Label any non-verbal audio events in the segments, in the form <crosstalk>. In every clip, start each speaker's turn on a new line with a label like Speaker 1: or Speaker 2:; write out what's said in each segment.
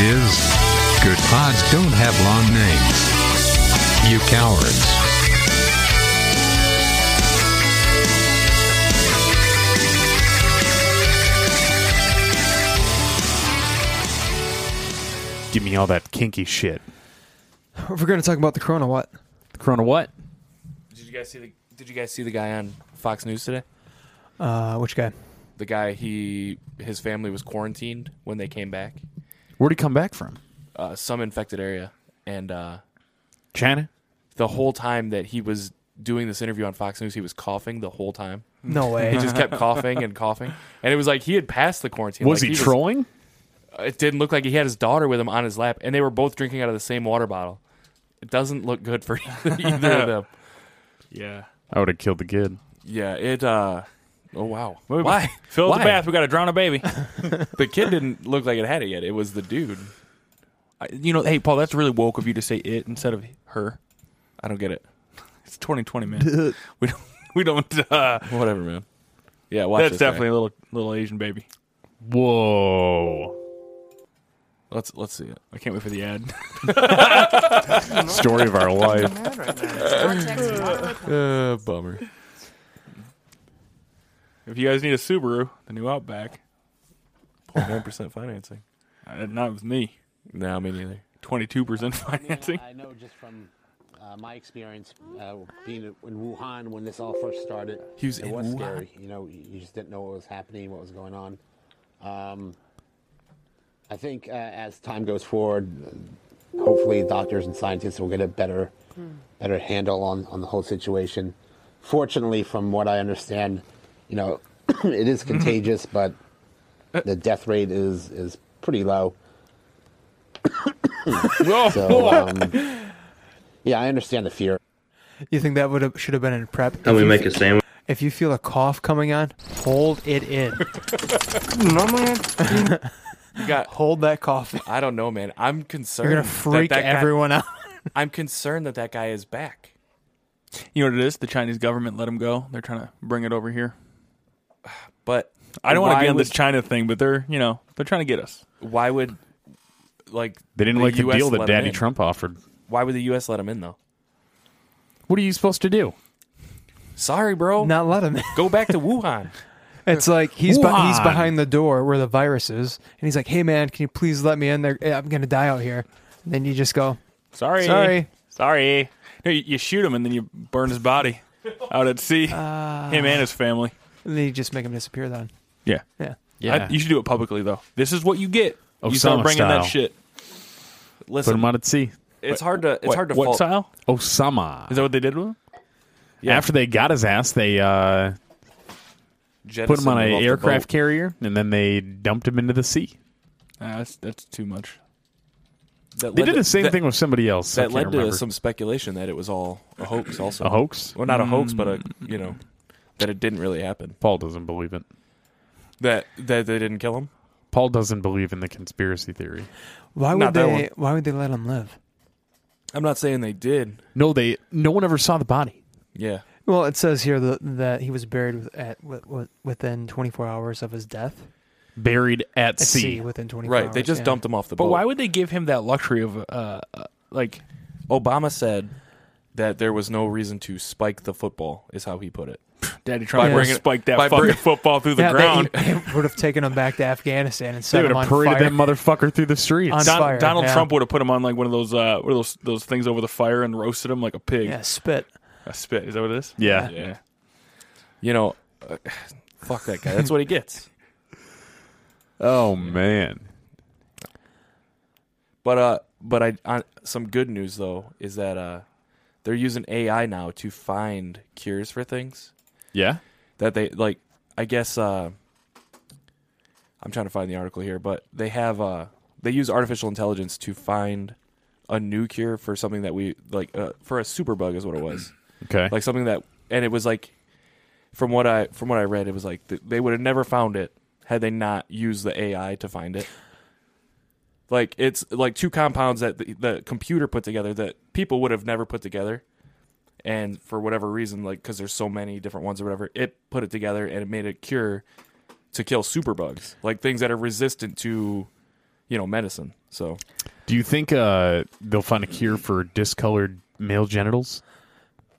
Speaker 1: is, good pods don't have long names. You cowards.
Speaker 2: Give me all that kinky shit.
Speaker 3: If we're going to talk about the Corona, what?
Speaker 2: Corona what?
Speaker 4: Did you guys see the Did you guys see the guy on Fox News today?
Speaker 3: Uh, which guy?
Speaker 4: The guy he his family was quarantined when they came back.
Speaker 2: Where'd he come back from?
Speaker 4: Uh, some infected area, and uh,
Speaker 2: China?
Speaker 4: the whole time that he was doing this interview on Fox News, he was coughing the whole time. <laughs>
Speaker 3: No way.
Speaker 4: He just kept coughing and coughing, and it was like he had passed the quarantine.
Speaker 2: Was
Speaker 4: Like,
Speaker 2: he, trolling?
Speaker 4: it didn't look like he had his daughter with him on his lap, and they were both drinking out of the same water bottle. It doesn't look good for <laughs> either, either of them.
Speaker 5: Yeah.
Speaker 2: I would have killed the kid.
Speaker 4: Yeah, it. uh Oh wow!
Speaker 5: Why? <laughs>
Speaker 4: Why?
Speaker 5: Fill
Speaker 4: Why?
Speaker 5: the bath. We got to drown a baby.
Speaker 4: The kid didn't look like it had it yet. It was the dude.
Speaker 5: I- you know, hey, Paul, that's really woke of you to say it instead of her.
Speaker 4: I don't get it.
Speaker 5: <laughs> It's 2020, man. we don't. <laughs> We don't. Uh,
Speaker 4: Whatever, man. Yeah, watch
Speaker 5: that's
Speaker 4: this guy.
Speaker 5: definitely a little little Asian baby.
Speaker 2: Whoa.
Speaker 4: Let's let's see it.
Speaker 5: I can't wait for the ad.
Speaker 2: Story of <laughs> our life.
Speaker 4: Uh, bummer.
Speaker 5: if you guys need a Subaru, the new Outback.
Speaker 4: One percent financing.
Speaker 5: <laughs> Uh, not with me.
Speaker 4: No, me neither.
Speaker 3: <laughs>
Speaker 5: 22% financing.
Speaker 6: I know just from uh, my experience uh, being in Wuhan when this all first started.
Speaker 4: He was
Speaker 6: it
Speaker 4: in
Speaker 6: was
Speaker 4: Wuhan?
Speaker 6: scary. You know, you just didn't know what was happening, what was going on. Um, I think uh, as time goes forward, hopefully doctors and scientists will get a better, better handle on, on the whole situation. Fortunately, from what I understand, you know, <coughs> it is contagious,
Speaker 4: Mm-hmm.
Speaker 6: but
Speaker 4: Uh.
Speaker 6: the death rate is is
Speaker 4: <coughs>
Speaker 6: pretty low. <coughs> so, um, yeah, I understand the fear.
Speaker 3: You think that would have should have been in prep?
Speaker 7: Can we
Speaker 3: If you
Speaker 7: make
Speaker 3: fe-
Speaker 7: a sandwich?
Speaker 3: If you feel a cough coming on, hold it
Speaker 4: <laughs>
Speaker 3: in.
Speaker 4: You got.
Speaker 3: hold that cough. in.
Speaker 4: I don't know, man. I'm concerned.
Speaker 3: You're gonna freak
Speaker 4: that, that guy-
Speaker 3: everyone out.
Speaker 4: I'm concerned that that guy is back.
Speaker 5: You know what it is? The Chinese government let him go. They're trying to bring it over here.
Speaker 4: <sighs> But
Speaker 5: I don't want to
Speaker 4: why
Speaker 5: be on this
Speaker 4: would-
Speaker 5: China thing, but they're, you know, they're trying to get us.
Speaker 4: Why would like
Speaker 2: They didn't like the
Speaker 4: US
Speaker 2: deal that
Speaker 4: let him
Speaker 2: Daddy
Speaker 4: in?
Speaker 2: Trump offered.
Speaker 4: Why would the U.S. let him in though?
Speaker 2: What are you supposed to do?
Speaker 4: Sorry,
Speaker 3: <laughs>
Speaker 4: bro.
Speaker 3: Not let him.
Speaker 4: Go back to Wuhan.
Speaker 3: <laughs> It's like he's be- he's
Speaker 2: Wuhan.
Speaker 3: behind the door where the virus is, and he's like, "Hey man, can you please let me in there? I'm gonna die out here." And then you just go,
Speaker 5: Sorry.
Speaker 3: Sorry.
Speaker 5: Sorry. No, you, you shoot him and then you burn his body out at sea.
Speaker 4: Uh,
Speaker 5: him and his family.
Speaker 3: and then you just make him disappear. Then
Speaker 5: Yeah.
Speaker 3: yeah,
Speaker 2: Yeah.
Speaker 5: I- you should do it publicly, though. This is what you get. you
Speaker 2: Osama
Speaker 5: start bringing
Speaker 2: style.
Speaker 5: that shit.
Speaker 2: Put
Speaker 4: Listen,
Speaker 2: him out at sea.
Speaker 4: it's hard to it's
Speaker 5: what,
Speaker 4: hard to
Speaker 5: what
Speaker 4: fault.
Speaker 5: style?
Speaker 2: Osama.
Speaker 5: Is that what they did with him?
Speaker 2: After they got his ass, they uh, put him on an
Speaker 4: Jettison off the
Speaker 2: aircraft
Speaker 4: boat.
Speaker 2: carrier, and then they dumped him into the sea.
Speaker 5: Ah, that's, that's too much.
Speaker 4: That
Speaker 2: They
Speaker 4: led
Speaker 2: did
Speaker 4: to-
Speaker 2: the same
Speaker 4: that-
Speaker 2: thing with somebody else. I
Speaker 4: That
Speaker 2: can't
Speaker 4: led to
Speaker 2: remember.
Speaker 4: some speculation that it was all a hoax. Also,
Speaker 2: a hoax.
Speaker 4: Well, not a
Speaker 5: Mm.
Speaker 4: hoax, but a you know that it didn't really happen.
Speaker 2: Paul doesn't believe it.
Speaker 4: That that they didn't kill him.
Speaker 2: Paul doesn't believe in the conspiracy theory.
Speaker 3: why would
Speaker 4: Not that
Speaker 3: they? Why would they let him live?
Speaker 4: I'm not saying they did.
Speaker 2: No, they. No one ever saw the body.
Speaker 4: Yeah,
Speaker 3: Well, it says here that, that he was buried with, at wi- wi- within 24 hours of his death
Speaker 2: Buried at,
Speaker 3: at
Speaker 2: sea.
Speaker 3: sea within 24
Speaker 4: right.
Speaker 3: hours.
Speaker 4: They just
Speaker 3: yeah.
Speaker 4: dumped him off the
Speaker 5: But
Speaker 4: boat.
Speaker 5: why would they give him that luxury of, uh, uh, like,
Speaker 4: Obama said that there was no reason to spike the football? Is how he put it.
Speaker 5: Daddy Trump
Speaker 3: By
Speaker 5: will
Speaker 3: bringing-
Speaker 5: spike that
Speaker 4: by
Speaker 5: fucking
Speaker 4: bring-
Speaker 5: football through the
Speaker 3: Yeah,
Speaker 5: ground.
Speaker 3: They, <laughs> they would have taken him back to Afghanistan and
Speaker 2: They
Speaker 3: set
Speaker 2: would
Speaker 3: him
Speaker 2: have
Speaker 3: on
Speaker 2: paraded
Speaker 3: fire.
Speaker 2: that motherfucker through the streets.
Speaker 3: On
Speaker 5: Don-
Speaker 3: fire,
Speaker 5: Donald
Speaker 3: yeah.
Speaker 5: Trump would have put him on like one of those uh, what are those those things over the fire and roasted him like a pig.
Speaker 3: yeah, spit.
Speaker 5: A spit. Is that what it is?
Speaker 2: yeah.
Speaker 5: Yeah.
Speaker 4: You know, uh, <sighs> fuck that guy. That's what he gets.
Speaker 2: Oh man.
Speaker 4: But uh, but I on, some good news though is that uh, they're using AI now to find cures for things
Speaker 2: Yeah.
Speaker 4: that they like. I guess uh, I'm trying to find the article here, but they have uh, they use artificial intelligence to find a new cure for something that we like uh, for a superbug is what it was.
Speaker 2: Okay.
Speaker 4: <laughs> like something that and it was like from what i from what i read it was like th- they would have never found it had they not used the ai to find it like it's like two compounds that the, the computer put together that people would have never put together and for whatever reason like because there's so many different ones or whatever it put it together and it made a cure to kill superbugs like things that are resistant to you know, medicine. So
Speaker 2: Do you think uh, they'll find a cure for discolored male genitals?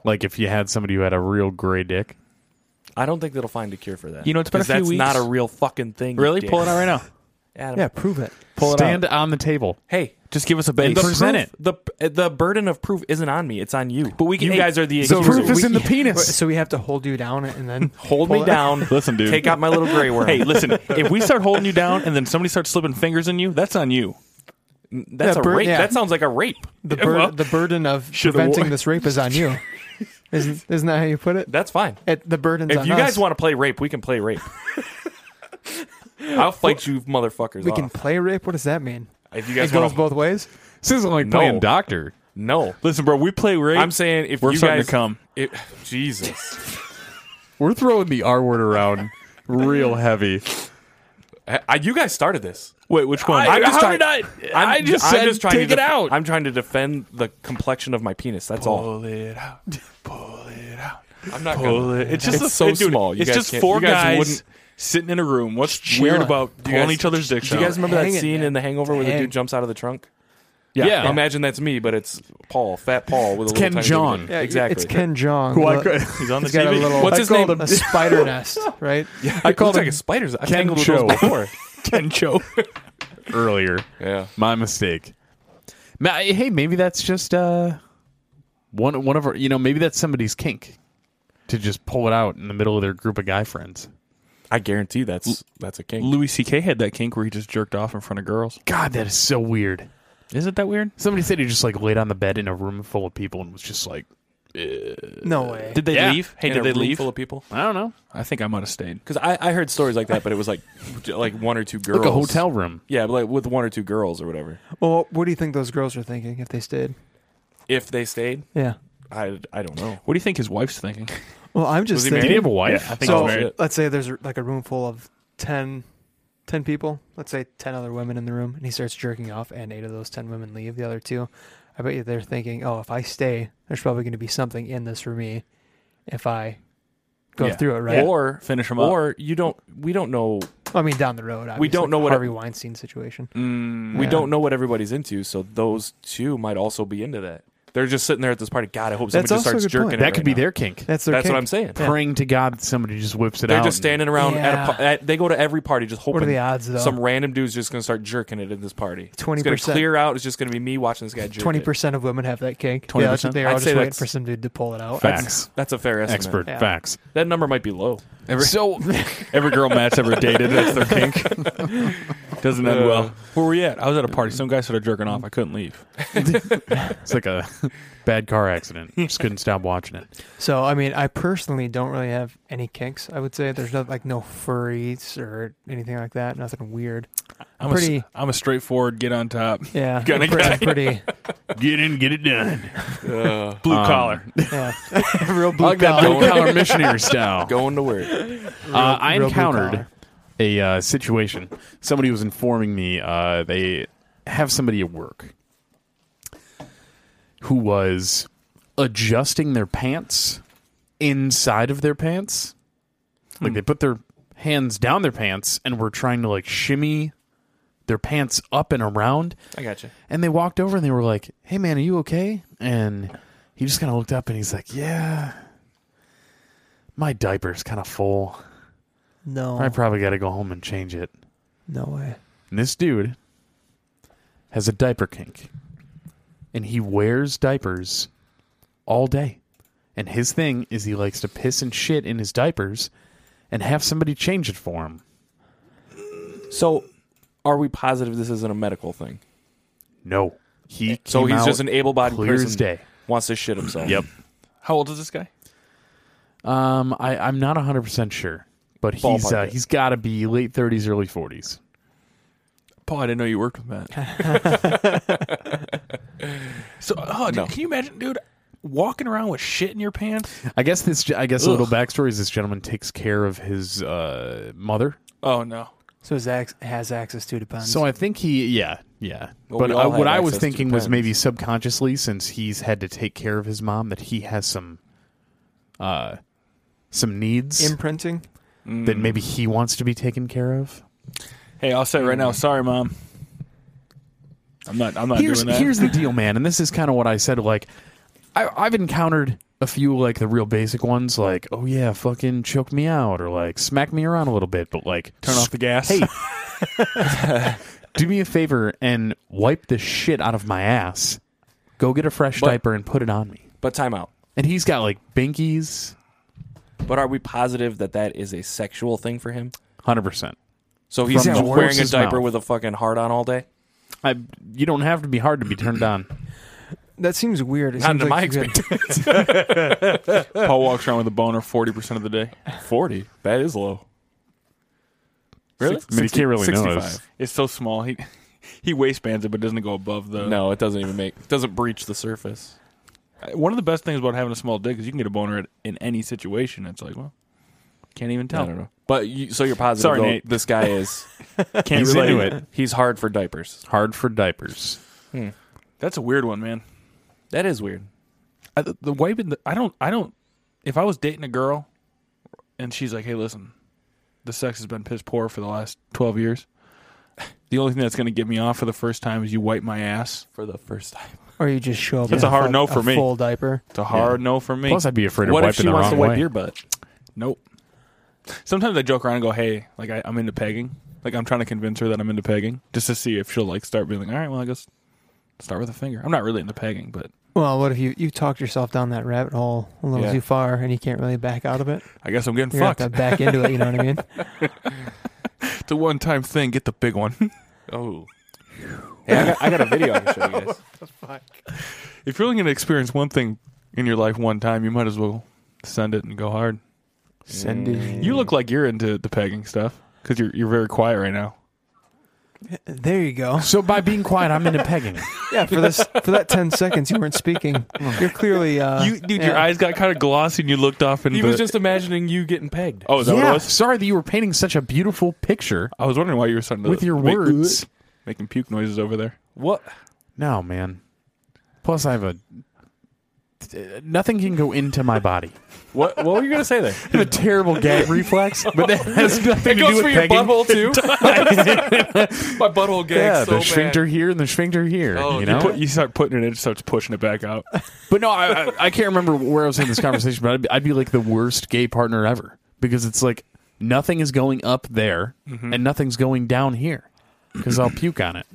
Speaker 2: Like if you had somebody who had a real gray dick.
Speaker 4: I don't think they'll find a cure for that.
Speaker 5: You know, it's been a
Speaker 4: 'Cause
Speaker 5: few
Speaker 4: that's not a
Speaker 5: weeks.
Speaker 4: real fucking thing.
Speaker 5: Really?
Speaker 4: Dick.
Speaker 5: Pull it out right now.
Speaker 4: Adam.
Speaker 3: Yeah, prove it.
Speaker 5: Pull it
Speaker 2: Stand
Speaker 5: out.
Speaker 2: on the table.
Speaker 4: Hey,
Speaker 5: Just give us a base.
Speaker 4: the
Speaker 2: present
Speaker 4: proof, The the burden of proof isn't on me; it's on you. But
Speaker 5: we can-
Speaker 4: You
Speaker 5: hey,
Speaker 4: guys are the
Speaker 2: The
Speaker 4: accusers.
Speaker 2: proof is
Speaker 4: We-
Speaker 3: <laughs>
Speaker 2: in the penis.
Speaker 3: So we have to hold you down and then
Speaker 4: hold me down.
Speaker 5: <laughs> Listen, dude.
Speaker 4: Take out my little
Speaker 5: <laughs>
Speaker 4: gray worm.
Speaker 5: Hey, listen. if we start holding you down and then somebody starts slipping fingers in you, that's on you.
Speaker 4: that's
Speaker 3: Yeah,
Speaker 4: a
Speaker 3: bur-
Speaker 4: rape.
Speaker 3: yeah.
Speaker 4: That sounds like a rape. <laughs>
Speaker 3: the bur-
Speaker 5: well,
Speaker 3: the burden of
Speaker 5: should've
Speaker 3: preventing
Speaker 5: wa-
Speaker 3: this rape is on you. Isn't isn't that how you put it?
Speaker 4: That's fine.
Speaker 3: It, the burden's
Speaker 4: If
Speaker 3: on
Speaker 4: you
Speaker 3: us.
Speaker 4: guys want to play rape, we can play
Speaker 5: <laughs>
Speaker 4: rape. I'll fight you, motherfuckers.
Speaker 3: we can
Speaker 4: off.
Speaker 3: play rape. What does that mean?
Speaker 4: If you guys
Speaker 3: It goes
Speaker 4: want, to,
Speaker 3: both ways.
Speaker 2: This isn't like playing doctor.
Speaker 4: no.
Speaker 5: Listen, bro. We play rape.
Speaker 4: I'm saying if
Speaker 5: We're
Speaker 4: you
Speaker 5: starting
Speaker 4: guys
Speaker 5: to come.
Speaker 4: it-
Speaker 5: <laughs>
Speaker 4: Jesus,
Speaker 2: We're throwing the R word
Speaker 4: <laughs>
Speaker 2: around real heavy.
Speaker 4: I, I- Uh, you guys started this.
Speaker 5: Wait, which one?
Speaker 4: I'm just
Speaker 5: how
Speaker 4: trying-
Speaker 5: did I?
Speaker 4: I'm,
Speaker 5: I just
Speaker 4: I'm
Speaker 5: said
Speaker 4: just trying
Speaker 5: take
Speaker 4: to
Speaker 5: it out.
Speaker 4: I'm trying to defend the complexion of my penis. That's all.
Speaker 5: Pull it out. Pull it out.
Speaker 4: I'm not
Speaker 5: Pull
Speaker 4: gonna-
Speaker 5: it. It's just
Speaker 4: It's
Speaker 5: a,
Speaker 4: so
Speaker 5: dude,
Speaker 4: small. You
Speaker 5: it's
Speaker 4: guys
Speaker 5: just
Speaker 4: can't-
Speaker 5: four
Speaker 4: you guys
Speaker 5: guys,
Speaker 4: wouldn't-
Speaker 5: sitting in a room. What's
Speaker 3: chilling.
Speaker 5: weird about
Speaker 4: you
Speaker 5: pulling
Speaker 4: guys-
Speaker 5: each other's dicks
Speaker 4: Do you
Speaker 5: out?
Speaker 4: guys remember that
Speaker 3: Hang it,
Speaker 4: scene
Speaker 3: man.
Speaker 4: in The Hangover where the
Speaker 3: Hang.
Speaker 4: dude jumps out of the trunk?
Speaker 5: yeah.
Speaker 4: I Imagine that's me, but it's Paul, Fat Paul with a little
Speaker 2: Ken
Speaker 4: tiny
Speaker 2: Jean.
Speaker 4: dick.
Speaker 2: Yeah,
Speaker 4: exactly.
Speaker 3: It's Ken Jong.
Speaker 2: Who I
Speaker 3: Look,
Speaker 2: could-
Speaker 5: He's
Speaker 2: <laughs>
Speaker 5: on the
Speaker 3: He's got a
Speaker 5: TV.
Speaker 3: little.
Speaker 4: What's
Speaker 3: I
Speaker 4: his
Speaker 3: called
Speaker 4: name?
Speaker 3: A spider nest, right?
Speaker 4: I called like a spider's. I've tangled with
Speaker 2: Cho.
Speaker 4: those before.
Speaker 5: Ken Cho.
Speaker 2: <laughs> Earlier.
Speaker 4: <laughs> yeah.
Speaker 2: My mistake. Ma- Hey, maybe that's just uh, one one of our. You know, maybe that's somebody's kink to just pull it out in the middle of their group of guy friends.
Speaker 4: I guarantee that's that's a king.
Speaker 5: Louis C.K. had that kink where he just jerked off in front of girls.
Speaker 2: God, that is so weird.
Speaker 5: Is it that weird?
Speaker 2: Somebody said he just like laid on the bed in a room full of people and was just like,
Speaker 3: No way.
Speaker 5: Did they
Speaker 2: Yeah.
Speaker 5: leave? Hey,
Speaker 4: In
Speaker 5: did
Speaker 4: a
Speaker 5: they
Speaker 4: room
Speaker 5: leave?
Speaker 4: Full of people.
Speaker 2: I don't know,
Speaker 5: I think I might have stayed.
Speaker 4: Because I, I heard stories like that, but it was like like one or two girls.
Speaker 2: like a hotel room.
Speaker 4: Yeah, but like with one or two girls or whatever.
Speaker 3: Well, what do you think those girls were thinking if they stayed?
Speaker 4: If they stayed,
Speaker 3: Yeah.
Speaker 4: I, I don't know.
Speaker 5: What do you think his wife's thinking?
Speaker 3: Well, I'm just
Speaker 4: he
Speaker 2: Did he
Speaker 3: thinking.
Speaker 2: have a wife?
Speaker 5: I think
Speaker 3: So
Speaker 5: he's married.
Speaker 3: let's say there's like a room full of 10, 10 people. Let's say ten other women in the room, and he starts jerking off, and eight of those ten women leave. The other two, I bet you they're thinking, "Oh, if I stay, there's probably going to be something in this for me if I go
Speaker 5: Yeah.
Speaker 3: through it." Right?
Speaker 4: Or
Speaker 5: Finish him up.
Speaker 4: or you don't. We don't know.
Speaker 3: I mean, down the road, obviously.
Speaker 4: don't know what Mm.
Speaker 3: Harvey Weinstein situation.
Speaker 4: We
Speaker 3: Yeah.
Speaker 4: don't know what everybody's into. So those two might also be into that. They're just sitting there at this party. God, I hope somebody
Speaker 3: That's
Speaker 4: just
Speaker 3: also a
Speaker 4: starts
Speaker 3: good
Speaker 4: jerking.
Speaker 3: point.
Speaker 4: it
Speaker 2: That
Speaker 4: right
Speaker 2: could be
Speaker 4: now.
Speaker 2: their kink.
Speaker 3: That's their
Speaker 4: That's what
Speaker 3: kink.
Speaker 4: I'm saying.
Speaker 2: Praying to God that somebody just whips it
Speaker 4: They're
Speaker 2: out.
Speaker 4: just
Speaker 2: and-
Speaker 4: standing around at a
Speaker 3: Yeah.
Speaker 4: par- at, they go to every party just hoping
Speaker 3: What are the odds, though?
Speaker 4: some random dude's just going to start jerking it at this party. It's gonna
Speaker 3: 20%.
Speaker 4: clear out. It's just going to be me watching this guy jerk. it.
Speaker 3: Twenty percent of women have that kink.
Speaker 5: 20%?
Speaker 3: Yeah, they're
Speaker 4: I'd
Speaker 3: all
Speaker 4: say
Speaker 3: just waiting
Speaker 4: that's-
Speaker 3: for some dude to pull it out.
Speaker 2: Facts.
Speaker 4: That's a fair estimate.
Speaker 2: Expert
Speaker 3: Yeah.
Speaker 2: facts.
Speaker 4: That number might be low.
Speaker 2: So <laughs>
Speaker 5: Every girl Matt's ever dated, that's their <laughs> kink. Doesn't end well. Uh, Where were we at? I was at a party. Some guy started jerking off. I couldn't leave.
Speaker 2: it's like a bad car accident. Just couldn't stop watching it.
Speaker 3: So I mean, I personally don't really have any kinks. I would say there's not like no furries or anything like that. Nothing weird.
Speaker 5: I'm
Speaker 3: Pretty-
Speaker 5: A, s- I'm a straightforward, get on top,
Speaker 3: Yeah,
Speaker 5: Kinda
Speaker 3: I'm pretty,
Speaker 5: guy.
Speaker 3: I'm pretty.
Speaker 2: Get in, get it done.
Speaker 5: blue collar.
Speaker 3: Yeah,
Speaker 5: <laughs>
Speaker 3: <laughs> real blue
Speaker 2: Like that Um, <laughs> blue
Speaker 3: collar.
Speaker 2: <laughs> collar missionary style.
Speaker 4: Going to work.
Speaker 2: Uh, I
Speaker 3: real blue
Speaker 2: encountered
Speaker 3: collar.
Speaker 2: a uh, situation. Somebody was informing me uh, they have somebody at work who was adjusting their pants inside of their pants. Like they put their hands down their pants and were trying to like shimmy their pants up and around.
Speaker 4: I got you.
Speaker 2: And they walked over and they were like, "Hey, man, are you okay?" And he just kind of looked up and he's like, "Yeah, my diaper's kind of full. I
Speaker 4: Oh.
Speaker 3: No,
Speaker 2: probably got to go home and change it."
Speaker 3: no way.
Speaker 2: And this dude has a diaper kink, and he wears diapers all day. And his thing is he likes to piss and shit in his diapers and have somebody change it for him.
Speaker 4: So, are we positive this isn't a medical thing?
Speaker 2: No, he
Speaker 4: So
Speaker 2: came
Speaker 4: he's
Speaker 2: out
Speaker 4: just an able-bodied
Speaker 2: clear
Speaker 4: person.
Speaker 2: as day.
Speaker 4: Wants to shit himself.
Speaker 2: Yep.
Speaker 5: How old is this guy?
Speaker 2: Um, I, I'm not 100% sure, but he's
Speaker 4: Ballpark
Speaker 2: uh,
Speaker 4: it.
Speaker 2: he's got to be late 30s, early 40s.
Speaker 5: Paul, I didn't know you worked with
Speaker 2: <laughs>
Speaker 5: Matt. so, oh, dude,
Speaker 4: No.
Speaker 5: can you imagine, dude, walking around with shit in your pants?
Speaker 2: I guess this. I guess a little
Speaker 5: Ugh.
Speaker 2: backstory is this gentleman takes care of his uh, mother.
Speaker 5: Oh no,
Speaker 3: So Zach has access to depends.
Speaker 2: So I think he, yeah, yeah.
Speaker 4: Well,
Speaker 2: but
Speaker 4: we all
Speaker 2: uh, what
Speaker 4: have
Speaker 2: I was
Speaker 4: access to
Speaker 2: thinking was
Speaker 4: pens.
Speaker 2: maybe subconsciously, since he's had to take care of his mom, that he has some, uh, some needs
Speaker 3: imprinting.
Speaker 4: Mm.
Speaker 2: that maybe he wants to be taken care of.
Speaker 5: Mm-hmm. Hey, I'll say it right now. Sorry, mom. I'm not. I'm not
Speaker 2: here's,
Speaker 5: doing that.
Speaker 2: Here's the
Speaker 5: <laughs>
Speaker 2: deal, man, and this is kind of what I said. Like, I, I've encountered a few like the real basic ones, like, oh yeah, fucking choke me out, or like smack me around a little bit, but like
Speaker 5: Turn off the gas.
Speaker 2: Hey, do me a favor and wipe the shit out of my ass. Go get a fresh
Speaker 4: But-
Speaker 2: diaper and put it on me.
Speaker 4: But time out.
Speaker 2: And he's got like binkies,
Speaker 4: But are we positive that that is a sexual thing for him?
Speaker 2: hundred percent.
Speaker 4: So he's
Speaker 2: From
Speaker 4: just
Speaker 2: the
Speaker 4: wearing a
Speaker 2: horse's
Speaker 4: diaper
Speaker 2: mouth.
Speaker 4: with a fucking heart on all day.
Speaker 2: I you don't have to be hard to be turned on.
Speaker 3: That seems weird. It
Speaker 4: Not
Speaker 3: seems
Speaker 4: into
Speaker 3: like
Speaker 4: my
Speaker 3: you could-
Speaker 4: experience.
Speaker 5: Paul walks around with a boner forty percent of the day.
Speaker 4: <laughs> Forty. That is low.
Speaker 5: Really?
Speaker 2: I mean, he can't really know this.
Speaker 5: It's so small. He he waistbands it, but doesn't go above the.
Speaker 4: No, it doesn't even make. It uh, doesn't breach the surface.
Speaker 5: One of the best things about having a small dick is you can get a boner at, in any situation. It's like, well, can't even tell.
Speaker 4: I don't know. But you, so you're positive.
Speaker 5: Sorry,
Speaker 4: though,
Speaker 5: Nate.
Speaker 4: This
Speaker 2: <laughs>
Speaker 4: guy is.
Speaker 5: Can't
Speaker 2: He's
Speaker 5: relate.
Speaker 2: into it.
Speaker 4: He's hard for diapers.
Speaker 2: Hard for diapers.
Speaker 5: That's a weird one, man.
Speaker 4: That is weird.
Speaker 5: I, the, the wiping. The, I don't. I don't. If I was dating a girl, and she's like, "Hey, listen, the sex has been piss poor for the last twelve years. The only thing that's going to get me off for the first time is you wipe my ass."
Speaker 4: For the first time.
Speaker 3: Or you just show up.
Speaker 5: That's
Speaker 3: with
Speaker 5: a hard
Speaker 3: fuck-
Speaker 5: no for
Speaker 3: a
Speaker 5: me.
Speaker 3: Full diaper.
Speaker 5: It's a hard no for me.
Speaker 2: Plus, I'd be afraid of
Speaker 4: What
Speaker 2: wiping
Speaker 4: if she
Speaker 2: the
Speaker 4: wants to
Speaker 2: wrong
Speaker 4: wipe
Speaker 2: way.
Speaker 4: your butt?
Speaker 5: Nope. Sometimes I joke around and go, "Hey, like I, I'm into pegging. Like I'm trying to convince her that I'm into pegging, just to see if she'll like start being like, all right, well, I guess start with a finger. I'm not really into pegging, but
Speaker 3: Well, what if you you talked yourself down that rabbit hole a little
Speaker 5: Yeah.
Speaker 3: too far and you can't really back out of it?
Speaker 5: I guess I'm getting
Speaker 3: You're gonna
Speaker 5: fucked.
Speaker 3: have to back into it. You know what I
Speaker 5: <laughs>
Speaker 3: mean?
Speaker 5: It's a one-time thing. Get the big one. <laughs>
Speaker 4: Oh. Hey, I got, I got a video I can show you guys.
Speaker 5: if you're only going to experience one thing in your life one time, you might as well send it and go hard.
Speaker 2: Send it.
Speaker 5: You look like you're into the pegging stuff because you're you're very quiet right now.
Speaker 3: There you go.
Speaker 2: So by being quiet, I'm into
Speaker 5: <laughs>
Speaker 2: pegging.
Speaker 3: <laughs> Yeah, for this for that ten seconds you weren't speaking. You're clearly uh,
Speaker 5: you, dude, your
Speaker 3: yeah.
Speaker 5: eyes got kind of glossy and you looked off into.
Speaker 4: He was
Speaker 5: the-
Speaker 4: just imagining you getting pegged.
Speaker 5: Oh, is that what it
Speaker 2: yeah.
Speaker 5: was?
Speaker 2: Sorry that you were painting such a beautiful picture
Speaker 5: I was wondering why you were starting to
Speaker 2: with your
Speaker 5: make-
Speaker 2: words.
Speaker 5: making puke noises over there.
Speaker 4: What?
Speaker 2: No, man. Plus, I have a nothing can go into my body.
Speaker 4: What? What were you gonna
Speaker 2: <laughs>
Speaker 4: say there?
Speaker 2: I have a terrible gag reflex, but that
Speaker 4: <laughs>
Speaker 2: has nothing
Speaker 4: It
Speaker 2: to do
Speaker 4: goes
Speaker 2: with
Speaker 4: for your
Speaker 2: pegging.
Speaker 4: butthole too. My butthole gags
Speaker 2: <laughs>
Speaker 4: <laughs>
Speaker 2: yeah,
Speaker 4: so
Speaker 2: the
Speaker 4: bad.
Speaker 2: sphincter here and the sphincter here.
Speaker 4: Oh,
Speaker 2: you
Speaker 4: you
Speaker 2: know.
Speaker 5: Put, you start putting it in, it starts pushing it back out.
Speaker 2: but no, I, I I can't remember where I was in this conversation, but I'd be, I'd be like the worst gay partner ever because it's like nothing is going up there
Speaker 4: Mm-hmm.
Speaker 2: and nothing's going down here because I'll puke on it.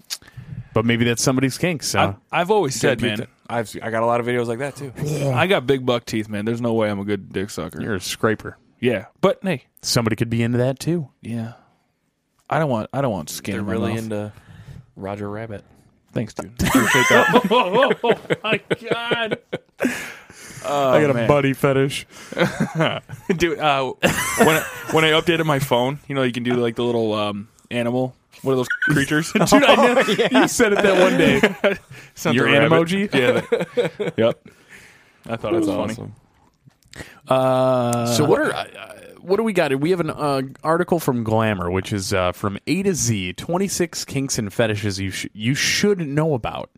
Speaker 2: But maybe that's somebody's kink. So
Speaker 5: <laughs> I've, I've always said,
Speaker 4: Puked
Speaker 5: man,
Speaker 4: it. I've I got a lot of videos like
Speaker 2: <laughs>
Speaker 4: that too.
Speaker 5: I got big buck teeth, man. There's no way I'm a good dick sucker.
Speaker 2: you're a scraper.
Speaker 5: yeah, but hey,
Speaker 2: Somebody could be into that too.
Speaker 5: yeah, I don't want I don't want skin.
Speaker 4: They're
Speaker 5: in my
Speaker 4: really
Speaker 5: mouth.
Speaker 4: into Roger Rabbit.
Speaker 5: Thanks, dude. <laughs> Appreciate that. <laughs>
Speaker 2: I got a
Speaker 5: Oh, man.
Speaker 2: buddy fetish.
Speaker 5: dude, uh, when I, when I updated my phone, you know, you can do like the little um, animal. What are <laughs> those creatures? dude, I
Speaker 4: Oh,
Speaker 5: know, you said it that one <laughs> day. Sent
Speaker 2: Your
Speaker 5: the rabbit.
Speaker 2: emoji?
Speaker 5: Yeah. <laughs> that- yep. I thought it was
Speaker 4: That's
Speaker 5: funny.
Speaker 4: awesome.
Speaker 2: Uh, so what are uh, what do we got? We have an uh, article from Glamour, which is uh, from A to Z, twenty six kinks and fetishes you sh- you should know about.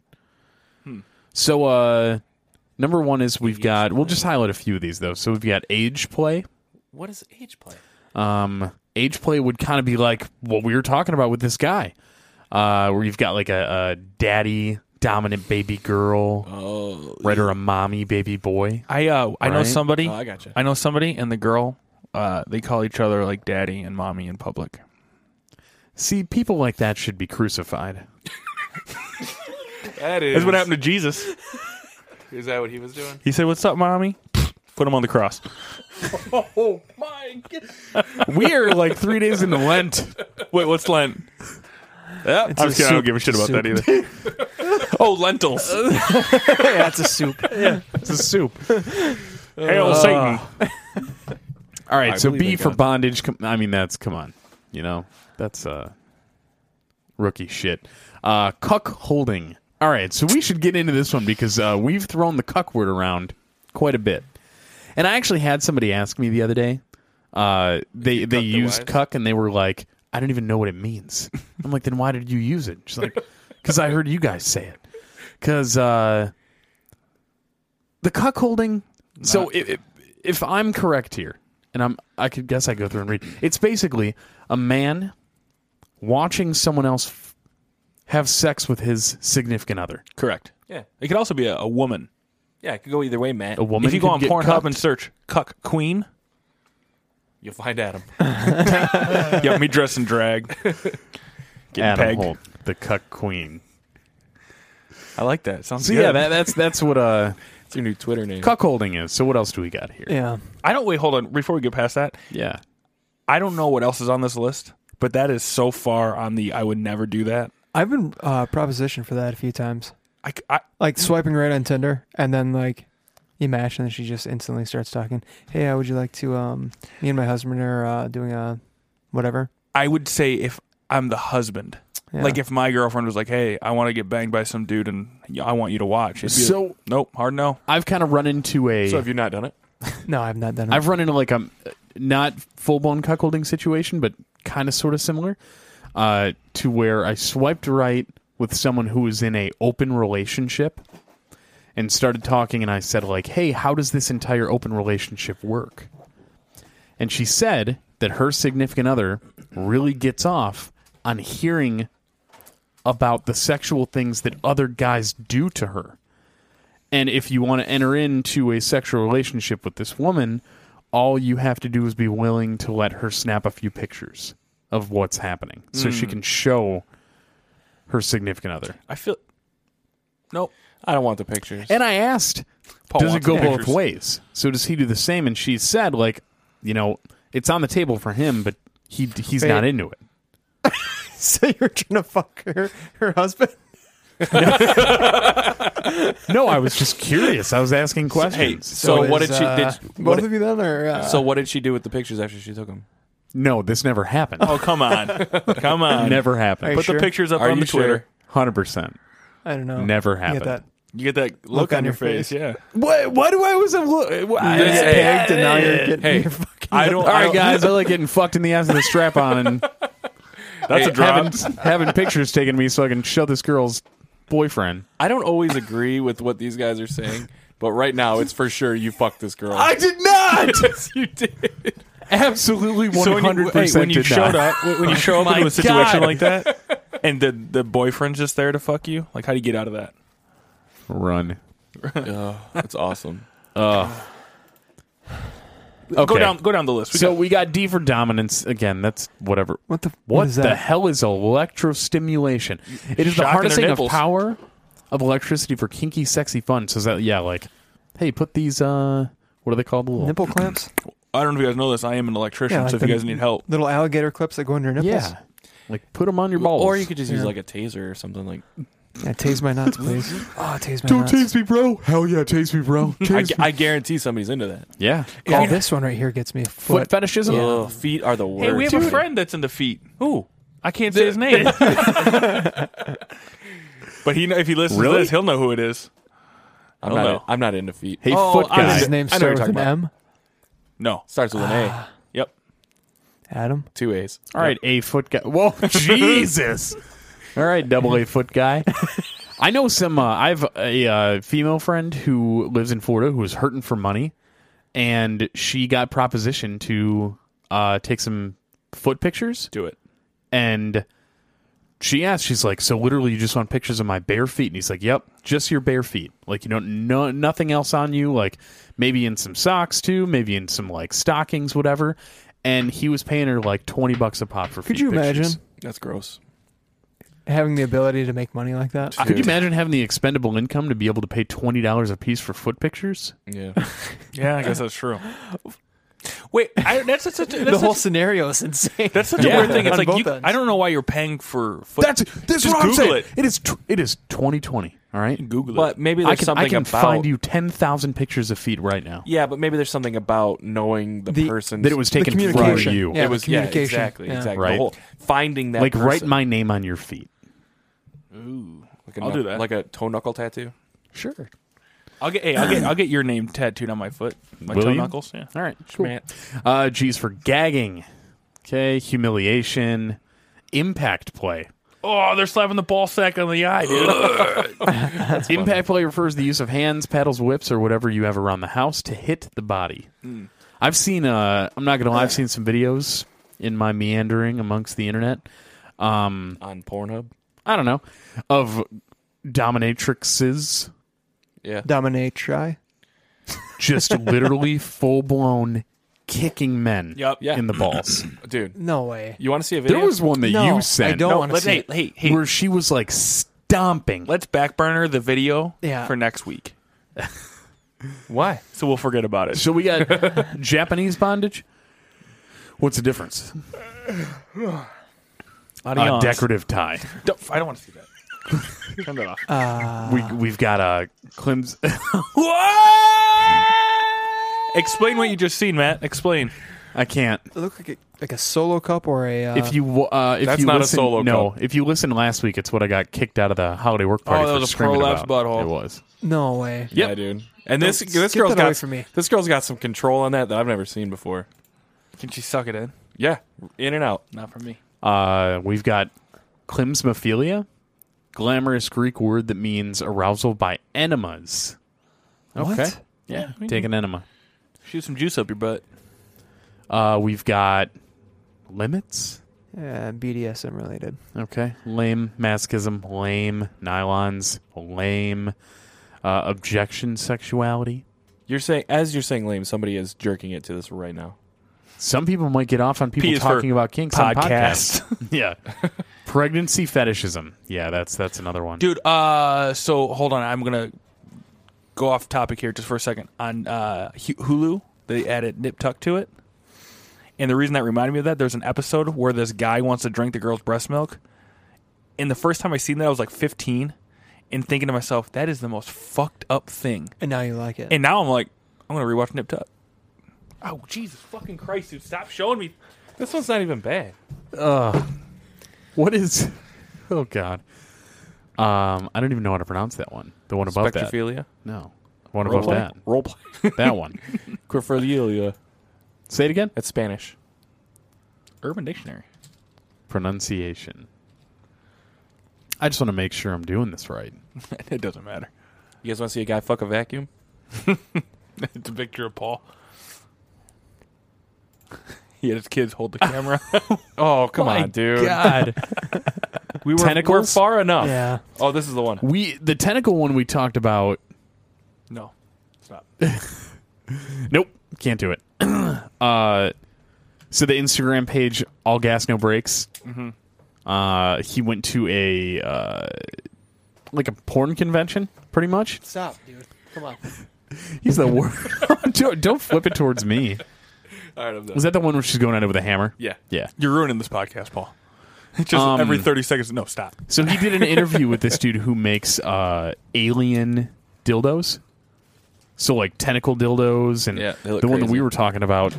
Speaker 5: Hmm.
Speaker 2: So uh, number one is we've got. We'll just highlight a few of these though. So we've got age play.
Speaker 4: What is age play?
Speaker 2: Um, age play would kind of be like what we were talking about with this guy, uh, where you've got like a, a daddy dominant baby girl,
Speaker 4: Oh,
Speaker 2: right, or a mommy baby boy.
Speaker 5: I uh, I know
Speaker 2: Right?
Speaker 5: somebody.
Speaker 4: Oh, I gotcha.
Speaker 5: I know somebody and the girl. Uh, they call each other like daddy and mommy in public.
Speaker 2: See, people like that should be crucified.
Speaker 4: that is.
Speaker 5: That's what happened to Jesus. <laughs>
Speaker 4: Is that what he was doing?
Speaker 5: He said, "What's up, mommy?" <laughs> Put him on the cross.
Speaker 4: Oh my! God.
Speaker 2: We are like three days into Lent.
Speaker 5: Wait, what's Lent?
Speaker 3: It's
Speaker 5: I'm
Speaker 3: a
Speaker 5: just kidding. I don't
Speaker 3: soup-
Speaker 5: give a shit about
Speaker 3: soup.
Speaker 5: that either. oh, lentils.
Speaker 3: yeah, it's a soup.
Speaker 2: It's a soup.
Speaker 5: Hail Satan.
Speaker 2: All right,
Speaker 4: I
Speaker 2: so
Speaker 4: believe
Speaker 2: B
Speaker 4: in
Speaker 2: for
Speaker 4: God.
Speaker 2: bondage. Com- I mean, that's come on, you know, that's uh, rookie shit. Uh, cuck holding. All right, so we should get into this one because uh, we've thrown the cuck word around quite a bit, and I actually had somebody ask me the other day. Uh, they they
Speaker 4: cuck their
Speaker 2: used
Speaker 4: wives?
Speaker 2: cuck and they were like, I don't even know what it means.
Speaker 4: <laughs>
Speaker 2: I'm like, then why did you use it? She's like, because I heard you guys say it. Because uh, the cuck holding. So if, if if I'm correct here, and I'm I could guess I go through and read. It's basically a man watching someone else f- have sex with his significant other.
Speaker 5: Correct.
Speaker 4: <laughs> Yeah.
Speaker 5: It could also be a, a woman.
Speaker 4: Yeah, it could go either way, Matt.
Speaker 2: A woman
Speaker 5: if you go
Speaker 2: could
Speaker 5: on
Speaker 2: get
Speaker 5: Pornhub
Speaker 2: cucked.
Speaker 5: and search "cuck queen,"
Speaker 4: You'll find <laughs> Adam.
Speaker 5: yeah, me dressed in drag, getting
Speaker 2: Adam
Speaker 5: pegged.
Speaker 2: Holt, the cuck queen.
Speaker 5: <laughs> I like that. Sounds
Speaker 2: So
Speaker 5: good.
Speaker 2: yeah, that, that's that's what
Speaker 5: <laughs>
Speaker 2: uh
Speaker 4: It's your new Twitter name.
Speaker 2: cuckolding is. So what else do we got here?
Speaker 3: Yeah.
Speaker 5: I don't wait. Hold on. Before we get past that,
Speaker 2: Yeah.
Speaker 5: I don't know what else is on this list, but that is so far on the I would never do that.
Speaker 3: I've been uh, propositioned for that a few times.
Speaker 5: I, c- I-
Speaker 3: Like swiping right on Tinder and then like you match and then she just instantly starts talking. Hey, uh, would you like to um me and my husband are uh, doing a whatever.
Speaker 5: I would say if I'm the husband,
Speaker 3: Yeah.
Speaker 5: like if my girlfriend was like, "Hey, I want to get banged by some dude, and y- I want you to watch," it'd be
Speaker 2: So-
Speaker 5: like, nope, hard no.
Speaker 2: I've kind of run into a.
Speaker 4: So have you not done it?
Speaker 3: No, I've not done it.
Speaker 2: I've run into like a not full blown cuckolding situation, but kind of sort of similar uh, to where I swiped right with someone who was in a open relationship and started talking, and I said like, "Hey, how does this entire open relationship work?" And she said that her significant other really gets off on hearing about the sexual things that other guys do to her. And if you want to enter into a sexual relationship with this woman, all you have to do is be willing to let her snap a few pictures of what's happening so she can show her significant other.
Speaker 5: I feel nope.
Speaker 4: I don't want the pictures.
Speaker 2: And I asked,
Speaker 5: Paul
Speaker 2: does it
Speaker 5: wants
Speaker 2: go
Speaker 5: the
Speaker 2: both
Speaker 5: pictures.
Speaker 2: ways? So does he do the same? And she said, like, you know, it's on the table for him, but he he's not into it.
Speaker 3: <laughs> so you're trying to fuck her her husband?
Speaker 2: No, I was just curious. I was asking questions.
Speaker 4: so what did she did? What
Speaker 3: uh, both of you then or uh,
Speaker 4: so what did she do with the pictures after she took them?
Speaker 2: no, this never happened.
Speaker 5: Oh
Speaker 2: <laughs>
Speaker 5: come on, come on.
Speaker 2: never happened.
Speaker 3: Are you
Speaker 5: Put
Speaker 3: sure?
Speaker 5: the pictures up
Speaker 4: Are
Speaker 5: on
Speaker 4: you
Speaker 5: the Twitter.
Speaker 4: sure?
Speaker 2: Hundred percent.
Speaker 3: I don't know.
Speaker 2: Never
Speaker 3: You get
Speaker 2: happened.
Speaker 3: that
Speaker 5: You get
Speaker 4: <laughs>
Speaker 5: that look,
Speaker 3: Look
Speaker 5: on,
Speaker 3: on
Speaker 5: your
Speaker 3: your
Speaker 5: face. Yeah.
Speaker 2: Why, why do I was a look?
Speaker 4: Yeah.
Speaker 2: All
Speaker 4: Hey,
Speaker 3: pegged and now you're getting
Speaker 4: hey,
Speaker 3: you're fucking
Speaker 5: I don't. I
Speaker 2: right,
Speaker 5: don't-
Speaker 2: guys, I like getting fucked in the ass with a strap on and
Speaker 5: That's a drop.
Speaker 2: having, having pictures taken of me so I can show this girl's boyfriend.
Speaker 4: I don't always agree with what these guys are saying, <laughs> but right now it's for sure you fucked this girl.
Speaker 2: did not.
Speaker 4: yes, you did.
Speaker 2: Absolutely,
Speaker 5: So when
Speaker 2: one
Speaker 5: you-
Speaker 2: hundred
Speaker 5: hey,
Speaker 2: percent.
Speaker 5: when you showed up, when you show up
Speaker 4: My
Speaker 5: into a situation
Speaker 4: God.
Speaker 5: like that, and the the boyfriend's just there to fuck you, like how do you get out of that?
Speaker 2: run.
Speaker 4: that's awesome.
Speaker 2: Okay.
Speaker 5: Go down, go down the list. We
Speaker 2: so
Speaker 5: got-
Speaker 2: we got D for dominance again. That's whatever.
Speaker 3: <laughs> What the
Speaker 2: What,
Speaker 3: what is
Speaker 2: the
Speaker 3: that?
Speaker 2: hell is electrostimulation? It is the
Speaker 5: Shocking
Speaker 2: harnessing
Speaker 5: their
Speaker 2: of
Speaker 5: nipples.
Speaker 2: power of electricity for kinky, sexy fun. So is that yeah, like, hey, put these. uh What are they called? The little-
Speaker 3: nipple clamps?
Speaker 5: I don't know if you guys know this. I am an electrician,
Speaker 3: Yeah, like
Speaker 5: so if you
Speaker 3: the-
Speaker 5: guys need help,
Speaker 3: Little alligator clips that go under your nipples?
Speaker 2: Yeah. Like put them on your balls.
Speaker 4: Or you could just use
Speaker 3: Yeah.
Speaker 4: like a taser or something like.
Speaker 3: Yeah, tase my nuts,
Speaker 4: <gasps>
Speaker 3: please. Oh, tase my nuts.
Speaker 2: me, bro. Hell yeah, tase me, bro.
Speaker 4: I, gu- I guarantee somebody's into that.
Speaker 2: yeah.
Speaker 3: Oh, this one right here gets me a
Speaker 2: Foot
Speaker 3: foot.
Speaker 2: fetishism.
Speaker 4: Ugh, feet are the worst.
Speaker 5: Hey, we have a
Speaker 4: dude.
Speaker 5: friend that's into feet. Who? I can't say his name. but he, kn- if he listens
Speaker 2: Really?
Speaker 5: to this, he'll know who it is.
Speaker 4: I'm
Speaker 5: Hell
Speaker 4: not.
Speaker 5: no.
Speaker 4: I'm not into feet.
Speaker 2: Hey,
Speaker 5: Oh,
Speaker 2: foot
Speaker 5: I
Speaker 2: guy.
Speaker 3: His name
Speaker 4: I know what you're
Speaker 3: starts with an
Speaker 4: talking
Speaker 3: M.
Speaker 5: No.
Speaker 4: Starts with an A. Yep,
Speaker 3: Adam.
Speaker 4: two A's.
Speaker 2: All right, a foot guy. Whoa, <laughs> Jesus. All right, double <laughs> A foot guy. I know some. Uh, I have a uh, female friend who lives in Florida who was hurting for money, and she got propositioned to uh, take some foot pictures.
Speaker 5: Do it.
Speaker 2: and she asked, she's like, "So literally, you just want pictures of my bare feet?" And he's like, "Yep, just your bare feet. Like you don't no nothing else on you. Like maybe in some socks too, maybe in some like stockings, whatever." And he was paying her like twenty bucks a pop for.
Speaker 3: Could
Speaker 2: feet
Speaker 3: you
Speaker 2: pictures.
Speaker 3: imagine
Speaker 4: That's gross.
Speaker 3: having the ability to make money like that?
Speaker 2: Could you imagine having the expendable income to be able to pay twenty dollars a piece for foot pictures?
Speaker 4: Yeah.
Speaker 5: Yeah, I guess that's true. Wait, I, that's, that's, such a- that's
Speaker 3: the whole
Speaker 5: such,
Speaker 3: scenario is insane.
Speaker 5: that's such a
Speaker 2: Yeah.
Speaker 5: weird thing. It's
Speaker 3: On
Speaker 5: like
Speaker 3: both
Speaker 5: you,
Speaker 3: ends.
Speaker 5: I don't know why you're paying for. Foot.
Speaker 2: That's this is
Speaker 5: Just
Speaker 2: what I'm
Speaker 5: Google
Speaker 2: saying.
Speaker 5: it.
Speaker 2: It is tw- it is twenty twenty. All right,
Speaker 5: Google
Speaker 4: But
Speaker 5: it.
Speaker 4: maybe
Speaker 2: I
Speaker 4: there's
Speaker 2: can
Speaker 4: something
Speaker 2: I can
Speaker 4: about
Speaker 2: find you ten thousand pictures of feet right now.
Speaker 4: Yeah, but maybe there's something about knowing the,
Speaker 3: The-
Speaker 4: person
Speaker 2: That it was taken from
Speaker 3: communication.
Speaker 2: you.
Speaker 3: Yeah,
Speaker 4: it was
Speaker 3: the
Speaker 4: Yeah,
Speaker 3: communication.
Speaker 4: exactly,
Speaker 3: Yeah.
Speaker 4: exactly.
Speaker 2: Right.
Speaker 4: The whole, finding that
Speaker 2: like write
Speaker 4: person.
Speaker 2: my name on your feet.
Speaker 4: Like a
Speaker 5: I'll
Speaker 4: knuck-
Speaker 5: do that.
Speaker 4: Like a toe knuckle tattoo.
Speaker 2: Sure.
Speaker 5: I'll get. Hey, I'll
Speaker 4: <laughs>
Speaker 5: get. I'll get your name tattooed on my foot. My
Speaker 2: Will
Speaker 5: toe
Speaker 2: you?
Speaker 5: knuckles. Yeah.
Speaker 2: All right, cool. Uh, G's for gagging. Okay, humiliation, impact play.
Speaker 5: Oh, they're slapping the ball sack on the eye,
Speaker 2: <laughs>
Speaker 5: dude. <laughs>
Speaker 2: impact play refers to the use of hands, paddles, whips, or whatever you have around the house to hit the body. I've seen. Uh, I'm not gonna lie. I've seen some videos in my meandering amongst the internet. Um,
Speaker 4: on Pornhub.
Speaker 2: I don't know, of dominatrixes,
Speaker 4: Yeah.
Speaker 3: <laughs> Dominate try.
Speaker 2: just literally full blown kicking men
Speaker 4: Yup, yeah.
Speaker 2: in the balls.
Speaker 4: Dude,
Speaker 3: No way.
Speaker 4: you want to see a video?
Speaker 2: there was one that
Speaker 3: No, I
Speaker 2: you sent.
Speaker 3: don't
Speaker 5: No,
Speaker 3: wanna
Speaker 5: let's,
Speaker 3: see
Speaker 5: hey,
Speaker 3: it.
Speaker 5: hey, hey,
Speaker 2: where she was like stomping.
Speaker 5: let's backburner the video
Speaker 3: Yeah.
Speaker 5: for next <laughs> week.
Speaker 4: Why?
Speaker 5: So we'll forget about it.
Speaker 2: So we
Speaker 5: <laughs>
Speaker 2: got Japanese bondage. What's the
Speaker 5: <sighs>
Speaker 2: difference? A
Speaker 5: Adios.
Speaker 2: decorative tie.
Speaker 5: Don't- I don't want to see that.
Speaker 2: <laughs>
Speaker 5: Turn that off.
Speaker 2: we we've got a Clemson.
Speaker 5: Explain what you just seen, Matt. Explain.
Speaker 2: <laughs> I can't.
Speaker 3: It looked like a, like a solo cup or a. Uh,
Speaker 2: If you uh, if
Speaker 4: That's
Speaker 2: you
Speaker 4: not a
Speaker 2: listen,
Speaker 4: solo
Speaker 2: no, if you listen last week, it's what I got kicked out of the holiday work party.
Speaker 5: Oh, that
Speaker 2: for
Speaker 5: was a
Speaker 2: screaming
Speaker 5: prolapse
Speaker 2: about.
Speaker 5: butthole.
Speaker 2: It was.
Speaker 3: uh, no way.
Speaker 4: Yeah, dude. And this
Speaker 3: Don't-
Speaker 4: this
Speaker 3: get
Speaker 4: girl's
Speaker 3: that away
Speaker 4: got
Speaker 3: from me.
Speaker 4: this girl's got some control on that that I've never seen before.
Speaker 5: Can she suck it in?
Speaker 4: Yeah, in and out.
Speaker 5: Not for me.
Speaker 2: Uh, we've got clemsmophilia, glamorous Greek word that means arousal by enemas.
Speaker 3: What?
Speaker 2: Okay. Yeah,
Speaker 5: we
Speaker 2: take an enema.
Speaker 5: Shoot some juice up your butt.
Speaker 2: Uh, we've got limits.
Speaker 3: Yeah, BDSM related.
Speaker 2: Okay. Lame masochism. Lame nylons. Lame uh, objection sexuality.
Speaker 4: You're saying as you're saying lame, somebody is jerking it to this right now.
Speaker 2: Some people might get off on people
Speaker 5: P is for
Speaker 2: talking about kinks on
Speaker 5: podcast.
Speaker 2: podcasts. <laughs> yeah.
Speaker 5: <laughs>
Speaker 2: Pregnancy fetishism. Yeah, that's that's another one.
Speaker 5: Dude, uh, so hold on. I'm going to go off topic here just for a second. On uh, Hu- Hulu, they added Nip Tuck to it. And the reason that reminded me of that, there's an episode where this guy wants to drink the girl's breast milk. And the first time I seen that, I was like 15 and thinking to myself, that is the most fucked up thing.
Speaker 3: And now you like it. <laughs>
Speaker 5: And now I'm like, I'm going to rewatch Nip Tuck. Oh, Jesus fucking Christ, dude. Stop showing me.
Speaker 4: This one's not even bad.
Speaker 2: What is? <laughs> Oh God. Um, I don't even know how to pronounce that one. The one above that.
Speaker 4: Spectrophilia,
Speaker 2: No, The one above that.
Speaker 4: roleplay,
Speaker 2: That one.
Speaker 4: quirphilia.
Speaker 2: Say it again.
Speaker 4: That's Spanish.
Speaker 5: Urban Dictionary.
Speaker 2: Pronunciation. I just want to make sure I'm doing this right.
Speaker 5: <laughs> it doesn't matter. <laughs>
Speaker 4: You guys want to see a guy fuck a vacuum?
Speaker 5: It's a picture of Paul. He had his kids hold the <laughs> camera.
Speaker 4: Oh come
Speaker 5: My
Speaker 4: on, dude.
Speaker 5: God.
Speaker 4: We were we're
Speaker 2: Tentacles?
Speaker 4: far enough.
Speaker 3: yeah.
Speaker 4: Oh, this is the one.
Speaker 2: We the tentacle one we talked about.
Speaker 5: no, it's not.
Speaker 2: Nope, can't do it. <clears throat> uh, so the Instagram page, all gas no breaks. Uh, he went to a uh, like a porn convention, pretty much.
Speaker 3: Stop, dude. Come on.
Speaker 2: He's the <laughs> worst. don't, don't flip it towards me.
Speaker 4: <laughs> All right, I'm done.
Speaker 2: Was that the one where she's going at it with a hammer?
Speaker 4: yeah.
Speaker 2: Yeah.
Speaker 5: You're ruining this podcast, Paul. <laughs> It's just
Speaker 2: Um,
Speaker 5: every 30 seconds. No, stop.
Speaker 2: So he did an interview with this dude who makes uh, alien dildos. So like tentacle dildos and
Speaker 4: Yeah, they
Speaker 2: the
Speaker 4: look
Speaker 2: one that
Speaker 4: crazy.
Speaker 2: we were talking about,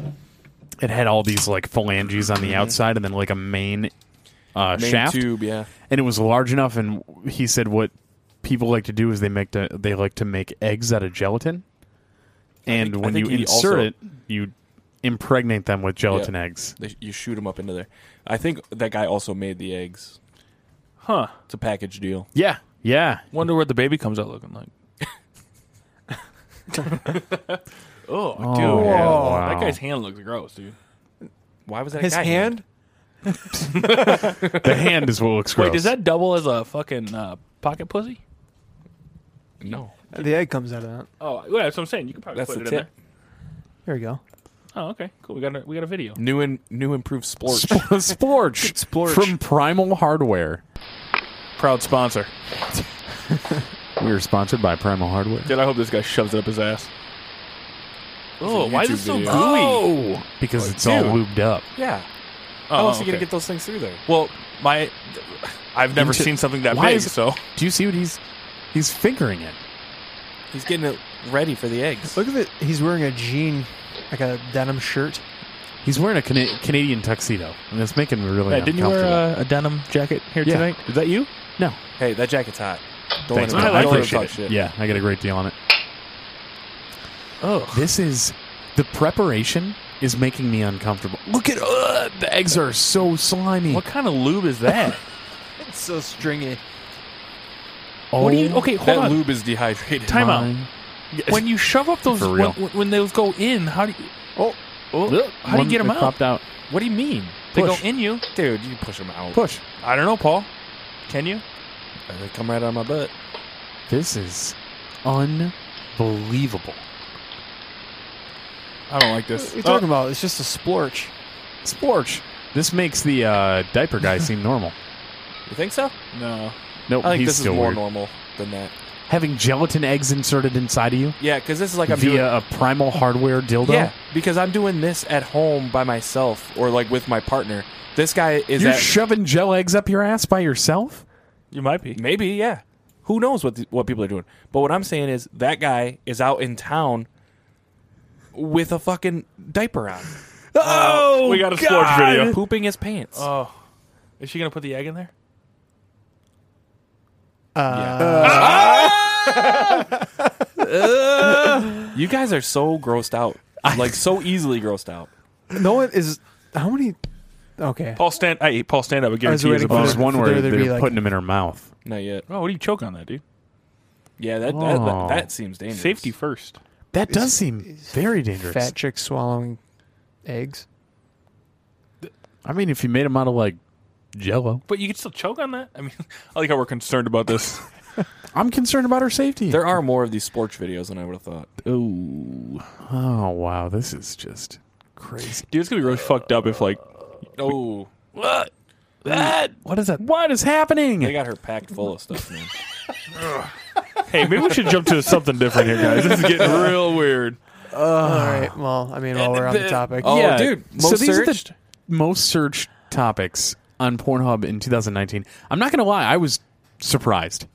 Speaker 2: it had all these like phalanges on the outside and then like a main, uh,
Speaker 4: Mm-hmm. Main
Speaker 2: shaft,
Speaker 4: tube. Yeah.
Speaker 2: and it was large enough. And he said what people like to do is they make the, they like to make eggs out of gelatin, and
Speaker 4: think- I
Speaker 2: when you
Speaker 4: think he
Speaker 2: insert
Speaker 4: also-
Speaker 2: it, you impregnate them with gelatin eggs.
Speaker 4: They, you shoot them up into there. I think that guy also made the eggs.
Speaker 5: Huh.
Speaker 4: It's a package deal.
Speaker 2: Yeah, yeah.
Speaker 5: Wonder what the baby comes out looking like. oh, dude.
Speaker 2: Oh, yeah, wow.
Speaker 5: That guy's hand looks gross, dude.
Speaker 4: Why was that
Speaker 3: His
Speaker 4: guy
Speaker 3: hand?
Speaker 2: The hand is what looks gross.
Speaker 5: Wait, does that double as a fucking uh, pocket pussy?
Speaker 4: No,
Speaker 3: The egg comes out of that.
Speaker 5: Oh, yeah, that's what I'm saying. You could probably
Speaker 4: that's
Speaker 5: put
Speaker 4: the
Speaker 5: it in
Speaker 4: tip.
Speaker 3: There we go.
Speaker 5: there. Oh, okay. Cool. We got a, we got a video.
Speaker 4: New and new improved splorch.
Speaker 5: <laughs>
Speaker 2: Splorch. From Primal Hardware.
Speaker 5: Proud sponsor.
Speaker 2: We are sponsored by Primal Hardware.
Speaker 5: Dude, I hope this guy shoves it up his ass. Oh, why is it
Speaker 4: YouTube
Speaker 5: so gooey?
Speaker 4: video.
Speaker 2: Oh! Because it's all
Speaker 4: dude.
Speaker 2: lubed up.
Speaker 4: yeah.
Speaker 5: Oh,
Speaker 4: How else are you
Speaker 5: okay.
Speaker 4: gonna get those things through there?
Speaker 5: Well, my I've never
Speaker 2: Into-
Speaker 5: seen something that
Speaker 2: Why
Speaker 5: big,
Speaker 2: is it-
Speaker 5: so
Speaker 2: Do you see what he's he's fingering it?
Speaker 4: He's getting it ready for the eggs.
Speaker 3: Look at it. He's wearing a jean, like a denim shirt.
Speaker 2: He's wearing a Cana- Canadian tuxedo, and it's making me really
Speaker 5: Hey, didn't you wear
Speaker 2: uncomfortable.
Speaker 5: uh, a denim jacket here
Speaker 2: Yeah.
Speaker 5: tonight? Is that you?
Speaker 2: no,
Speaker 4: Hey, that jacket's hot. Don't
Speaker 2: thanks.
Speaker 4: let
Speaker 2: man.
Speaker 4: him,
Speaker 2: I
Speaker 4: don't let him
Speaker 2: appreciate
Speaker 4: talk
Speaker 2: it.
Speaker 4: shit.
Speaker 2: Yeah, I got a great deal on it.
Speaker 5: Oh,
Speaker 2: This is the preparation is making me uncomfortable. Look at uh, the eggs are so slimy.
Speaker 5: what kind of lube is that?
Speaker 3: It's so stringy.
Speaker 2: oh,
Speaker 5: what do you? Okay, hold
Speaker 4: that
Speaker 5: on.
Speaker 4: lube is dehydrated.
Speaker 5: Time
Speaker 2: my-
Speaker 5: out. When you shove up those,
Speaker 2: For real.
Speaker 5: when, when those go in, how do you?
Speaker 2: Oh, oh,
Speaker 5: How do you
Speaker 2: one
Speaker 5: get 'em
Speaker 2: that
Speaker 5: out?
Speaker 2: Popped out.
Speaker 5: What do you mean? They
Speaker 2: Push.
Speaker 5: go in you.
Speaker 4: dude. You push him out.
Speaker 2: Push.
Speaker 5: I don't know, Paul. Can you?
Speaker 4: Uh, They come right out of my butt.
Speaker 2: This is unbelievable.
Speaker 5: I don't like this.
Speaker 3: What are you talking about? It's just a splorch.
Speaker 2: Splorch. This makes the uh, diaper guy seem normal.
Speaker 4: You think so?
Speaker 5: No.
Speaker 2: Nope,
Speaker 4: I think
Speaker 2: he's
Speaker 4: this is
Speaker 2: still
Speaker 4: more
Speaker 2: weird.
Speaker 4: normal than that.
Speaker 2: Having gelatin eggs inserted inside of you
Speaker 4: Yeah, because this is like I'm
Speaker 2: via
Speaker 4: doing.
Speaker 2: a primal hardware dildo.
Speaker 4: Yeah, because I'm doing this at home by myself or like with my partner. This guy is
Speaker 2: You're
Speaker 4: at
Speaker 2: shoving gel eggs up your ass by yourself?
Speaker 5: You might be.
Speaker 4: maybe yeah. Who knows what the, what people are doing? But what I'm saying is that guy is out in town with a fucking diaper
Speaker 5: <laughs>
Speaker 4: on,
Speaker 5: Oh, we got a splorch video.
Speaker 4: pooping his pants.
Speaker 5: Oh, is she gonna put the egg in there?
Speaker 4: you guys are so grossed out, like so easily grossed out.
Speaker 3: No one is. How many? Okay.
Speaker 5: Paul stand. I ate Paul stand up. I guarantee
Speaker 3: waiting
Speaker 5: you.
Speaker 3: for
Speaker 5: Oh,
Speaker 2: Well, there's
Speaker 3: there-
Speaker 2: one
Speaker 3: there-
Speaker 2: where
Speaker 3: there'd
Speaker 2: they're
Speaker 3: be, like-
Speaker 2: putting them in her mouth.
Speaker 4: Not yet.
Speaker 5: what do you choke on that, dude?
Speaker 4: Yeah, that that,
Speaker 2: Oh.
Speaker 4: that, that seems dangerous.
Speaker 5: Safety first.
Speaker 2: That does seem very dangerous.
Speaker 3: Fat chick swallowing eggs.
Speaker 2: I mean, if you made them out of like jello,
Speaker 5: But you can still choke on that. I mean, I like how we're concerned about this.
Speaker 2: I'm concerned about her safety.
Speaker 4: There are more of these splorch videos than I would have thought.
Speaker 2: Ooh. Oh, wow. This is just crazy.
Speaker 5: Dude, it's gonna be really fucked up if like
Speaker 4: Oh,
Speaker 2: What is that? What is happening?
Speaker 4: <laughs> they got her packed full of stuff, man.
Speaker 5: Hey, maybe we should jump <laughs> to something different here, guys. This is getting <laughs> real weird.
Speaker 3: All right. Well, I mean, while we're on the topic,
Speaker 4: Oh,
Speaker 2: Yeah.
Speaker 4: dude,
Speaker 2: so
Speaker 4: most
Speaker 2: these
Speaker 4: searched?
Speaker 2: are the most searched topics on Pornhub in 2019. I'm not going to lie, I was surprised.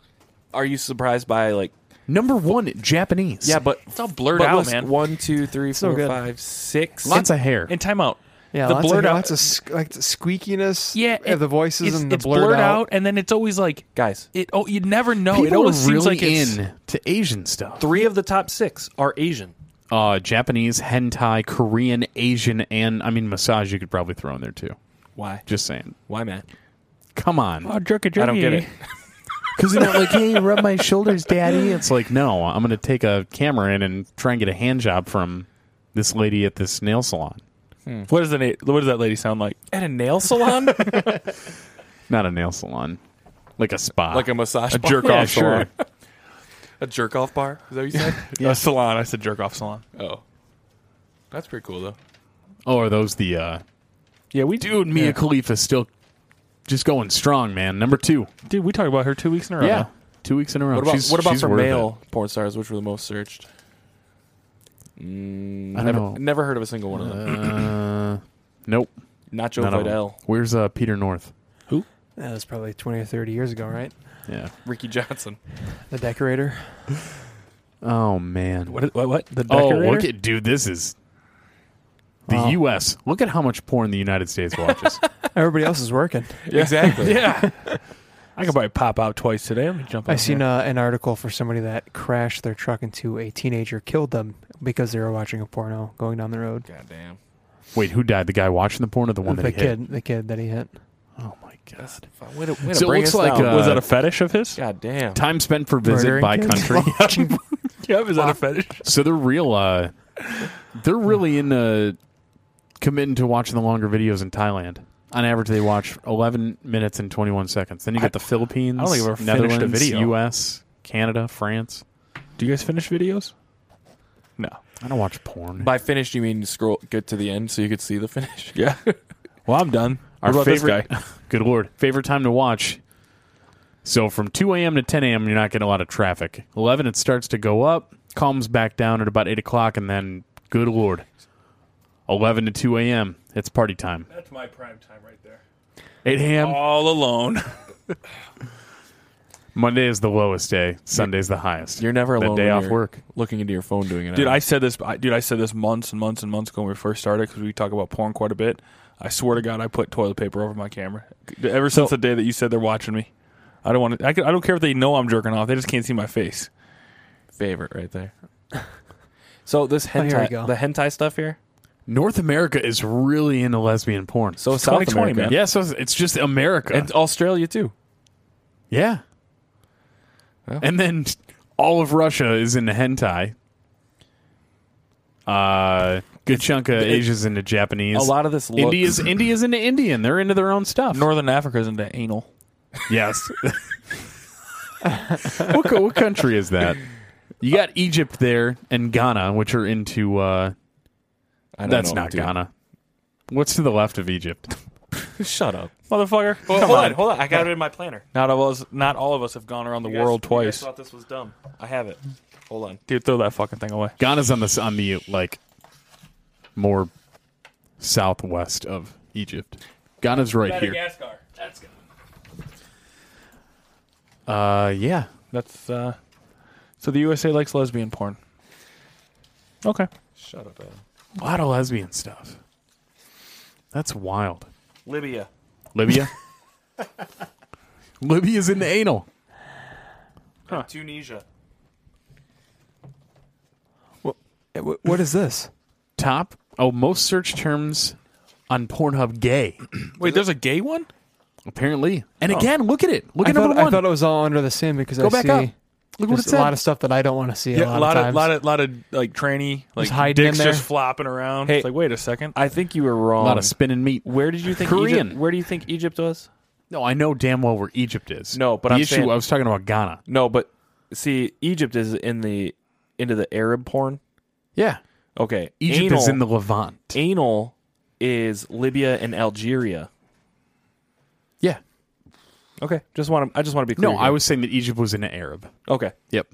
Speaker 4: Are you surprised by like?
Speaker 2: Number one, Japanese.
Speaker 4: Yeah, but
Speaker 5: It's all blurred
Speaker 4: but
Speaker 5: out,
Speaker 4: listen,
Speaker 5: man.
Speaker 4: One, two, three,
Speaker 3: So
Speaker 4: four,
Speaker 3: good.
Speaker 4: five, six.
Speaker 2: lots of hair.
Speaker 5: And time out.
Speaker 3: yeah,
Speaker 5: the
Speaker 3: lots
Speaker 5: blurred
Speaker 3: of,
Speaker 5: out-
Speaker 3: lots of sque- like the squeakiness.
Speaker 5: Yeah,
Speaker 4: uh,
Speaker 3: of the voices
Speaker 5: it's,
Speaker 3: and the
Speaker 5: it's blurred, out.
Speaker 3: out.
Speaker 5: and then it's always like
Speaker 4: Guys.
Speaker 5: It oh, you never know.
Speaker 2: People
Speaker 5: it always
Speaker 2: are really
Speaker 5: seems like
Speaker 2: in
Speaker 5: it's
Speaker 2: to Asian stuff.
Speaker 4: Three of the top six are Asian.
Speaker 2: Uh, Japanese, hentai, Korean, Asian, and I mean massage. You could probably throw in there too.
Speaker 4: Why?
Speaker 2: Just saying.
Speaker 4: Why, Matt?
Speaker 2: Come on,
Speaker 5: jerky, jerky.
Speaker 4: I don't get it.
Speaker 2: because you know, like,
Speaker 4: <laughs>
Speaker 2: hey, rub my shoulders, daddy. It's like, no, I'm gonna take a camera in and try and get a hand job from this lady at this nail salon.
Speaker 5: <laughs> What does the na- what does that lady sound like? uh,
Speaker 4: At a nail
Speaker 5: <laughs>
Speaker 4: salon,
Speaker 2: Not a nail salon, like a spa,
Speaker 4: like a massage,
Speaker 5: A
Speaker 4: bar?
Speaker 5: jerk
Speaker 2: <laughs> yeah,
Speaker 5: off
Speaker 2: sure.
Speaker 5: salon.
Speaker 4: a jerk off bar. Is that what you
Speaker 5: <laughs>
Speaker 4: said?
Speaker 5: A salon. I said jerk off salon.
Speaker 4: oh, that's pretty cool though.
Speaker 2: Oh, are those the? uh
Speaker 5: Yeah, we
Speaker 2: Dude, Mia
Speaker 5: yeah.
Speaker 2: Khalifa's still just going strong, man. Number two,
Speaker 5: Dude, we talked about her two weeks in a row. now.
Speaker 2: two weeks in a row.
Speaker 4: What about
Speaker 2: she's,
Speaker 4: what about
Speaker 2: she's
Speaker 4: for
Speaker 2: worth it.
Speaker 4: male porn stars? Which were the most searched? Mm,
Speaker 2: I don't
Speaker 4: never,
Speaker 2: know.
Speaker 4: never heard of a single one of them.
Speaker 2: Uh, nope.
Speaker 4: Nacho
Speaker 2: none of them.
Speaker 4: Vidal,
Speaker 2: Where's uh, Peter North?
Speaker 3: That was probably twenty or thirty years ago, right?
Speaker 2: Yeah.
Speaker 4: Ricky Johnson.
Speaker 3: The decorator.
Speaker 5: <laughs>
Speaker 2: Oh man.
Speaker 5: What, what? What? The
Speaker 2: oh,
Speaker 5: decorator?
Speaker 2: look at dude. This is the
Speaker 3: Wow.
Speaker 2: U.S. Look at how much porn the United States watches.
Speaker 3: Everybody else is working.
Speaker 5: Oh,
Speaker 4: Exactly.
Speaker 5: <laughs> yeah. I could probably pop out twice today. Let me jump.
Speaker 3: I
Speaker 5: on
Speaker 3: seen
Speaker 5: here.
Speaker 3: uh, an article for somebody that crashed their truck into a teenager, killed them because they were watching a porno going down the road.
Speaker 4: God damn.
Speaker 2: Wait, who died? The guy watching the porn or the one
Speaker 3: the
Speaker 2: that he hit?
Speaker 3: kid, the kid that he hit.
Speaker 2: Oh my god.
Speaker 4: That's way to, way to
Speaker 2: So it
Speaker 4: bring
Speaker 2: looks
Speaker 4: us
Speaker 2: like,
Speaker 4: down.
Speaker 2: uh,
Speaker 5: Oh, was that a fetish of his?
Speaker 4: God damn.
Speaker 2: Time spent for visit
Speaker 3: Murdering
Speaker 2: by
Speaker 3: kids? <laughs>
Speaker 2: country.
Speaker 5: Yeah, was that a fetish?
Speaker 2: so they're real. Uh, they're really in uh, committing to watching the longer videos in Thailand. On average, they watch 11 minutes and 21 seconds. Then you got the Philippines,
Speaker 5: I don't think I've ever finished a
Speaker 2: Netherlands,
Speaker 5: video.
Speaker 2: U.S., Canada, France.
Speaker 5: Do you guys finish videos? No.
Speaker 2: I don't watch porn.
Speaker 4: By finished, you mean scroll get to the end so you could see the <laughs> finish?
Speaker 5: <laughs> Yeah. Well, I'm done.
Speaker 2: Our
Speaker 5: what about
Speaker 2: favorite,
Speaker 5: this guy? <laughs>
Speaker 2: good lord, favorite time to watch. So from 2 a.m. to 10 a.m., you're not getting a lot of traffic. 11, it starts to go up, calms back down at about 8 o'clock, and then, good lord, 11 to 2 a.m., it's party time.
Speaker 5: That's my prime time right there.
Speaker 2: 8 a.m.,
Speaker 5: All alone.
Speaker 2: Monday is the lowest day, Sunday's the highest.
Speaker 4: You're never
Speaker 2: The
Speaker 4: alone.
Speaker 2: day
Speaker 4: when
Speaker 2: off
Speaker 4: you're
Speaker 2: work.
Speaker 4: looking into your phone doing it.
Speaker 5: <laughs> Dude, I
Speaker 4: aren't
Speaker 5: said this. I, dude, I said this months and months and months ago when we first started because we talk about porn quite a bit. I swear to God, I put toilet paper over my camera ever since the day that you said they're watching me. I don't want to. I, could- I don't care if they know I'm jerking off. They just can't see my face.
Speaker 4: you? favorite right there. <laughs> So this
Speaker 3: Oh, here we
Speaker 4: hentai,
Speaker 3: go.
Speaker 4: the hentai stuff here.
Speaker 2: North America is really into lesbian porn.
Speaker 4: So
Speaker 5: It's
Speaker 4: South
Speaker 5: 2020,
Speaker 4: America
Speaker 5: man.
Speaker 2: yeah, so it's just America.
Speaker 4: and Australia too.
Speaker 2: yeah.
Speaker 4: Well.
Speaker 2: And then all of Russia is into hentai. Uh, good chunk of Asia's into Japanese.
Speaker 4: A lot of this look, <laughs>
Speaker 2: India's India's into Indian. They're into their own stuff.
Speaker 5: Northern Africa's into anal.
Speaker 2: yes. <laughs> what, co- what country is that? You got Egypt there and Ghana, which are into. Uh,
Speaker 4: I don't
Speaker 2: that's
Speaker 4: know,
Speaker 2: not
Speaker 4: dude.
Speaker 2: Ghana. What's to the left of Egypt?
Speaker 5: Shut up, motherfucker!
Speaker 4: Well,
Speaker 5: Come
Speaker 4: hold
Speaker 5: on.
Speaker 4: on, hold on. I got it in my planner.
Speaker 5: Not all of us. Not all of us have gone around the
Speaker 4: You guys-
Speaker 5: world
Speaker 4: you guys
Speaker 5: twice.
Speaker 4: thought this was dumb. I have it. Hold on.
Speaker 5: Dude, throw that fucking thing away.
Speaker 2: Ghana's on the s- on the like more southwest of Egypt. Ghana's right here.
Speaker 5: Madagascar. That's good.
Speaker 2: Uh, yeah.
Speaker 5: That's uh. So the USA likes lesbian porn. Okay.
Speaker 4: Shut up, Adam.
Speaker 2: A lot of lesbian stuff. That's wild.
Speaker 4: Libya.
Speaker 2: <laughs> Libya. Libya's in the anal.
Speaker 4: Tunisia.
Speaker 3: Eh, wh- What is this?
Speaker 2: Top. Oh, most search terms on Pornhub gay.
Speaker 5: Wait, there's a gay one.
Speaker 2: Apparently. And again, look at it. Look
Speaker 3: I
Speaker 2: at
Speaker 3: thought,
Speaker 2: number
Speaker 3: I
Speaker 2: one.
Speaker 3: thought it was all under the same because
Speaker 2: Go
Speaker 3: I
Speaker 2: back
Speaker 3: see
Speaker 2: up. look what it
Speaker 3: there's a lot
Speaker 2: said.
Speaker 3: of stuff that I don't want to see.
Speaker 5: Yeah,
Speaker 3: a lot of,
Speaker 5: of,
Speaker 3: times.
Speaker 5: lot of, lot of like tranny, like
Speaker 3: hiding in
Speaker 5: dicks
Speaker 3: there.
Speaker 5: just flopping around.
Speaker 4: Hey.
Speaker 5: It's like, wait a second.
Speaker 4: I think you were
Speaker 2: a
Speaker 4: wrong.
Speaker 2: lot of spinning meat.
Speaker 4: where did you think
Speaker 2: Korean.
Speaker 4: Egypt? Where do you think Egypt was?
Speaker 2: No, I know damn well where Egypt is.
Speaker 4: No, but
Speaker 2: the
Speaker 4: I'm
Speaker 2: issue
Speaker 4: saying-
Speaker 2: I was talking about Ghana.
Speaker 4: No, but see, Egypt is in the into the Arab porn.
Speaker 2: Yeah.
Speaker 4: Okay,
Speaker 2: Egypt
Speaker 4: anal,
Speaker 2: is in the Levant.
Speaker 4: anal is Libya and Algeria.
Speaker 2: Yeah.
Speaker 4: Okay, just want to. I just want to be clear.
Speaker 2: No,
Speaker 4: here.
Speaker 2: I was saying that Egypt was in the Arab.
Speaker 4: okay.
Speaker 2: Yep.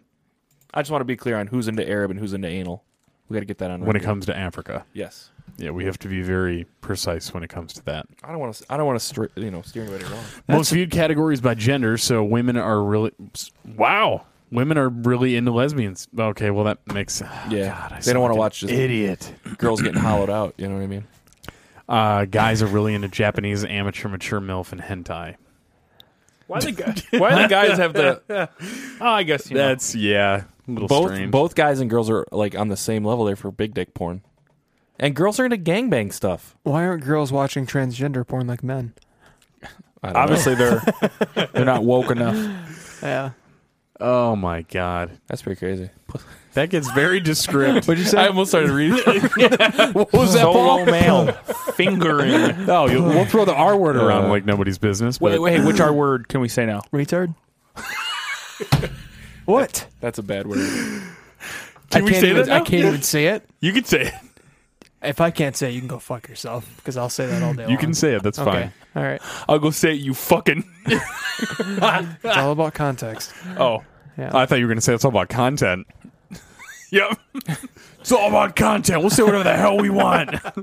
Speaker 4: I just want to be clear on who's into Arab and who's into anal. We got to get that on
Speaker 2: When it
Speaker 4: record.
Speaker 2: comes to Africa.
Speaker 4: Yes,
Speaker 2: Yeah, we have to be very precise when it comes to that.
Speaker 4: I don't want to. I don't want to. Stri- you know, steer anybody wrong.
Speaker 2: Most viewed categories by gender, so women are really wow. Women are really into lesbians. Okay, well that makes
Speaker 4: <sighs> Yeah,
Speaker 2: God, I
Speaker 4: they
Speaker 2: sound
Speaker 4: don't want
Speaker 2: like
Speaker 4: to
Speaker 2: an
Speaker 4: watch just
Speaker 2: idiot.
Speaker 4: girls getting hollowed out. You know what I mean?
Speaker 2: Uh, guys are really into Japanese amateur mature milf and hentai.
Speaker 5: Why the guys? Why the guys have the? Oh, I guess you know.
Speaker 2: That's yeah, a little
Speaker 4: Both
Speaker 2: strange.
Speaker 4: both guys and girls are like on the same level there for big dick porn, and girls are into gangbang stuff.
Speaker 3: Why aren't girls watching transgender porn like men?
Speaker 4: I don't know.
Speaker 5: obviously they're
Speaker 4: <laughs>
Speaker 5: they're not woke enough.
Speaker 3: Yeah.
Speaker 2: oh my god,
Speaker 4: that's pretty crazy.
Speaker 2: that gets
Speaker 4: <laughs>
Speaker 2: very descriptive.
Speaker 3: What'd you say?
Speaker 4: almost started reading.
Speaker 2: what was that?
Speaker 4: <laughs>
Speaker 5: Solo male fingering.
Speaker 2: No, you, <laughs> we'll throw the R word around
Speaker 4: Uh,
Speaker 2: like nobody's business. But
Speaker 5: Wait, wait. Which R word can we say now?
Speaker 2: <laughs>
Speaker 3: Retard. what?
Speaker 4: That's a bad word.
Speaker 3: Can I
Speaker 5: we
Speaker 3: can't
Speaker 5: say
Speaker 3: even,
Speaker 5: that now?
Speaker 3: I can't even say it.
Speaker 5: You could say it.
Speaker 3: If I can't say, it, you can go fuck yourself because I'll say that all day.
Speaker 2: you can say it. That's fine.
Speaker 3: All right.
Speaker 5: I'll go say it, you fucking.
Speaker 3: It's all about context.
Speaker 5: Oh,
Speaker 3: Yeah.
Speaker 2: I thought you were going to say it's all about content. <laughs>
Speaker 5: yep.
Speaker 2: It's all about content. We'll say whatever the hell we want. <laughs>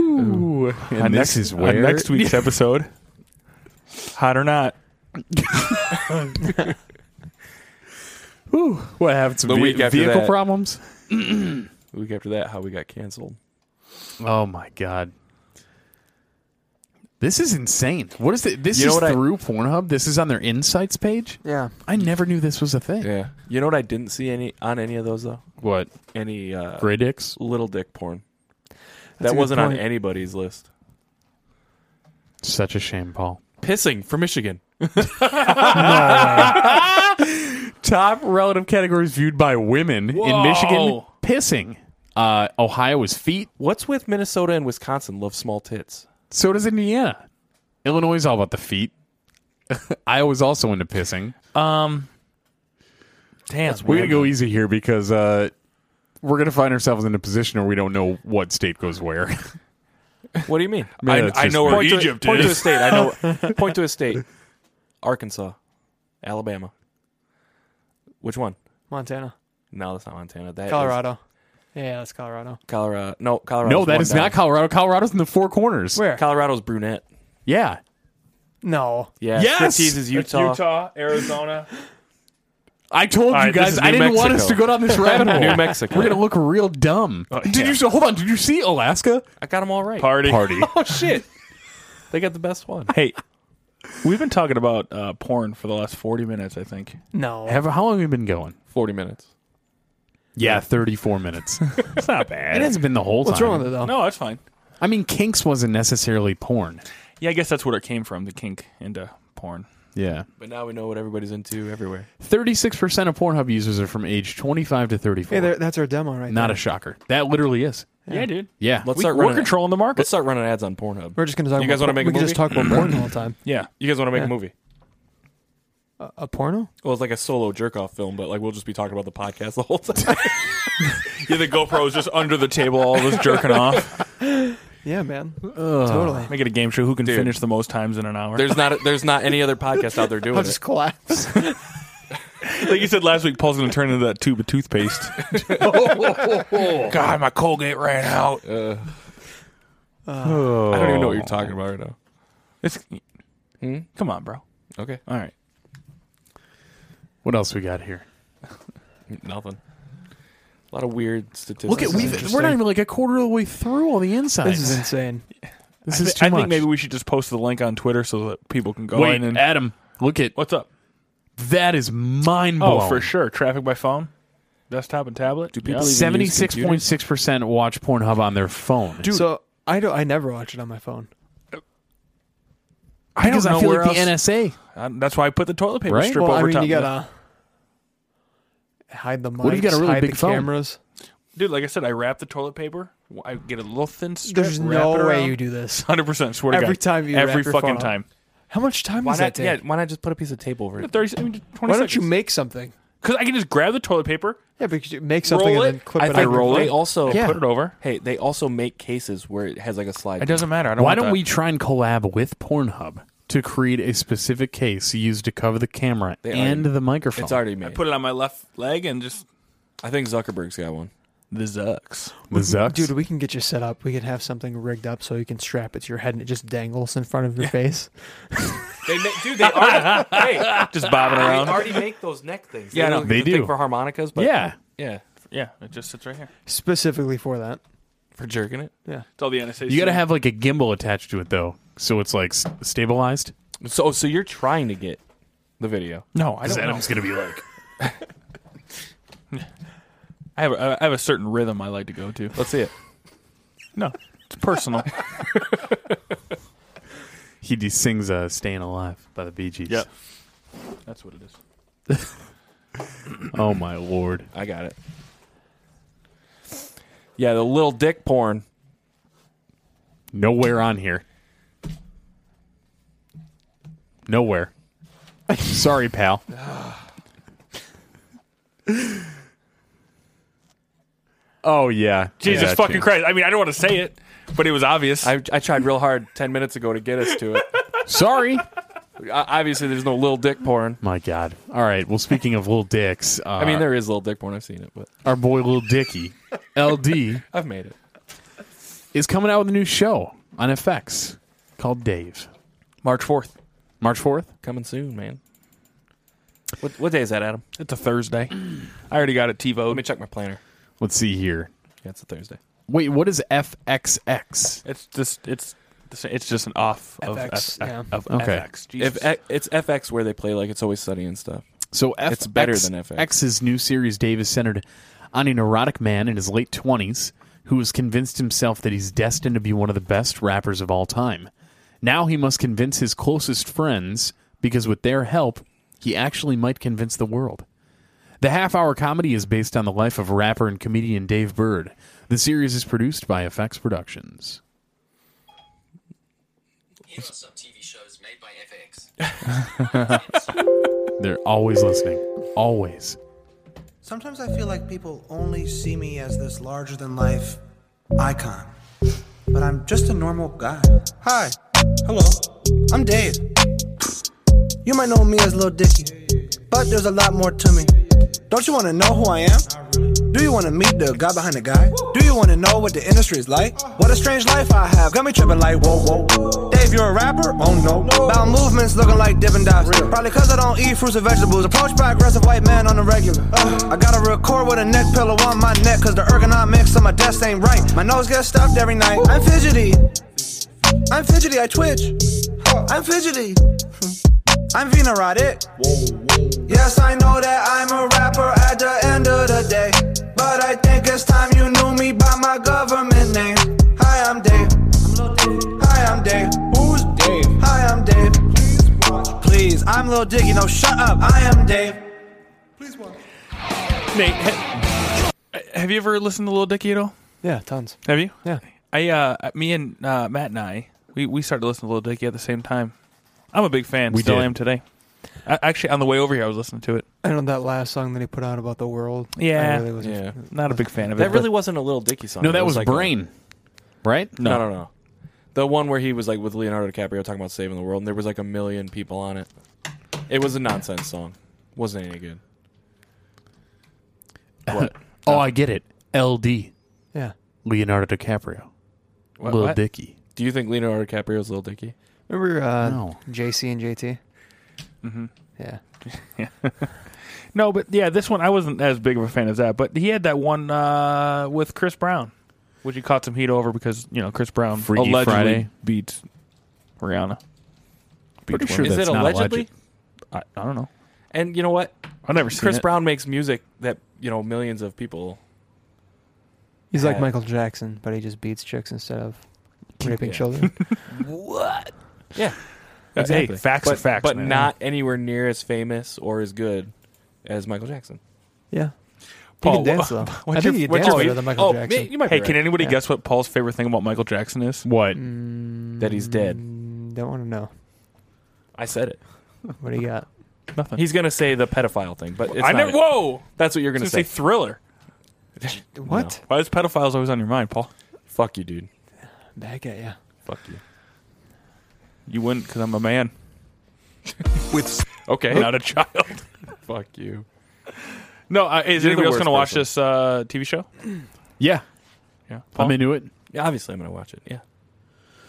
Speaker 2: Ooh. And
Speaker 5: On
Speaker 2: this
Speaker 5: next,
Speaker 2: is
Speaker 5: on
Speaker 2: where
Speaker 5: next week's episode. Hot or not?
Speaker 2: Ooh, what happened? Some
Speaker 4: The
Speaker 2: ve-
Speaker 4: week after
Speaker 2: vehicle
Speaker 4: that.
Speaker 2: problems.
Speaker 4: The <laughs> week after that, how we got canceled.
Speaker 2: Oh my god. This is insane. What is it? This
Speaker 4: You know
Speaker 2: is
Speaker 4: what I-
Speaker 2: through Pornhub. This is on their insights page.
Speaker 3: yeah.
Speaker 2: I never knew this was a thing.
Speaker 4: Yeah. You know what I didn't see any on any of those though?
Speaker 2: What?
Speaker 4: Any uh
Speaker 2: Gray dicks?
Speaker 4: little dick porn.
Speaker 3: a
Speaker 4: that
Speaker 3: good
Speaker 4: wasn't on
Speaker 3: point.
Speaker 4: anybody's list.
Speaker 2: Such a shame, Paul.
Speaker 4: Pissing from Michigan.
Speaker 2: Top relative categories viewed by women in
Speaker 5: Whoa.
Speaker 2: Michigan: pissing. Uh, Ohio was feet.
Speaker 4: What's with Minnesota and Wisconsin love small tits?
Speaker 2: So does Indiana. Illinois is all about the feet. <laughs> Iowa's also into pissing.
Speaker 5: Um. Damn.
Speaker 2: We're gonna go easy here because uh, we're gonna find ourselves in a position where we don't know what state goes where. <laughs>
Speaker 4: What do you mean?
Speaker 2: Man, that's just
Speaker 4: where
Speaker 2: weird.
Speaker 4: point
Speaker 5: Egypt
Speaker 4: to, point to a
Speaker 5: is.
Speaker 4: state. I know point to a state. Arkansas. Alabama. Which one?
Speaker 3: Montana.
Speaker 4: No, that's not Montana. That is
Speaker 3: Colorado. Yeah, that's Colorado.
Speaker 4: Colorado. No, Colorado.
Speaker 2: no, that is not Colorado. Colorado's in the four corners.
Speaker 3: Where?
Speaker 4: Colorado's brunette.
Speaker 2: Yeah,
Speaker 3: no.
Speaker 4: Yeah.
Speaker 2: Yes!
Speaker 4: Striptease is Utah.
Speaker 5: Utah, <laughs> Arizona.
Speaker 2: I told
Speaker 5: right,
Speaker 2: you
Speaker 5: this
Speaker 2: guys
Speaker 5: is
Speaker 2: I
Speaker 5: New
Speaker 2: didn't want us to
Speaker 4: Mexico.
Speaker 2: go down <laughs> this rabbit hole.
Speaker 4: New Mexico.
Speaker 2: We're gonna look real dumb. Did
Speaker 5: yeah.
Speaker 2: you so hold on? Did you see Alaska
Speaker 4: I got them all right.
Speaker 5: Party.
Speaker 2: party?
Speaker 4: Oh shit. They got the best one.
Speaker 5: Hey, we've been talking about uh, porn for the last forty minutes. I think.
Speaker 3: No.
Speaker 2: Have, how long have we been going?
Speaker 4: 40 minutes.
Speaker 2: Yeah, thirty-four <laughs> minutes. it
Speaker 5: It's not bad.
Speaker 2: hasn't been the whole
Speaker 3: What's
Speaker 2: time.
Speaker 3: wrong with it though?
Speaker 5: No, that's fine.
Speaker 2: I mean, kinks wasn't necessarily porn.
Speaker 5: Yeah, I guess that's where it came from—the kink into porn.
Speaker 2: Yeah.
Speaker 4: But now we know what everybody's into everywhere.
Speaker 2: 36% of Pornhub users are from age 25 to 34.
Speaker 3: Hey, there, that's our demo right
Speaker 2: Not
Speaker 3: there.
Speaker 2: a shocker. That literally is.
Speaker 5: Yeah, dude.
Speaker 2: Yeah.
Speaker 4: Let's
Speaker 5: We,
Speaker 4: start
Speaker 5: we're
Speaker 4: running.
Speaker 5: controlling the market.
Speaker 4: Let's start running ads on Pornhub.
Speaker 3: We're just going to talk
Speaker 4: You
Speaker 2: <clears throat>
Speaker 3: about
Speaker 4: guys wanna make a
Speaker 3: We can just
Speaker 4: movie?
Speaker 3: talk about porn the whole time.
Speaker 5: yeah.
Speaker 4: You guys want to make
Speaker 3: Yeah.
Speaker 4: a movie?
Speaker 3: A, a porno?
Speaker 4: Well, it's like a solo jerk off film, but like we'll just be talking about the podcast the whole time.
Speaker 5: <laughs> Yeah, the GoPro is just under the table, all of us jerking off.
Speaker 3: Yeah, man. Totally.
Speaker 5: Make it a game show. Who can
Speaker 4: Dude.
Speaker 5: finish the most times in an hour?
Speaker 4: there's not there's not any other podcast out there doing
Speaker 3: I'll
Speaker 4: it.
Speaker 3: just collapse.
Speaker 5: like you said last week, Paul's going to turn into that tube of toothpaste. <laughs> God, my Colgate ran out. Oh.
Speaker 4: I don't even know what you're talking about right now.
Speaker 5: It's, Come on, bro.
Speaker 4: Okay,
Speaker 5: All right.
Speaker 2: What else we got here?
Speaker 4: nothing. A lot of weird statistics.
Speaker 2: Look at
Speaker 4: That's
Speaker 2: we
Speaker 4: interesting.
Speaker 2: we're not even like a quarter of the way through all the insides.
Speaker 3: this is insane.
Speaker 2: This
Speaker 5: I
Speaker 2: is
Speaker 5: thi-
Speaker 2: too
Speaker 5: I
Speaker 2: much.
Speaker 5: think maybe we should just post the link on Twitter so that people can go
Speaker 2: Wait,
Speaker 5: in and.
Speaker 2: Adam, look at
Speaker 5: What's up?
Speaker 2: that is mind
Speaker 5: <laughs> Oh,
Speaker 2: blowing.
Speaker 5: for sure. Traffic by phone, desktop, and tablet. Do
Speaker 4: people even-
Speaker 2: Seventy six point six percent watch Pornhub on their phone. Dude,
Speaker 3: So I don't. I never watch it on my phone.
Speaker 5: I don't
Speaker 2: because I,
Speaker 5: know
Speaker 2: feel
Speaker 5: where
Speaker 2: like the
Speaker 5: else.
Speaker 2: NSA.
Speaker 5: I- that's why I put the toilet paper
Speaker 2: Right?
Speaker 5: strip
Speaker 3: well,
Speaker 5: over
Speaker 3: I mean,
Speaker 5: top.
Speaker 3: you
Speaker 5: of it.
Speaker 3: gotta hide the mics,
Speaker 2: What if you got a really
Speaker 3: hide
Speaker 2: big
Speaker 3: the
Speaker 2: phone?
Speaker 3: cameras.
Speaker 5: Dude, like I said, I wrap the toilet paper. I get a little thin strip.
Speaker 3: There's
Speaker 5: wrap it
Speaker 3: no way
Speaker 5: around.
Speaker 3: you do this.
Speaker 5: Hundred percent. Swear to
Speaker 3: Every
Speaker 5: God.
Speaker 3: time you
Speaker 5: every
Speaker 3: wrap your
Speaker 5: fucking
Speaker 3: phone up.
Speaker 5: time.
Speaker 3: How much time
Speaker 4: Why
Speaker 3: does that
Speaker 4: not?
Speaker 3: take?
Speaker 4: Yeah, why not just put a piece of tape over it?
Speaker 5: Thirty. I mean, twenty.
Speaker 3: Why don't you
Speaker 5: seconds.
Speaker 3: make something?
Speaker 5: Because I can just grab the toilet paper,
Speaker 3: Yeah, because you make something
Speaker 5: Roll
Speaker 3: and
Speaker 5: it.
Speaker 3: then clip
Speaker 4: I
Speaker 3: it.
Speaker 4: think
Speaker 3: on
Speaker 5: roll
Speaker 3: your
Speaker 4: they
Speaker 5: it.
Speaker 4: also
Speaker 5: and put it over.
Speaker 4: Hey, they also make cases where it has like a slide.
Speaker 5: It doesn't matter. I don't
Speaker 2: Why
Speaker 5: want
Speaker 2: don't
Speaker 5: that.
Speaker 2: we try and collab with Pornhub to create a specific case used to cover the camera
Speaker 4: They
Speaker 2: and
Speaker 4: already-
Speaker 2: the microphone?
Speaker 4: It's already
Speaker 5: I
Speaker 4: made.
Speaker 5: put it on my left leg and just
Speaker 4: I think Zuckerberg's got one.
Speaker 5: the zucks.
Speaker 2: the Zucks.
Speaker 3: phone. Dude, we can get you set up. We can have something rigged up so you can strap it to your head and it just dangles in front of your face.
Speaker 4: They dude, they <laughs> already,
Speaker 5: Just bobbing around.
Speaker 4: make those neck things.
Speaker 5: Yeah, I know.
Speaker 2: They
Speaker 4: the thing
Speaker 2: do.
Speaker 4: for harmonicas, but
Speaker 2: yeah,
Speaker 4: yeah,
Speaker 5: Yeah, it just sits right here.
Speaker 3: Specifically for that.
Speaker 4: for jerking it.
Speaker 3: Yeah.
Speaker 5: It's all the NSA.
Speaker 2: you got to have like a gimbal attached to it though, so it's like s- stabilized.
Speaker 4: So, so you're trying to get the video.
Speaker 5: no. I
Speaker 2: Because
Speaker 5: don't. Know.
Speaker 2: Adam's gonna be like,
Speaker 5: I have. A, I have a certain rhythm I like to go to.
Speaker 4: Let's see it.
Speaker 5: No, it's <laughs> personal.
Speaker 2: he de- sings uh, "Staying Alive" by the Bee Gees.
Speaker 5: Yep. That's what it is.
Speaker 2: Oh my lord.
Speaker 4: I got it. <laughs> Yeah, the little dick porn.
Speaker 2: Nowhere on here. Nowhere. Sorry,
Speaker 5: <sighs>
Speaker 2: pal. oh yeah.
Speaker 5: Jesus
Speaker 2: Yeah,
Speaker 5: fucking
Speaker 2: too.
Speaker 5: Christ! I mean, I don't want to say it, but it was obvious.
Speaker 4: I, I tried real hard ten minutes ago to get us to <laughs> it.
Speaker 2: Sorry.
Speaker 4: O- Obviously, there's no little dick porn.
Speaker 2: My God. All right. Well, speaking of little dicks, uh,
Speaker 4: I mean, there is little dick porn. I've seen it, but
Speaker 2: our boy Little Dicky, LD,
Speaker 4: I've made it.
Speaker 2: is coming out with a new show on FX called Dave.
Speaker 5: March fourth.
Speaker 2: March fourth.
Speaker 4: Coming soon, man. What what day is that, Adam?
Speaker 5: It's a Thursday. I already got it
Speaker 4: Let me
Speaker 5: TiVoed.
Speaker 4: check my planner.
Speaker 2: Let's see here.
Speaker 4: Yeah, it's a Thursday.
Speaker 2: Wait, what is FXX?
Speaker 5: It's just it's the sa- it's just an off of
Speaker 3: FX,
Speaker 5: FX.
Speaker 3: yeah.
Speaker 5: Of
Speaker 2: Okay.
Speaker 5: FX. Jesus.
Speaker 4: If F- it's FX where they play like it's always sunny and stuff.
Speaker 2: So FX,
Speaker 4: It's better than FX.
Speaker 2: X's new series Dave is centered on a neurotic man in his late twenties who has convinced himself that he's destined to be one of the best rappers of all time. Now he must convince his closest friends because with their help, he actually might convince the world. The half hour comedy is based on the life of rapper and comedian Dave Bird. The series is produced by FX Productions.
Speaker 7: Here are some TV shows made by FX.
Speaker 2: They're always listening. Always.
Speaker 8: Sometimes I feel like people only see me as this larger than life icon, but I'm just a normal guy. Hi. Hello. I'm Dave. You might know me as Lil Dicky, but there's a lot more to me. Don't you want to know who I am? Do you want to meet the guy behind the guy? Do you want to know what the industry is like? What a strange life I have. Got me tripping like whoa whoa. Dave, you're a rapper? Oh no. About movements looking like Dippin' Dots. Probably cause I don't eat fruits and vegetables. Approached by aggressive white man on the regular. Ugh. I gotta record with a neck pillow on my neck cause the ergonomics on my desk ain't right. My nose gets stuffed every night. I'm fidgety. I'm fidgety. I twitch. I'm fidgety. <laughs> I'm Venorotic. Yes, I know that I'm a rapper at the end of the day. But I think it's time you knew me by my government name. Hi, I'm Dave. Hi, I'm Dave. Who's Dave? Hi, I'm Dave. Please watch. Please, I'm Lil Dicky. No, shut up. I am Dave.
Speaker 5: Nate, ha- have you ever listened to Lil Dicky at all?
Speaker 3: Yeah, tons.
Speaker 5: Have you?
Speaker 3: Yeah.
Speaker 5: I, uh, me and uh, Matt and I, we, we started listening to Lil Dicky at the same time. I'm a big fan.
Speaker 2: We
Speaker 5: Still
Speaker 2: did.
Speaker 5: am today. I, actually, on the way over here, I was listening to it.
Speaker 3: I know that last song that he put out about the world.
Speaker 5: Yeah.
Speaker 3: I really wasn't.
Speaker 4: Yeah.
Speaker 5: Not a big fan of it.
Speaker 4: That really
Speaker 5: but-
Speaker 4: wasn't a Little Dicky song.
Speaker 2: No, that
Speaker 4: It
Speaker 2: was,
Speaker 4: like a-
Speaker 2: Brain, right?
Speaker 4: no. no, no, The one where he was like with Leonardo DiCaprio talking about saving the world, and there was like a million people on it. It was a nonsense song. Wasn't any good. What?
Speaker 2: <laughs> Oh, I get it. L.D.
Speaker 3: Yeah.
Speaker 2: Leonardo DiCaprio,
Speaker 5: What-
Speaker 2: Lil
Speaker 5: what?
Speaker 2: Dicky.
Speaker 4: Do you think Leonardo DiCaprio's Little Dicky?
Speaker 3: Remember uh,
Speaker 2: No.
Speaker 3: JC and JT?
Speaker 5: Mhm.
Speaker 3: Yeah.
Speaker 5: No, but yeah, this one I wasn't as big of a fan as that. But he had that one uh, with Chris Brown, which he caught some heat over because you know Chris Brown
Speaker 2: Freaky
Speaker 5: allegedly
Speaker 2: Friday.
Speaker 5: beats Rihanna.
Speaker 2: Pretty
Speaker 5: Beats
Speaker 2: sure
Speaker 5: women.
Speaker 4: Is
Speaker 2: That's
Speaker 4: it
Speaker 2: not
Speaker 4: allegedly?
Speaker 2: alleged.
Speaker 5: I, I don't know.
Speaker 4: And you know what?
Speaker 5: I've never seen
Speaker 4: Chris
Speaker 5: it.
Speaker 4: Brown makes music that you know millions of people.
Speaker 3: He's like
Speaker 4: Yeah.
Speaker 3: Michael Jackson, but he just beats chicks instead of raping
Speaker 4: Yeah.
Speaker 3: children.
Speaker 4: Yeah,
Speaker 5: Uh,
Speaker 4: exactly.
Speaker 5: Hey, facts
Speaker 4: but,
Speaker 5: are facts,
Speaker 4: but
Speaker 5: man.
Speaker 4: not anywhere near as famous or as good as Michael Jackson.
Speaker 3: yeah.
Speaker 5: Paul,
Speaker 2: Oh,
Speaker 3: he can dance
Speaker 2: <laughs>
Speaker 3: though.
Speaker 5: what-
Speaker 3: I
Speaker 5: what's
Speaker 3: think
Speaker 5: your-
Speaker 3: he can
Speaker 5: what's
Speaker 3: dance
Speaker 5: your-
Speaker 3: better than Michael
Speaker 4: oh,
Speaker 3: Jackson.
Speaker 4: man, you might
Speaker 5: Hey,
Speaker 4: be
Speaker 5: can
Speaker 4: right.
Speaker 5: anybody
Speaker 3: Yeah.
Speaker 5: guess what Paul's favorite thing about Michael Jackson is?
Speaker 2: What?
Speaker 4: that he's dead?
Speaker 3: Mm, Don't want to know.
Speaker 4: I said it.
Speaker 3: What do you got?
Speaker 5: Nothing.
Speaker 4: He's gonna say the pedophile thing, but it's
Speaker 5: I
Speaker 4: not
Speaker 5: never.
Speaker 4: it.
Speaker 5: Whoa!
Speaker 4: That's what you're
Speaker 5: I was
Speaker 4: gonna
Speaker 5: gonna say
Speaker 4: say.
Speaker 5: Thriller.
Speaker 3: What?
Speaker 5: Why is pedophiles always on your mind, Paul?
Speaker 4: Fuck you, dude.
Speaker 3: Back at
Speaker 2: Uh,
Speaker 3: ya.
Speaker 4: Fuck you.
Speaker 5: You wouldn't, because I'm
Speaker 4: <laughs>
Speaker 5: a man,
Speaker 1: With
Speaker 4: Okay.
Speaker 5: not a child.
Speaker 4: <laughs> fuck you.
Speaker 5: No, uh, is
Speaker 4: You're the
Speaker 5: anybody else
Speaker 4: worst
Speaker 5: gonna watch
Speaker 4: person.
Speaker 5: this uh, TV
Speaker 4: <clears throat>
Speaker 5: show?
Speaker 2: Yeah,
Speaker 5: Yeah,
Speaker 2: I'm into
Speaker 5: Oh,
Speaker 2: it.
Speaker 4: Yeah, obviously, I'm gonna watch it. Yeah.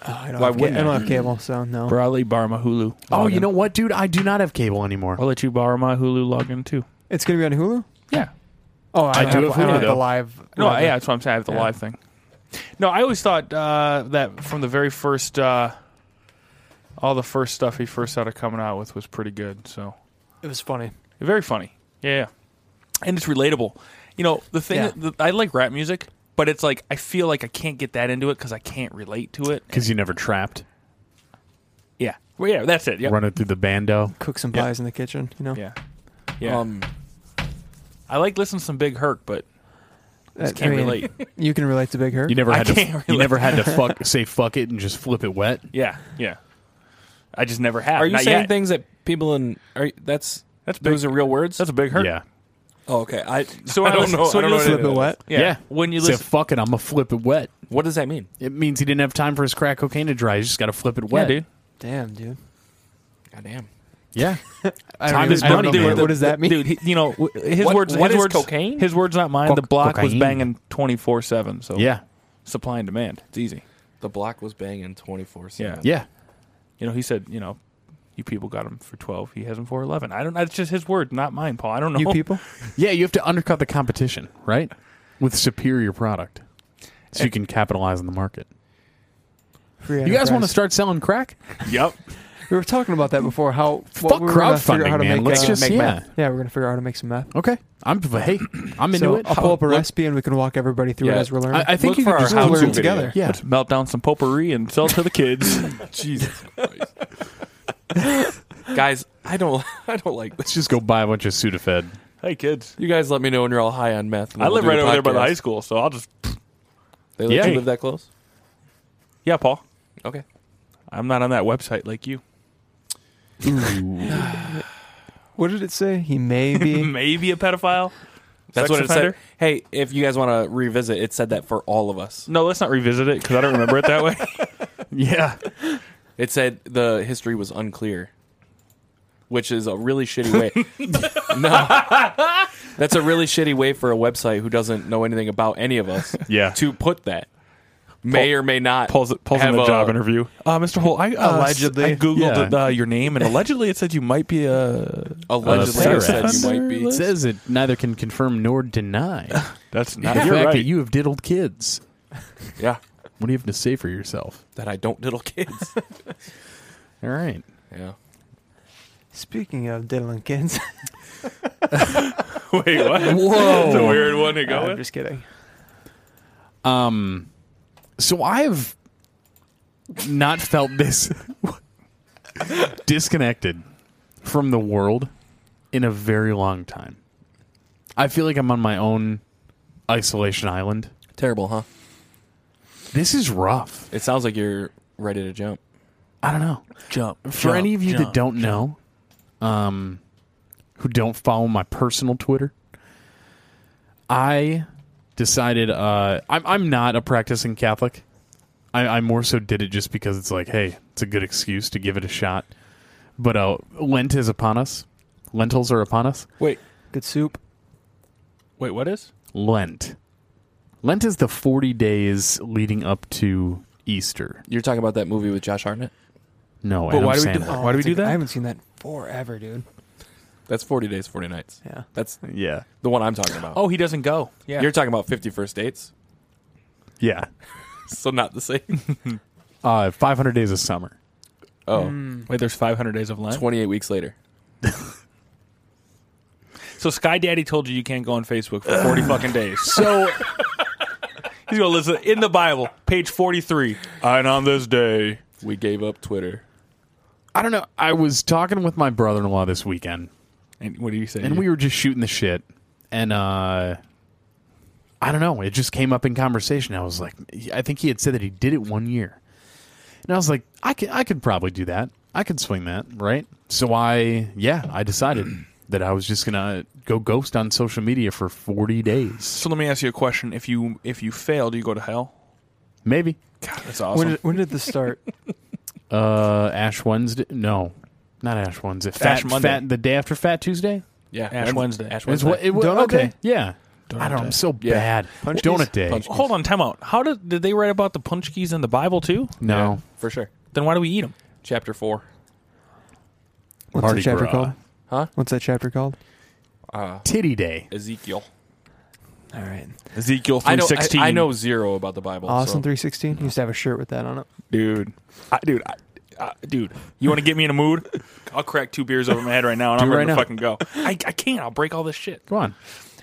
Speaker 3: Oh, I don't
Speaker 4: Why
Speaker 3: have ca-
Speaker 4: wouldn't
Speaker 3: I
Speaker 4: I?
Speaker 3: don't have cable, so no.
Speaker 5: Bradley Barma Hulu.
Speaker 2: Oh,
Speaker 5: Log
Speaker 2: you
Speaker 5: in.
Speaker 2: know what, dude? I do not have cable anymore.
Speaker 5: I'll
Speaker 2: <laughs>
Speaker 5: let you borrow my Hulu login too.
Speaker 3: It's gonna be on Hulu.
Speaker 5: Yeah.
Speaker 3: Oh, I,
Speaker 2: I
Speaker 3: don't
Speaker 2: do
Speaker 3: have,
Speaker 2: have
Speaker 3: I don't
Speaker 2: Hulu,
Speaker 3: have the
Speaker 2: though.
Speaker 3: live.
Speaker 5: No,
Speaker 3: live-
Speaker 5: yeah, that's what I'm saying. I have the
Speaker 3: Yeah.
Speaker 5: live thing. No, I always thought uh, that from the very first, uh, all the first stuff he first started coming out with was pretty good. So
Speaker 3: It was funny.
Speaker 5: very funny. Yeah, yeah. and it's relatable. You know, the thing
Speaker 3: Yeah.
Speaker 5: the, I like rap music, but it's like I feel like I can't get that into it because I can't relate to it.
Speaker 2: Because you never trapped.
Speaker 5: Yeah, well, yeah, that's it. Yeah,
Speaker 2: Running through the bando.
Speaker 3: Cook some
Speaker 5: Yeah.
Speaker 3: pies in the kitchen, you know.
Speaker 5: yeah, yeah.
Speaker 4: Um,
Speaker 5: I like listening to some Big Herc, but
Speaker 3: That- I
Speaker 4: Uh,
Speaker 5: can't
Speaker 3: mean,
Speaker 4: <laughs>
Speaker 5: relate.
Speaker 3: You can relate to Big Hurt.
Speaker 2: You never
Speaker 5: I
Speaker 2: had to.
Speaker 5: can't
Speaker 2: You
Speaker 5: relate.
Speaker 2: never had to fuck say fuck it and just flip it wet.
Speaker 5: Yeah, yeah. I just never have.
Speaker 4: are you
Speaker 5: Not
Speaker 4: saying
Speaker 5: yet.
Speaker 4: things that people in are you- that's
Speaker 5: That's big.
Speaker 4: those are real words?
Speaker 5: That's a Big Herc.
Speaker 2: Yeah.
Speaker 4: oh, okay. I
Speaker 5: So
Speaker 4: so
Speaker 5: when
Speaker 4: I don't
Speaker 5: listen-
Speaker 4: know.
Speaker 5: So
Speaker 4: I
Speaker 5: when
Speaker 4: don't
Speaker 5: you
Speaker 4: know
Speaker 5: listen
Speaker 4: what it
Speaker 3: Flip it
Speaker 4: is.
Speaker 3: wet.
Speaker 5: Yeah. When you
Speaker 2: Say,
Speaker 5: listen,
Speaker 2: fuck it, I'm gonna flip it wet.
Speaker 4: What does that mean?
Speaker 2: It means he didn't have time for his crack cocaine to dry. He's just got to flip it
Speaker 5: yeah,
Speaker 2: wet,
Speaker 5: dude.
Speaker 3: Damn, dude.
Speaker 4: God damn.
Speaker 5: <laughs>
Speaker 2: Yeah.
Speaker 3: I don't
Speaker 2: Time
Speaker 3: even-
Speaker 2: is
Speaker 3: I don't
Speaker 2: money,
Speaker 3: even know
Speaker 2: dude.
Speaker 3: What does that mean?
Speaker 5: Dude, he, you know, w- his
Speaker 4: What-
Speaker 5: words.
Speaker 4: what
Speaker 5: his
Speaker 4: is
Speaker 5: words,
Speaker 4: cocaine?
Speaker 5: His words, not mine.
Speaker 2: Coc-
Speaker 5: the block was
Speaker 2: cocaine.
Speaker 5: banging twenty four seven. So
Speaker 2: Yeah.
Speaker 5: supply and demand. It's easy.
Speaker 4: The block was banging twenty four seven.
Speaker 2: Yeah.
Speaker 5: You know, he said, you know, you people got him for twelve. He has him for eleven. I don't. That's just his word, not mine, Paul. I don't know.
Speaker 3: you
Speaker 5: <laughs>
Speaker 3: people.
Speaker 2: Yeah. You have to undercut the competition, right? With superior product, so
Speaker 5: Eh.
Speaker 2: you can capitalize on the market.
Speaker 3: Free
Speaker 2: You guys want to
Speaker 3: enterprise.
Speaker 2: start selling crack?
Speaker 5: Yep.
Speaker 3: We were talking about that before. How what
Speaker 2: Fuck
Speaker 3: we were gonna figure out how
Speaker 2: crowdfunding,
Speaker 3: to
Speaker 2: man.
Speaker 3: Make,
Speaker 2: Let's
Speaker 3: uh,
Speaker 2: just
Speaker 3: make
Speaker 2: yeah.
Speaker 3: meth. Yeah, we're gonna figure out how to make some meth.
Speaker 2: Okay. I'm hey. I'm into
Speaker 3: so
Speaker 2: it.
Speaker 3: I'll pull up a
Speaker 4: Look-
Speaker 3: recipe and we can walk everybody through it
Speaker 4: Yeah.
Speaker 3: as we're learning.
Speaker 2: I, I think
Speaker 4: Look
Speaker 2: you
Speaker 4: for
Speaker 2: can
Speaker 4: our
Speaker 2: just
Speaker 4: how
Speaker 2: do
Speaker 4: to
Speaker 2: it.
Speaker 3: together.
Speaker 2: Yeah.
Speaker 5: Let's melt down some potpourri and sell it to the kids.
Speaker 4: Jesus Christ. Guys, I don't I don't like this.
Speaker 2: Let's just go buy a bunch of Sudafed.
Speaker 5: hey, kids.
Speaker 4: <laughs> You guys let me know when you're all high on meth. and
Speaker 5: I
Speaker 4: we'll
Speaker 5: live
Speaker 4: do
Speaker 5: right over there by the
Speaker 4: podcast.
Speaker 5: high school, so I'll just.
Speaker 4: They let
Speaker 2: Yeah.
Speaker 4: you live that close?
Speaker 5: Yeah, Paul.
Speaker 4: Okay.
Speaker 5: I'm not on that website like you.
Speaker 3: what did it say? He
Speaker 2: <laughs>
Speaker 3: may be.
Speaker 5: Maybe a pedophile.
Speaker 4: That's
Speaker 5: Sex
Speaker 4: what it
Speaker 5: offender?
Speaker 4: said. Hey, if you guys want to revisit, it said that for all of us.
Speaker 5: No, let's not revisit it because I don't remember it that <laughs> way.
Speaker 2: Yeah.
Speaker 4: It said the history was unclear, which is a really shitty way. no, that's a really shitty way for a website who doesn't know anything about any of us.
Speaker 2: Yeah.
Speaker 4: to put that may or may not
Speaker 5: Paul's, Paul's in
Speaker 4: have
Speaker 5: a job interview. Uh, Mr. Holt, I, uh,
Speaker 3: Allegedly.
Speaker 5: I googled
Speaker 2: Yeah.
Speaker 5: uh, your name, and allegedly it said you might be a.
Speaker 4: Allegedly,
Speaker 2: Uh,
Speaker 4: it said you
Speaker 5: Sarah.
Speaker 4: might be.
Speaker 2: It says it neither can confirm nor
Speaker 5: <laughs>
Speaker 2: deny
Speaker 5: That's
Speaker 2: the
Speaker 5: not
Speaker 2: fact
Speaker 5: you're
Speaker 2: that
Speaker 5: right.
Speaker 2: you have diddled kids.
Speaker 4: Yeah,
Speaker 2: What do you have to say for yourself?
Speaker 4: that I don't diddle kids. <laughs>
Speaker 2: All right.
Speaker 4: yeah.
Speaker 3: Speaking of diddling kids,
Speaker 5: <laughs> Wait, what? <laughs>
Speaker 2: Whoa.
Speaker 5: That's a weird one to <laughs>
Speaker 3: <laughs>
Speaker 5: go
Speaker 3: I'm
Speaker 5: with.
Speaker 3: just kidding.
Speaker 2: Um, so I have not felt this <laughs> disconnected from the world in a very long time. I feel like I'm on my own isolation island.
Speaker 4: Terrible, huh?
Speaker 2: This is rough.
Speaker 4: It sounds like you're ready to jump.
Speaker 2: I don't know.
Speaker 5: Jump.
Speaker 2: For any of you that don't know, um, who don't follow my personal Twitter, I decided uh, I'm I'm not a practicing Catholic. I, I more so did it just because it's like, hey, it's a good excuse to give it a shot. But uh, Lent is upon us. Lentils are upon us.
Speaker 5: Wait,
Speaker 3: Good soup.
Speaker 5: wait, what is?
Speaker 2: Lent. Lent is the 40 days leading up to Easter.
Speaker 4: You're talking about that movie with Josh Hartnett?
Speaker 2: No,
Speaker 5: But
Speaker 2: Adam
Speaker 5: why do we do
Speaker 2: Sandler.
Speaker 5: Why
Speaker 3: that's
Speaker 5: do we do
Speaker 3: a good-
Speaker 5: that?
Speaker 3: I haven't seen that forever, dude.
Speaker 4: That's 40 Days, 40 Nights.
Speaker 3: Yeah.
Speaker 4: That's
Speaker 2: Yeah.
Speaker 4: the one I'm talking about.
Speaker 5: Oh, he doesn't go. Yeah.
Speaker 4: You're talking about 51st Dates,
Speaker 2: Yeah.
Speaker 4: so not the same.
Speaker 2: Uh, 500 Days of Summer.
Speaker 4: <laughs> Oh,
Speaker 5: Wait, there's 500 days of Lent.
Speaker 4: 28 weeks later.
Speaker 5: So Sky Daddy told you you can't go on Facebook for <sighs> 40 fucking days.
Speaker 2: So
Speaker 5: <laughs> He's going to listen in the Bible, page 43. And on this day,
Speaker 4: We gave up Twitter.
Speaker 2: I don't know. I was talking with my brother in law this weekend,
Speaker 5: and what do you say?
Speaker 2: and we were just shooting the shit. And uh, I don't know. It just came up in conversation. I was like, I think he had said that he did it one year. And I was like, I could, I could probably do that. I could swing that, right? So I, yeah, I decided <clears throat> that I was just gonna go ghost on social media for forty days,
Speaker 5: So let me ask you a question: If you if you fail, do you go to hell?
Speaker 2: maybe.
Speaker 5: God, that's
Speaker 3: When
Speaker 5: awesome.
Speaker 3: did, when did this <laughs> start?
Speaker 2: Uh, Ash Wednesday? No, not Ash Wednesday. Fat,
Speaker 5: Monday.
Speaker 2: Fat, the day after Fat Tuesday.
Speaker 4: Yeah.
Speaker 5: Ash Wednesday.
Speaker 4: Ash
Speaker 2: Is
Speaker 4: Wednesday.
Speaker 2: what it was?
Speaker 3: Donut
Speaker 2: okay.
Speaker 3: Day.
Speaker 2: Yeah. I don't. know,
Speaker 5: Day.
Speaker 2: I'm so
Speaker 4: Yeah.
Speaker 2: bad.
Speaker 3: Punch
Speaker 2: Donut
Speaker 3: keys?
Speaker 2: day.
Speaker 4: Punch-
Speaker 5: Hold on, time out. How did did they write about the punch keys in the Bible too?
Speaker 2: No.
Speaker 4: For sure.
Speaker 5: Then why do we eat them?
Speaker 4: Chapter 4.
Speaker 3: What's
Speaker 2: Mardi
Speaker 3: that chapter
Speaker 2: Gras.
Speaker 3: called?
Speaker 4: Huh?
Speaker 3: What's that chapter called?
Speaker 2: Titty day.
Speaker 4: Ezekiel.
Speaker 3: All right,
Speaker 5: Ezekiel
Speaker 4: I
Speaker 5: three
Speaker 4: know,
Speaker 5: sixteen.
Speaker 4: I, I know zero about the Bible.
Speaker 3: Austin
Speaker 4: so-
Speaker 3: three sixteen. Used to have a shirt with that on it.
Speaker 5: dude. I, dude, I, I, dude. You want to get me in a mood? <laughs> I'll crack two beers over my head right now, and I'm
Speaker 2: it
Speaker 5: ready
Speaker 2: right
Speaker 5: to
Speaker 2: now.
Speaker 5: fucking go. I, I can't. I'll break all this shit.
Speaker 2: Come on.
Speaker 4: He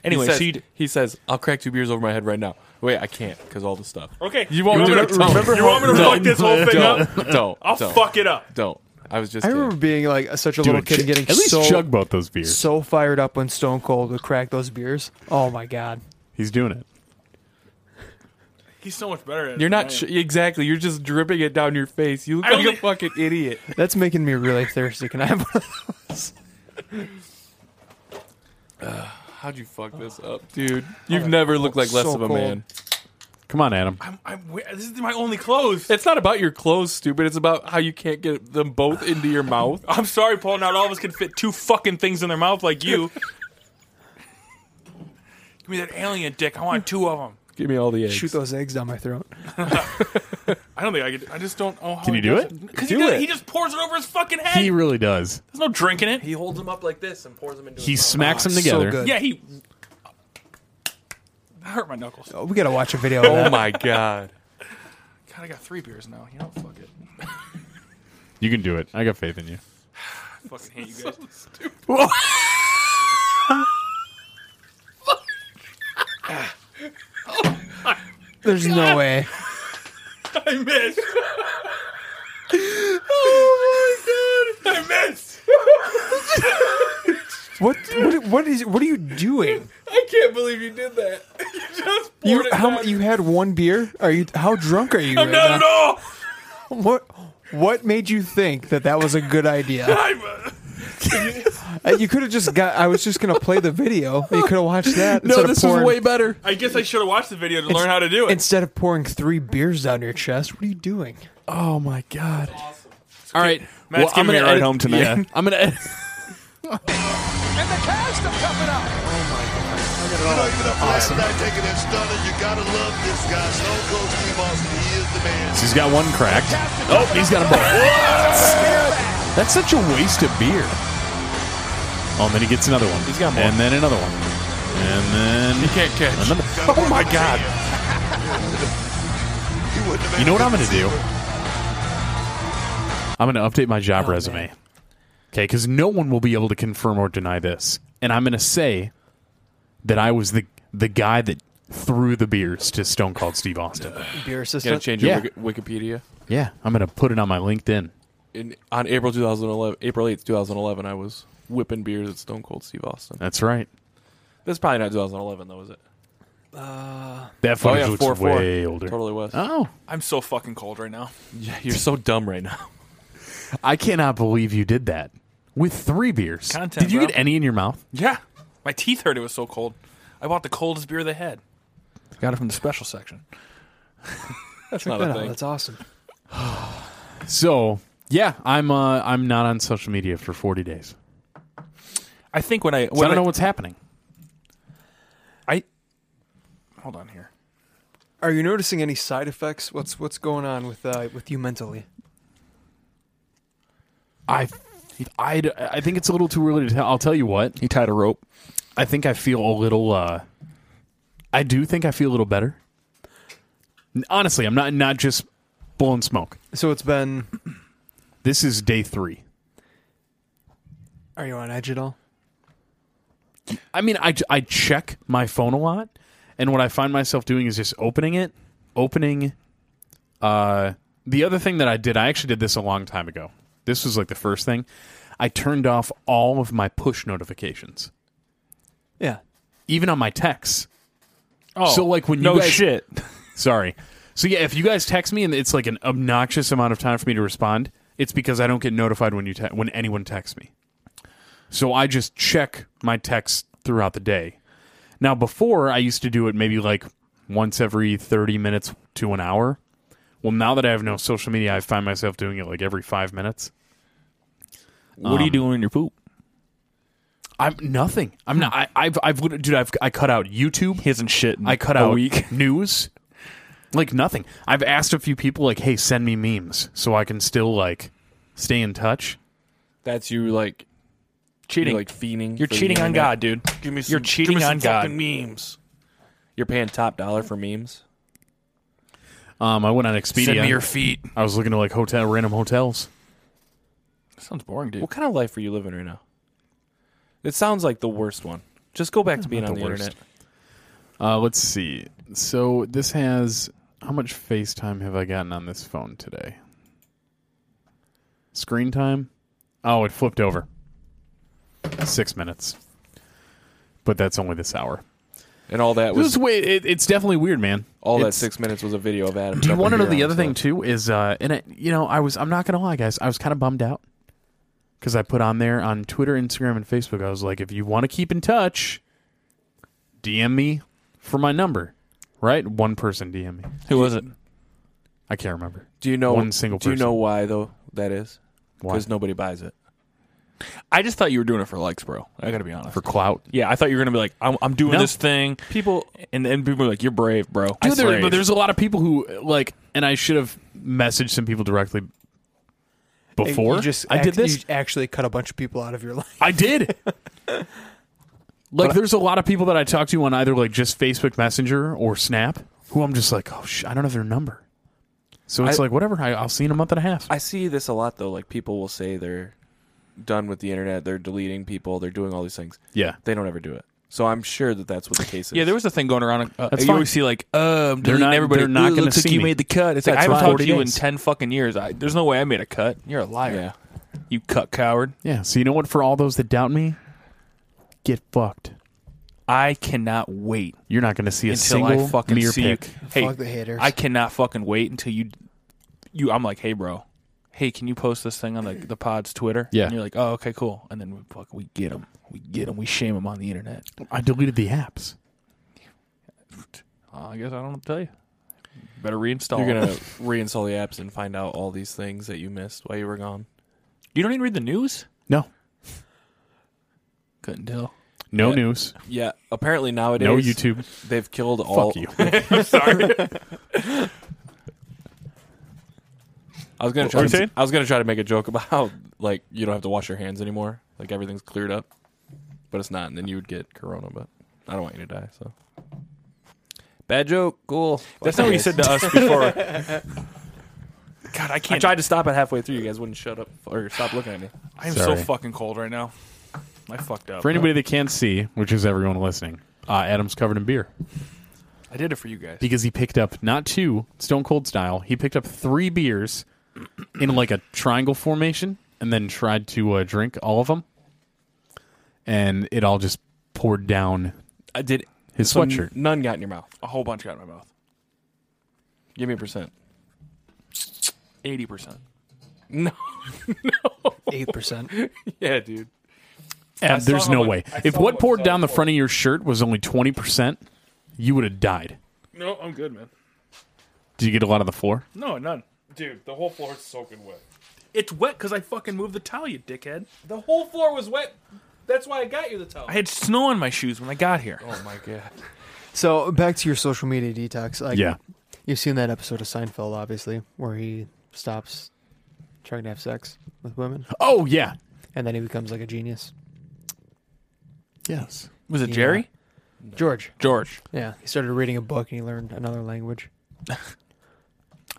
Speaker 5: Anyway,
Speaker 4: says,
Speaker 5: so you d-
Speaker 4: he says, I'll crack two beers over my head right now. Wait, I can't <laughs> because all the stuff.
Speaker 5: okay?
Speaker 4: You want me
Speaker 5: you
Speaker 4: to-
Speaker 5: want me to,
Speaker 4: remember-
Speaker 5: you want me to
Speaker 4: No.
Speaker 5: fuck this whole thing up?
Speaker 4: Don't. Don't.
Speaker 5: I'll
Speaker 4: don't,
Speaker 5: fuck it up.
Speaker 4: Don't. I was just
Speaker 3: I
Speaker 4: kidding.
Speaker 3: remember being like a- such a little
Speaker 2: Dude,
Speaker 3: kid and getting
Speaker 2: at least
Speaker 3: so
Speaker 2: chug both those beers.
Speaker 3: so fired up when Stone Cold would crack those beers. Oh my god!
Speaker 2: He's doing it.
Speaker 5: He's so much better. At it
Speaker 4: You're
Speaker 5: than I
Speaker 4: not
Speaker 5: am.
Speaker 4: sh- exactly. You're just dripping it down your face. You look
Speaker 5: I
Speaker 4: like a
Speaker 5: only-
Speaker 4: fucking idiot.
Speaker 3: That's making me really thirsty. Can I have? one?
Speaker 4: How'd you fuck this up, <laughs> dude? Oh, You've never looked like less
Speaker 3: so
Speaker 4: of a
Speaker 3: cold.
Speaker 4: man.
Speaker 2: Come on, Adam.
Speaker 5: I'm, I'm, we- this is my only clothes.
Speaker 4: It's not about your clothes, stupid. It's about how you can't get them both into your mouth.
Speaker 5: I'm sorry, Paul. Not all of us can fit two fucking things in their mouth like
Speaker 4: <laughs>
Speaker 5: you. Give me that alien dick. I want two of them.
Speaker 4: Give me all the eggs.
Speaker 3: Shoot those eggs down my throat.
Speaker 5: I don't think I could. I just don't know how.
Speaker 2: Can you do it?
Speaker 5: Because he,
Speaker 4: Do
Speaker 5: does-
Speaker 4: it.
Speaker 5: he just pours it over his fucking head.
Speaker 2: He really does.
Speaker 5: There's no drinking it.
Speaker 4: He holds them up like this and pours them into.
Speaker 2: He smacks them
Speaker 3: so
Speaker 2: together.
Speaker 3: good.
Speaker 5: yeah, he. I hurt my knuckles. God,
Speaker 3: Oh, we gotta watch a video. Of that.
Speaker 4: my god.
Speaker 5: I got three beers now. You know, fuck
Speaker 4: <laughs>
Speaker 5: it.
Speaker 2: You can do it. I got faith in you.
Speaker 5: I fucking hate <laughs> you guys.
Speaker 3: There's no way.
Speaker 5: I missed. <laughs> oh my god! I <laughs> missed.
Speaker 3: What? What, what is? What are you doing?
Speaker 4: I can't believe you did that. You just poured
Speaker 3: You
Speaker 4: it
Speaker 3: how
Speaker 4: down.
Speaker 3: you had one beer? Are you? How drunk are you? right
Speaker 5: Not
Speaker 3: now?
Speaker 5: at all.
Speaker 3: What? What made you think that that was a good idea?
Speaker 4: <laughs>
Speaker 5: <laughs> I'm,
Speaker 3: Uh, You could have just got. I was just gonna play the video. You could have watched that. No, instead of pouring,
Speaker 2: better.
Speaker 5: I guess I should have watched the video to learn how to do it.
Speaker 3: Instead of pouring three beers down your chest, what are you doing?
Speaker 2: Oh my god. All right.
Speaker 5: Matt's giving me a
Speaker 2: gonna
Speaker 5: ride
Speaker 2: edit-
Speaker 5: home tonight.
Speaker 4: <laughs>
Speaker 2: Yeah, I'm gonna. edit-
Speaker 9: Awesome. I take it and stun it. You gotta love this guy. Stone Cold Steve Austin. He is the man.
Speaker 2: he's got one cracked. Oh, he's got a ball. That's such a waste of beer. Oh, and then he gets another one. He's
Speaker 4: got more.
Speaker 2: And then another one. And then
Speaker 4: can't catch.
Speaker 2: another. Oh my god.
Speaker 9: He wouldn't have
Speaker 2: You
Speaker 9: made
Speaker 2: know what
Speaker 9: it.
Speaker 2: I'm going to do? I'm going to update my
Speaker 4: Oh,
Speaker 2: job resume. Okay, because no one will be able to confirm or deny this, and I'm going to say that I was the the guy that threw the beers to Stone Cold Steve Austin.
Speaker 3: Beer
Speaker 4: Gonna
Speaker 3: assistant.
Speaker 4: change your
Speaker 2: Yeah.
Speaker 4: Wiki- Wikipedia.
Speaker 2: Yeah, I'm going to put it on my LinkedIn.
Speaker 4: In, on April 2011, April 8th, 2011, I was whipping beers at Stone Cold Steve Austin.
Speaker 2: That's right.
Speaker 4: That's probably not 2011 though, is it?
Speaker 2: That
Speaker 4: Oh
Speaker 2: footage
Speaker 4: yeah,
Speaker 2: looks
Speaker 4: four four.
Speaker 2: way older.
Speaker 4: Totally was.
Speaker 2: Oh,
Speaker 5: I'm
Speaker 4: <laughs>
Speaker 5: so fucking cold right now.
Speaker 4: Yeah, you're so dumb right now. <laughs>
Speaker 2: I cannot believe you did that. with three beers.
Speaker 5: Content,
Speaker 2: Did you
Speaker 5: bro.
Speaker 2: get any in your mouth?
Speaker 5: Yeah. My teeth hurt. It was so cold. I bought the coldest beer they had. Got it from the special section. That's not a
Speaker 3: That out,
Speaker 5: thing.
Speaker 3: That's awesome.
Speaker 2: So yeah, I'm uh, I'm not on social media for 40 days.
Speaker 5: I think when I
Speaker 2: So I
Speaker 5: when
Speaker 2: don't
Speaker 5: I,
Speaker 2: know what's happening.
Speaker 5: I hold on here.
Speaker 3: Are you noticing any side effects? What's what's going on with uh, with you mentally?
Speaker 2: I I I think it's a little too early to tell. I'll tell you what.
Speaker 5: He tied a rope.
Speaker 2: I think I feel a little. Uh, I do think I feel a little better. N- Honestly, I'm not not just blowing smoke.
Speaker 3: So it's been.
Speaker 2: This is day three.
Speaker 3: Are you on edge at all?
Speaker 2: I mean, I, I check my phone a lot, and what I find myself doing is just opening it, opening. Uh, the other thing that I did, I actually did this a long time ago. This was like the first thing. I turned off all of my push notifications,
Speaker 3: Yeah.
Speaker 2: even on my texts.
Speaker 5: Oh,
Speaker 2: So, like, when you
Speaker 5: no
Speaker 2: guys-
Speaker 5: shit.
Speaker 2: Sorry. So yeah, if you guys text me and it's like an obnoxious amount of time for me to respond, it's because I don't get notified when you te- when anyone texts me. So I just check my texts throughout the day. Now before I used to do it maybe like once every 30 minutes to an hour. Well, now that I have no social media, I find myself doing it like every 5 minutes.
Speaker 5: What are you doing in your poop?
Speaker 2: I'm nothing. I'm not I I've I've lit- dude, I've I cut out YouTube.
Speaker 5: He hasn't shit. In
Speaker 2: I cut
Speaker 5: a
Speaker 2: out <laughs>
Speaker 5: week.
Speaker 2: news, like nothing. I've asked a few people, like, "Hey, send me memes so I can still like stay in touch."
Speaker 4: That's you like
Speaker 5: Cheating.
Speaker 4: You're like fiending.
Speaker 5: You're
Speaker 4: for the
Speaker 5: cheating on
Speaker 4: internet.
Speaker 5: God, dude.
Speaker 4: Give me some,
Speaker 5: You're cheating
Speaker 4: give me some
Speaker 5: on God.
Speaker 4: fucking Memes. You're paying top dollar for memes.
Speaker 2: Um, I went on
Speaker 5: Send me your
Speaker 2: Expedia.
Speaker 5: feet.
Speaker 2: I was looking at like hotel, random hotels.
Speaker 5: Sounds boring, dude.
Speaker 4: What kind of life are you living right now? It sounds like the worst one. Just go back to being on
Speaker 2: the
Speaker 4: the,
Speaker 2: worst.
Speaker 4: internet.
Speaker 2: Uh, let's see. So this has how much FaceTime have I gotten on this phone today? Screen time? Oh, it flipped over. Six minutes. But that's only this hour.
Speaker 4: And all that
Speaker 2: It was,
Speaker 4: was
Speaker 2: wait, it, it's definitely weird, man.
Speaker 4: all that
Speaker 2: It's-
Speaker 4: six minutes was a video of Adam.
Speaker 2: Do you
Speaker 4: jumping
Speaker 2: want to know the
Speaker 4: around
Speaker 2: other
Speaker 4: and
Speaker 2: thing
Speaker 4: stuff.
Speaker 2: too? Is uh, and it, you know, I was I'm not gonna lie, guys, I was kind of bummed out because I put on there on Twitter, Instagram, and Facebook. I was like, if you want to keep in touch, DM me for my number. Right, one person DM me.
Speaker 5: Who was it?
Speaker 2: I can't remember.
Speaker 4: Do you know
Speaker 2: one single
Speaker 4: Do you
Speaker 2: person.
Speaker 4: know why though that is?
Speaker 2: Why?
Speaker 4: Because nobody buys it.
Speaker 5: I just thought you were doing it for likes, bro. I gotta be honest.
Speaker 2: For clout,
Speaker 5: yeah, I thought you were gonna be like, I'm, I'm doing
Speaker 2: No.
Speaker 5: this thing,
Speaker 4: People
Speaker 5: and then people were like, you're brave, bro.
Speaker 2: Dude, there-
Speaker 5: Brave.
Speaker 2: but there's a lot of people who like, and I should have messaged some people directly before.
Speaker 3: You just
Speaker 2: I did
Speaker 3: act- you
Speaker 2: this.
Speaker 3: actually cut a bunch of people out of your life.
Speaker 2: I did. like, there's a lot of people that I talk to on either like just Facebook Messenger or Snap, who I'm just like, oh, sh- I don't have their number. So it's
Speaker 4: I-
Speaker 2: like whatever. I, I'll see in a month and a half.
Speaker 4: I see this a lot though. Like people will say they're done with the internet. They're deleting people. They're doing all these things.
Speaker 2: yeah,
Speaker 4: They don't ever do it. So I'm sure that that's what the case is.
Speaker 5: <laughs> yeah, there was a thing going around. Uh,
Speaker 2: That's
Speaker 5: you
Speaker 2: fine.
Speaker 5: always see like, um,
Speaker 2: They're
Speaker 5: they're
Speaker 2: not-
Speaker 5: not everybody.
Speaker 2: they're not
Speaker 5: "Ooh,
Speaker 2: gonna
Speaker 5: looks like
Speaker 2: see
Speaker 5: you
Speaker 2: me."
Speaker 5: made the cut. It's like I
Speaker 2: That's
Speaker 5: haven't
Speaker 2: fine.
Speaker 5: talked to you
Speaker 2: 40
Speaker 5: in
Speaker 2: days.
Speaker 5: ten fucking years. I, there's no way I made a cut. You're a liar.
Speaker 4: Yeah.
Speaker 5: You cut coward.
Speaker 2: yeah. So you know what? For all those that doubt me, get fucked.
Speaker 5: I cannot wait
Speaker 2: You're not going to see a
Speaker 5: until
Speaker 2: single
Speaker 5: I fucking
Speaker 2: mere
Speaker 5: see
Speaker 2: pic.
Speaker 5: you. Hey,
Speaker 3: Fuck the haters.
Speaker 5: I cannot fucking wait until you. You, I'm like, hey, bro. Hey, can you post this thing on like the pod's Twitter?
Speaker 2: Yeah.
Speaker 5: And you're like, oh, okay, cool. And then we fuck, we get them. We get them. We shame them on the internet.
Speaker 2: I deleted the apps.
Speaker 5: Uh, I guess I don't know what to tell you. Better reinstall.
Speaker 4: You're
Speaker 5: 'em. <laughs>
Speaker 4: gonna reinstall the apps and find out all these things that you missed while you were gone.
Speaker 5: You don't even read the news.
Speaker 4: <laughs>
Speaker 2: No,
Speaker 5: Couldn't tell.
Speaker 2: no
Speaker 4: Yeah.
Speaker 2: news,
Speaker 4: Yeah. Apparently nowadays,
Speaker 2: no YouTube.
Speaker 4: They've killed all.
Speaker 2: Fuck you.
Speaker 4: I was gonna
Speaker 5: were
Speaker 4: try.
Speaker 5: you
Speaker 4: To,
Speaker 5: saying?
Speaker 4: I was gonna try to make a joke about how like you don't have to wash your hands anymore. Like everything's cleared up, but it's not, and then you would get corona. But I don't want you to die. So bad joke. Cool.
Speaker 5: That's not what you said to us <laughs> before. God, I
Speaker 4: I
Speaker 5: can't.
Speaker 4: tried to stop it halfway through. You guys wouldn't shut up or stop looking at me.
Speaker 5: I am
Speaker 2: Sorry.
Speaker 5: so fucking cold right now. I fucked up.
Speaker 2: For anybody that can't see, which is everyone listening, uh, Adam's covered in beer.
Speaker 5: I did it for you guys.
Speaker 2: because he picked up not two Stone Cold style. He picked up three beers in like a triangle formation, and then tried to uh, drink all of them, and it all just poured down
Speaker 4: I did.
Speaker 2: his
Speaker 4: So
Speaker 2: sweatshirt.
Speaker 4: none got in your mouth.
Speaker 5: A whole bunch got in my mouth.
Speaker 4: Give me a percent.
Speaker 5: Eighty percent.
Speaker 4: No.
Speaker 3: <laughs> eight percent.
Speaker 4: <laughs> yeah, dude.
Speaker 2: Ab,
Speaker 4: saw
Speaker 2: there's
Speaker 4: how
Speaker 2: no
Speaker 4: much-
Speaker 2: way.
Speaker 4: I
Speaker 2: If
Speaker 4: saw how
Speaker 2: what
Speaker 4: much
Speaker 2: poured
Speaker 4: that
Speaker 2: down the
Speaker 4: poured.
Speaker 2: front of your shirt was only 20%, you would have died.
Speaker 5: No, I'm good, man.
Speaker 2: Did you get a lot on the floor?
Speaker 5: No, none.
Speaker 4: Dude, the whole floor is soaking wet.
Speaker 5: It's wet because I fucking moved the towel, you dickhead.
Speaker 4: The whole floor was wet. That's why I got you the towel.
Speaker 5: I had snow on my shoes when I got here.
Speaker 4: oh my god.
Speaker 3: So back to your social media detox. Like,
Speaker 2: Yeah.
Speaker 3: You've seen that episode of Seinfeld, obviously, where he stops trying to have sex with women,
Speaker 2: Oh, yeah.
Speaker 3: and then he becomes like a genius.
Speaker 2: Yes.
Speaker 5: Was it
Speaker 3: Yeah.
Speaker 5: Jerry?
Speaker 3: George.
Speaker 5: George.
Speaker 3: Yeah, he started reading a book and he learned another language.
Speaker 2: I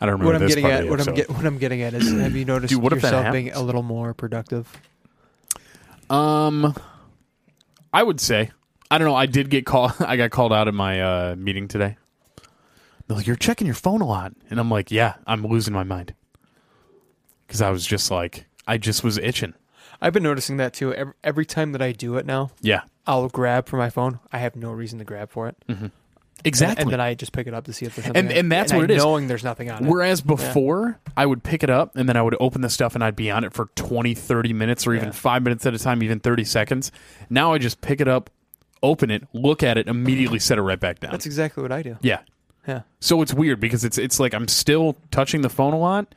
Speaker 2: don't remember
Speaker 3: What I'm
Speaker 2: this
Speaker 3: getting
Speaker 2: part of
Speaker 3: at,
Speaker 2: the
Speaker 3: what I'm,
Speaker 2: episode.
Speaker 3: get, what I'm getting at is,
Speaker 2: <clears throat>
Speaker 3: have you noticed
Speaker 2: Dude, what if that
Speaker 3: yourself being a
Speaker 2: happens?
Speaker 3: little more productive?
Speaker 2: Um, I would say I don't know. I did get called. <laughs> I got called out at my uh, meeting today. They're like, "You're checking your phone a lot," and I'm like, "Yeah, I'm losing my mind." Because I was just like, I just was itching.
Speaker 3: I've been noticing that too. Every, every time that I do it now,
Speaker 2: Yeah,
Speaker 3: I'll grab for my phone. I have no reason to grab for it,
Speaker 2: exactly.
Speaker 3: and then I just pick it up to see if there's something.
Speaker 2: Mm-hmm. And-
Speaker 3: on it.
Speaker 2: and that's what
Speaker 3: I-
Speaker 2: it is.
Speaker 3: Knowing there's nothing on it.
Speaker 2: Whereas before, I would pick it up and then I would open the stuff and I'd be on it for 20, 30 minutes or even
Speaker 3: Yeah.
Speaker 2: five minutes at a time, even 30 seconds. Now I just pick it up, open it, look at it, immediately set it right back down.
Speaker 3: that's exactly what I do.
Speaker 2: yeah.
Speaker 3: Yeah.
Speaker 2: So it's weird because it's it's like I'm still touching the phone a lot,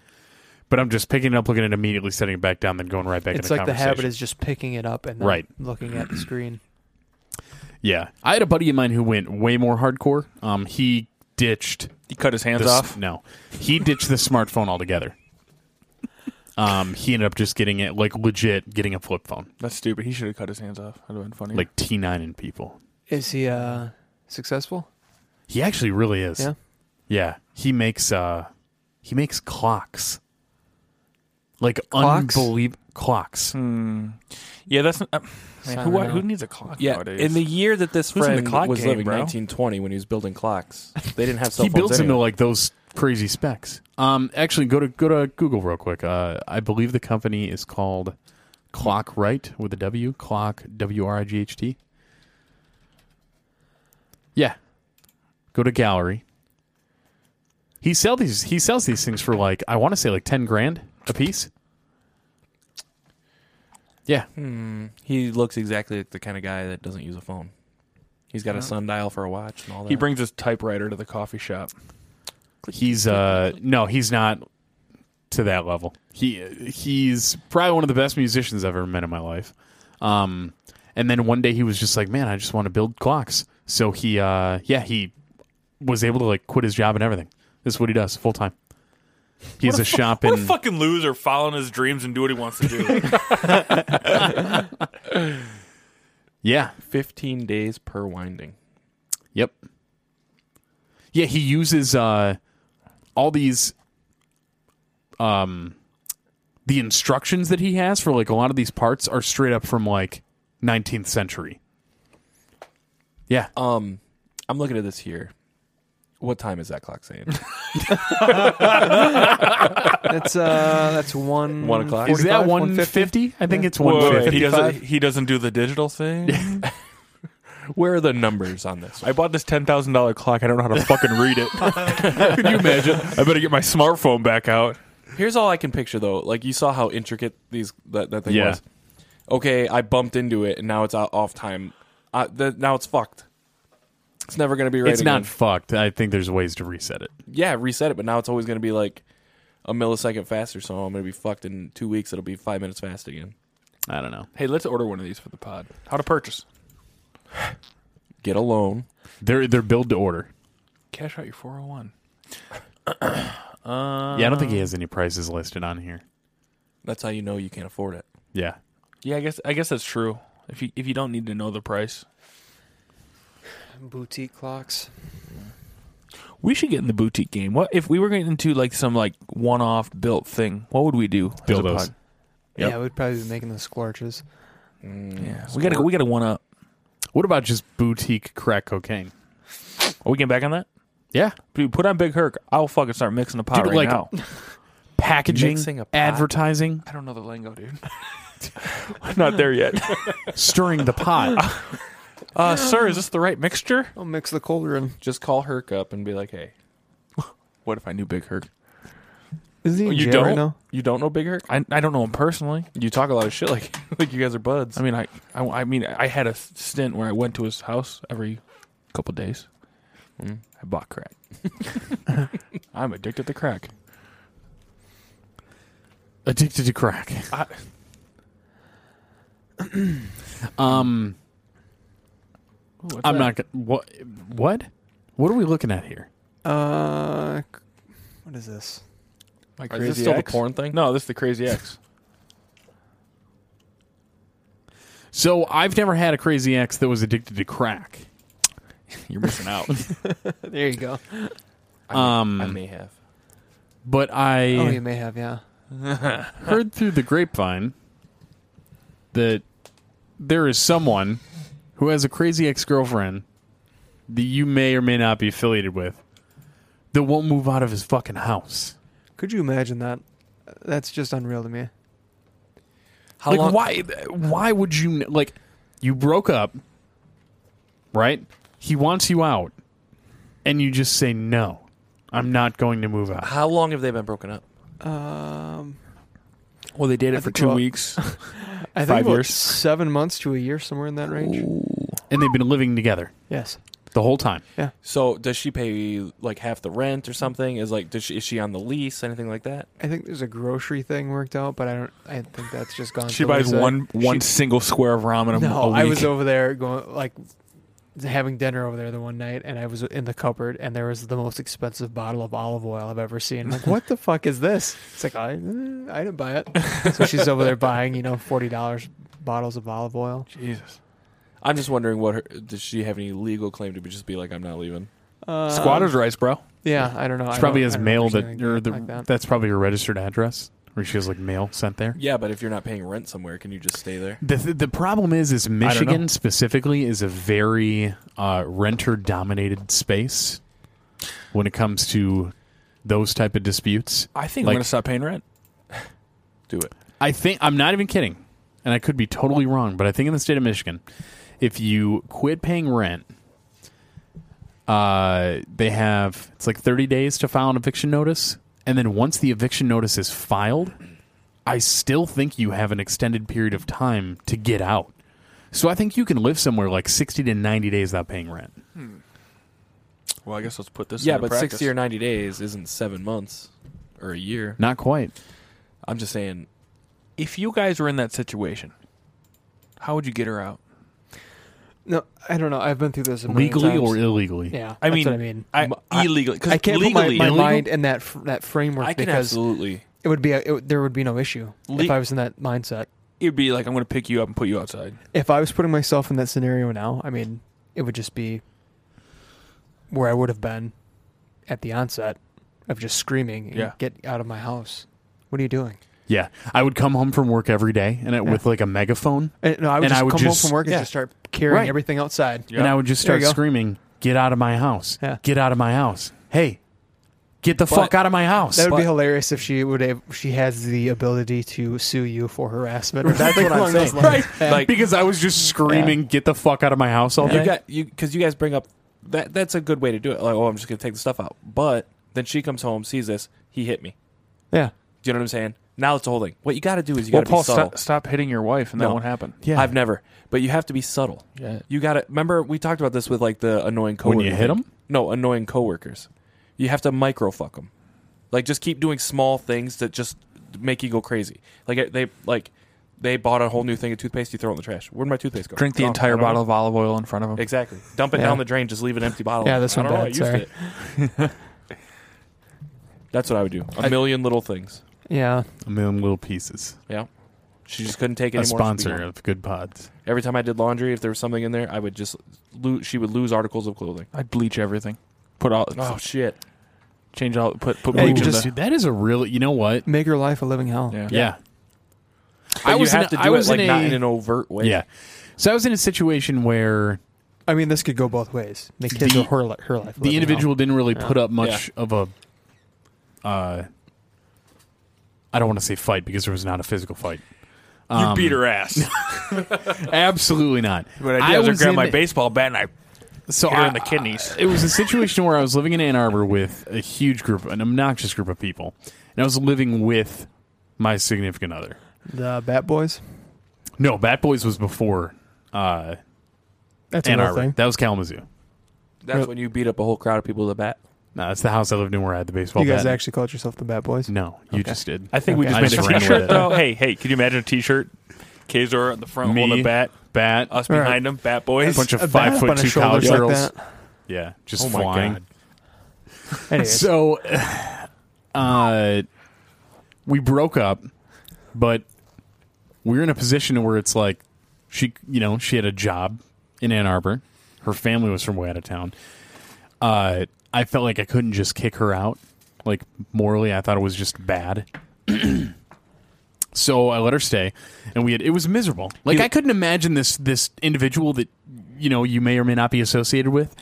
Speaker 2: but I'm just picking it up, looking at it immediately, setting it back down, then going right back.
Speaker 3: It's
Speaker 2: into
Speaker 3: like the habit
Speaker 2: conversation.
Speaker 3: is just picking it up and then
Speaker 2: Right.
Speaker 3: looking at the screen.
Speaker 2: Yeah, I had a buddy of mine who went way more hardcore. Um, he ditched
Speaker 5: He cut his hands
Speaker 2: the s-
Speaker 5: off.
Speaker 2: No, he ditched the smartphone altogether. Um, he ended up just getting it like legit, getting a flip phone,
Speaker 5: That's stupid. He should have cut his hands off. That'd have been funny.
Speaker 2: like T nine and people.
Speaker 3: Is he uh, successful?
Speaker 2: He actually really is.
Speaker 3: Yeah.
Speaker 2: Yeah. He makes uh, he makes clocks. Like
Speaker 3: Clocks?
Speaker 2: unbelievable clocks.
Speaker 5: yeah, that's not, uh, man, who,
Speaker 3: Sound.
Speaker 5: who needs a clock
Speaker 4: Yeah,
Speaker 5: nowadays?
Speaker 4: in the year that this
Speaker 5: Who's in the
Speaker 4: friend
Speaker 5: clock
Speaker 4: was
Speaker 5: game,
Speaker 4: living,
Speaker 5: bro?
Speaker 4: 1920, when he was building
Speaker 5: <laughs>
Speaker 4: clocks, they didn't have cell
Speaker 2: he
Speaker 4: phones.
Speaker 2: builds into
Speaker 4: anyway.
Speaker 2: like those crazy specs. Um, actually, go to go to Google real quick. Uh, I believe the company is called Clock Right with a W. Clock W R I G H T. Yeah, go to gallery. He sell these. He sells these things for like I want to say like ten grand a piece. Yeah,
Speaker 4: he looks exactly like the kind of guy that doesn't use a phone. He's got a sundial for a watch and all that.
Speaker 5: he brings his typewriter to the coffee shop.
Speaker 2: he's uh no, he's not to that level. He he's probably one of the best musicians I've ever met in my life. Um, and then one day he was just like, man, I just want to build clocks. So he uh yeah he was able to like quit his job and everything. This is what he does full time. He has a, shop
Speaker 5: What
Speaker 2: in
Speaker 5: a fucking loser following his dreams and do what he wants to do.
Speaker 2: yeah
Speaker 4: 15 days per winding.
Speaker 2: Yep. Yeah, he uses uh, all these, um, the instructions that he has for like a lot of these parts are straight up from like 19th century. Yeah,
Speaker 4: Um, <laughs> I'm looking at this here. What time is that clock saying?
Speaker 3: That's uh,
Speaker 2: <laughs>
Speaker 3: that's one
Speaker 4: One o'clock?
Speaker 2: is that
Speaker 3: 45, 150?
Speaker 2: 150? I think it's
Speaker 5: Wait, wait,
Speaker 2: 150.
Speaker 5: wait, he doesn't.
Speaker 3: 55?
Speaker 5: He doesn't do the digital thing. <laughs>
Speaker 4: Where are the numbers on this?
Speaker 5: I bought this ten thousand dollar clock. I don't know how to fucking read <laughs> it. Can you imagine? I better get my smartphone back out.
Speaker 4: Here's all I can picture though. Like you saw how intricate these that, that thing
Speaker 2: Yeah.
Speaker 4: was. Okay, I bumped into it and now it's out off time. Uh, th- now it's fucked. It's never gonna be right.
Speaker 2: It's not
Speaker 4: again.
Speaker 2: fucked. I think there's ways to reset it.
Speaker 4: yeah, reset it, but now it's always gonna be like a millisecond faster. So I'm gonna be fucked in two weeks. It'll be five minutes fast again.
Speaker 2: I don't know.
Speaker 5: Hey, let's order one of these for the pod. How to purchase?
Speaker 4: Get a loan.
Speaker 2: They're they're build to order.
Speaker 5: Cash out your four hundred one.
Speaker 2: yeah, I don't think he has any prices listed on here.
Speaker 4: Uh. That's how you know you can't afford it.
Speaker 2: Yeah,
Speaker 5: Yeah, I guess I guess that's true. If you if you don't need to know the price,
Speaker 3: Boutique clocks.
Speaker 5: we should get in the boutique game. What if we were getting into like some like one off built thing? What would we do? as a
Speaker 2: Dildos.
Speaker 5: pod?
Speaker 2: Yep.
Speaker 3: Yeah, we'd probably be making the scorches.
Speaker 5: Yeah, we gotta we gotta one up.
Speaker 2: What about just boutique crack cocaine?
Speaker 5: Are we getting back on that?
Speaker 2: Yeah,
Speaker 5: Dude, put on Big Herc. I'll fucking start mixing a pot
Speaker 2: Dude,
Speaker 5: right
Speaker 2: like-
Speaker 5: now.
Speaker 2: packaging,
Speaker 4: Mixing a pot.
Speaker 2: advertising,
Speaker 5: I don't know the lingo, dude. I'm <laughs> not there yet.
Speaker 2: stirring the pot.
Speaker 5: <laughs>
Speaker 2: <laughs>
Speaker 5: Uh, sir, is this the right mixture?
Speaker 3: I'll mix the cauldron.
Speaker 5: <laughs>
Speaker 4: Just call Herc up and be like, hey.
Speaker 5: What if I knew Big Herc?
Speaker 3: Is he in
Speaker 4: you
Speaker 3: jail
Speaker 4: don't
Speaker 3: right now?
Speaker 4: you don't know Big Hurt?
Speaker 5: I, I don't know him personally.
Speaker 4: You talk a lot of shit like
Speaker 3: <laughs>
Speaker 4: like you guys are buds.
Speaker 5: I mean, I, I, I mean, I had a stint where I went to his house every couple days.
Speaker 4: Mm-hmm.
Speaker 5: I bought crack. <laughs> I'm addicted to crack.
Speaker 2: Addicted to crack. <clears throat> um, I'm not. Gonna, what? What? What are we looking at here?
Speaker 3: Uh, c- what is this?
Speaker 5: Like
Speaker 4: is this still the porn thing?
Speaker 5: No, this is the Crazy X.
Speaker 2: So I've never had a crazy ex that was addicted to <laughs> crack.
Speaker 5: You're missing out.
Speaker 3: There you go.
Speaker 2: Um,
Speaker 4: I may have.
Speaker 2: but I
Speaker 3: Oh, you may have, yeah.
Speaker 2: heard through the grapevine that there is someone who has a crazy ex girlfriend that you may or may not be affiliated with that won't move out of his fucking house.
Speaker 3: Could you imagine that? That's just unreal to me.
Speaker 4: How
Speaker 2: like
Speaker 4: long?
Speaker 2: why why would you like you broke up right he wants you out and you just say no i'm not going to move out
Speaker 4: How long have they been broken up?
Speaker 3: Um,
Speaker 5: Well, they did
Speaker 3: I
Speaker 5: it for
Speaker 3: think
Speaker 5: two
Speaker 3: about-
Speaker 5: weeks.
Speaker 3: I think
Speaker 5: Five
Speaker 3: about
Speaker 5: years.
Speaker 3: seven months to a year, somewhere in that range.
Speaker 2: and they've been living together
Speaker 3: Yes.
Speaker 2: the whole time
Speaker 4: So does she pay like half the rent or something? Is like does she is she on the lease? Anything like that?
Speaker 3: I think there's a grocery thing worked out, but I don't. I think that's just gone.
Speaker 5: She
Speaker 3: to
Speaker 5: buys
Speaker 3: Lisa.
Speaker 5: one one single square of ramen a,
Speaker 3: No,
Speaker 5: a week.
Speaker 3: I was uh, over there going like having dinner over there the one night, and I was in the cupboard, and there was the most expensive bottle of olive oil I've ever seen. I'm like, what the fuck is this? It's like I, I didn't buy it. So she's over there buying, you know, forty dollars bottles of olive oil.
Speaker 5: Jesus.
Speaker 4: I'm just wondering what her, does she have any legal claim to be just be like I'm not leaving?
Speaker 3: Uh,
Speaker 5: Squatters' rights, bro.
Speaker 3: Yeah, I don't know.
Speaker 2: she
Speaker 3: I
Speaker 2: probably
Speaker 3: don't-
Speaker 2: has
Speaker 3: I don't
Speaker 2: mail that
Speaker 3: understand
Speaker 2: or the,
Speaker 3: like that.
Speaker 2: that's probably her registered address where she has like mail sent there
Speaker 4: Yeah, but if you're not paying rent somewhere, can you just stay there?
Speaker 2: the, the problem is is michigan specifically is a very uh, renter dominated space when it comes to those type of disputes
Speaker 5: I think
Speaker 2: Like-
Speaker 5: I'm gonna stop paying rent.
Speaker 4: Do it.
Speaker 2: I think I'm not even kidding, and I could be totally wrong, but I think in the state of Michigan, if you quit paying rent, uh, they have it's like 30 days to file an eviction notice, and then once the eviction notice is filed, I still think you have an extended period of time to get out. So I think you can live somewhere like 60 to 90 days without paying rent.
Speaker 5: Well, I guess let's put this.
Speaker 4: yeah,
Speaker 5: into
Speaker 4: but
Speaker 5: practice.
Speaker 4: sixty or ninety days isn't seven months or a year.
Speaker 2: Not quite.
Speaker 4: I'm just saying.
Speaker 5: if you guys were in that situation, how would you get her out?
Speaker 3: No, I don't know. I've been through this a million
Speaker 2: Legally
Speaker 3: times.
Speaker 2: or illegally?
Speaker 3: yeah.
Speaker 5: I
Speaker 3: that's
Speaker 5: mean,
Speaker 3: what I mean.
Speaker 5: I,
Speaker 4: I-
Speaker 5: illegally. 'cause
Speaker 3: I can't
Speaker 5: legally,
Speaker 3: put my, my
Speaker 2: illegal?
Speaker 3: mind in that f- that framework
Speaker 4: I can
Speaker 3: because
Speaker 4: absolutely.
Speaker 3: it would be a, it, would- there would be no issue if
Speaker 5: Le-
Speaker 3: I was in that mindset.
Speaker 5: it'd be like I'm gonna pick you up and put you outside.
Speaker 3: If I was putting myself in that scenario now, I mean, it would just be where I would have been at the onset of just screaming, and
Speaker 5: Yeah.
Speaker 3: "Get out of my house! What are you doing?"
Speaker 2: Yeah. I would come home from work every day and it, with
Speaker 3: Yeah.
Speaker 2: like a megaphone,
Speaker 3: And, no, I would
Speaker 2: And
Speaker 3: just
Speaker 2: I would
Speaker 3: come
Speaker 2: just-
Speaker 3: home from work and
Speaker 2: yeah.
Speaker 3: just start carrying
Speaker 2: Right.
Speaker 3: everything outside.
Speaker 5: Yeah.
Speaker 2: and I would just
Speaker 3: There
Speaker 2: start
Speaker 3: you go.
Speaker 2: screaming, "Get out of my house!
Speaker 3: Yeah.
Speaker 2: Get out of my house! Hey, get the fuck out of my house!"
Speaker 3: That would be hilarious if she would have, she has the ability to sue you for harassment. Or
Speaker 4: That's
Speaker 3: something
Speaker 4: what I'm
Speaker 3: along those
Speaker 4: saying.
Speaker 3: lines. Yeah.
Speaker 4: Like
Speaker 2: because I was just screaming, "Get the fuck out of my house!" all
Speaker 4: you
Speaker 2: day.
Speaker 4: got you because you guys bring up that that's a good way to do it. Like, oh, I'm just gonna take the stuff out. But then she comes home, sees this, he hit me.
Speaker 3: yeah.
Speaker 4: Do you know what I'm saying? Now it's a whole thing. What you got to do is you
Speaker 5: Well,
Speaker 4: got to
Speaker 5: Paul,
Speaker 4: be subtle.
Speaker 5: stop, stop hitting your wife, and that
Speaker 4: No.
Speaker 5: won't happen.
Speaker 2: yeah.
Speaker 4: I've never, but you have to be subtle.
Speaker 5: Yeah.
Speaker 4: You got to remember we talked about this with like the annoying coworkers.
Speaker 2: you hit 'em?
Speaker 4: No, annoying coworkers. You have to micro fuck them. Like just keep doing small things that just make you go crazy. Like they like they bought a whole new thing of toothpaste. You throw it in the trash. Where'd my toothpaste go?
Speaker 5: Drink the
Speaker 4: Oh, I
Speaker 5: entire
Speaker 4: don't know.
Speaker 5: bottle of olive oil in front of him.
Speaker 4: Exactly. Dump it
Speaker 3: Yeah.
Speaker 4: down the drain. Just leave an empty bottle.
Speaker 3: Yeah, this
Speaker 4: I
Speaker 3: one
Speaker 4: don't know,
Speaker 3: bad,
Speaker 4: I used
Speaker 3: sorry.
Speaker 4: it. That's what I would do. A million little things.
Speaker 3: Yeah.
Speaker 2: a million little pieces.
Speaker 4: Yeah. She just couldn't take it
Speaker 2: A
Speaker 4: anymore. She'd be
Speaker 2: sponsor
Speaker 4: gone.
Speaker 2: of Good Pods.
Speaker 4: Every time I did laundry, if there was something in there, I would just lose. She would lose articles of clothing.
Speaker 5: I'd bleach everything. Put all
Speaker 4: Oh shit!
Speaker 5: change all put put
Speaker 3: Yeah, you
Speaker 5: bleach in
Speaker 3: just-
Speaker 5: <laughs> the
Speaker 2: Dude, that is a really. You know what?
Speaker 3: Make your life a living hell.
Speaker 5: yeah.
Speaker 2: Yeah.
Speaker 4: But you have
Speaker 2: in-
Speaker 4: to do
Speaker 2: I was
Speaker 4: it like
Speaker 2: in
Speaker 4: not
Speaker 2: a-
Speaker 4: in an overt way.
Speaker 2: yeah. So I was in a situation where
Speaker 3: I mean, this could go both ways. Make his
Speaker 2: The-
Speaker 3: or her, li- her life.
Speaker 2: the
Speaker 3: living
Speaker 2: individual didn't really put up much
Speaker 4: Yeah.
Speaker 2: of a uh I don't want to say fight because there was not a physical fight. Um,
Speaker 5: ass.
Speaker 2: Absolutely not.
Speaker 5: what <laughs> I did was I
Speaker 2: was
Speaker 5: grabbed
Speaker 2: in-
Speaker 5: my baseball bat and I
Speaker 2: so
Speaker 5: Hit her
Speaker 2: I-
Speaker 5: in the kidneys.
Speaker 2: I- it was a situation where I was living in Ann Arbor with a huge group, an obnoxious group of people, and I was living with my significant other.
Speaker 3: The Bat Boys.
Speaker 2: No, Bat Boys was before uh,
Speaker 3: That's
Speaker 2: Ann
Speaker 3: another
Speaker 2: Arbor.
Speaker 3: thing.
Speaker 2: That was Kalamazoo.
Speaker 4: That's when you beat up a whole crowd of people with a bat.
Speaker 2: No, that's the house I lived in where I had the baseball.
Speaker 3: you guys
Speaker 2: bat.
Speaker 3: actually called yourself the Bat Boys.
Speaker 2: No, you just did.
Speaker 5: I think we
Speaker 3: Okay.
Speaker 5: just
Speaker 2: I
Speaker 5: made
Speaker 2: just
Speaker 5: a
Speaker 2: ran with
Speaker 5: T-shirt
Speaker 2: it.
Speaker 5: though. <laughs> Hey, hey, could you imagine a T-shirt? Kazor on the front
Speaker 2: Me,
Speaker 5: holding a bat,
Speaker 2: bat,
Speaker 5: us
Speaker 3: Right.
Speaker 5: behind him, bat boys.
Speaker 2: a bunch of
Speaker 3: A bat
Speaker 2: five
Speaker 3: up on
Speaker 2: foot
Speaker 3: his
Speaker 2: two college
Speaker 3: shoulders like
Speaker 2: girls.
Speaker 3: that.
Speaker 2: Yeah, just
Speaker 4: Oh my
Speaker 2: flying.
Speaker 4: God.
Speaker 3: Anyways,
Speaker 2: So, <sighs> uh, we broke up, but we were in a position where it's like she, you know, she had a job in Ann Arbor. Her family was from way out of town. Uh, I felt like I couldn't just kick her out. Like morally, I thought it was just bad. <clears throat> so I let her stay, and we had it was miserable. Like I couldn't imagine this this individual that you know you may or may not be associated with,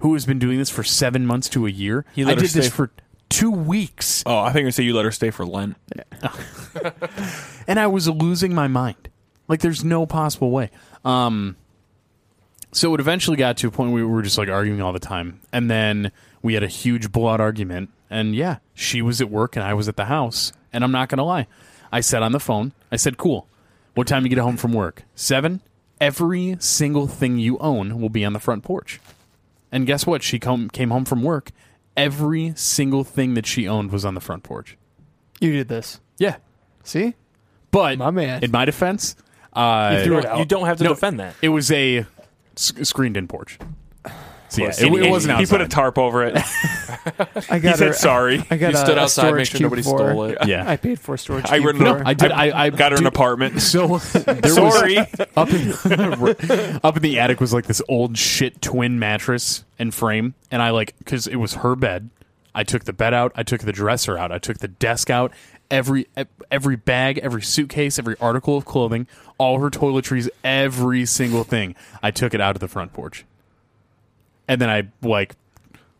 Speaker 2: who has been doing this for seven months to a year.
Speaker 5: He let
Speaker 2: I
Speaker 5: her
Speaker 2: did this
Speaker 5: stay-
Speaker 2: for two weeks,
Speaker 5: Oh, I think you're gonna say you let her stay for Lent.
Speaker 2: and I was losing my mind. Like there's no possible way. Um, so it eventually got to a point where we were just like arguing all the time, and then we had a huge blowout argument. And yeah, she was at work and I was at the house. And I'm not gonna lie, I said on the phone, I said, "Cool, what time you get home from work? Seven. Every single thing you own will be on the front porch." And guess what? She come, came home from work. Every single thing that she owned was on the front porch.
Speaker 3: you did this.
Speaker 2: Yeah,
Speaker 3: See,
Speaker 2: But
Speaker 3: My man.
Speaker 2: in my defense, uh,
Speaker 4: You don't- you don't have to
Speaker 2: No.
Speaker 4: defend that.
Speaker 2: it was a sc- screened-in porch. So yeah, it,
Speaker 4: And-
Speaker 2: it
Speaker 4: and
Speaker 2: wasn't
Speaker 5: He
Speaker 2: outside.
Speaker 5: put a tarp over <laughs> it.
Speaker 3: I got
Speaker 5: he
Speaker 3: her-
Speaker 5: said sorry.
Speaker 3: I got
Speaker 4: You
Speaker 3: a,
Speaker 4: stood
Speaker 3: a
Speaker 4: outside, make
Speaker 3: storage
Speaker 4: sure
Speaker 3: cube
Speaker 4: nobody
Speaker 3: for her.
Speaker 4: stole it.
Speaker 2: yeah,
Speaker 3: <laughs> I paid for a storage
Speaker 5: I
Speaker 3: cube
Speaker 5: wouldn't-
Speaker 3: for
Speaker 5: no,
Speaker 3: her.
Speaker 2: I did. I, I
Speaker 5: <laughs> Got her an
Speaker 2: dude,
Speaker 5: apartment.
Speaker 2: So <laughs> there
Speaker 5: Sorry.
Speaker 2: was up in <laughs> up in the attic was like this old shit twin mattress and frame, and I like because it was her bed. I took the bed out. I took the dresser out. I took the desk out. Every e, every bag, every suitcase, every article of clothing, all her toiletries, every single thing. I took it out of the front porch, and then I like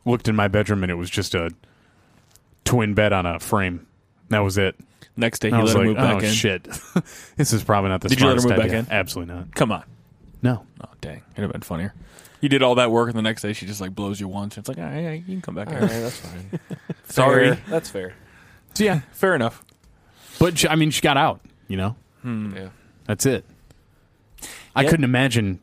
Speaker 2: looked in my bedroom, and it was just a twin bed on a frame. That was it.
Speaker 5: Next day, he
Speaker 2: I
Speaker 5: let
Speaker 2: was
Speaker 5: her
Speaker 2: like,
Speaker 5: move back
Speaker 2: oh
Speaker 5: in.
Speaker 2: shit, <laughs> this is probably not the
Speaker 5: Did you let her
Speaker 2: smartest
Speaker 5: move back
Speaker 2: idea.
Speaker 5: in?
Speaker 2: Absolutely not.
Speaker 5: Come on.
Speaker 2: No,
Speaker 5: Oh dang, it'd have been funnier. You did all that work, and the next day she just like blows you once. It's like, all right, all right, you can come back. in.
Speaker 4: that's fine.
Speaker 5: <laughs> Sorry.
Speaker 4: That's fair.
Speaker 5: So, yeah, fair enough.
Speaker 2: but she, I mean, she got out. You know,
Speaker 5: Hmm.
Speaker 4: Yeah.
Speaker 2: that's it. I
Speaker 4: Yeah.
Speaker 2: couldn't imagine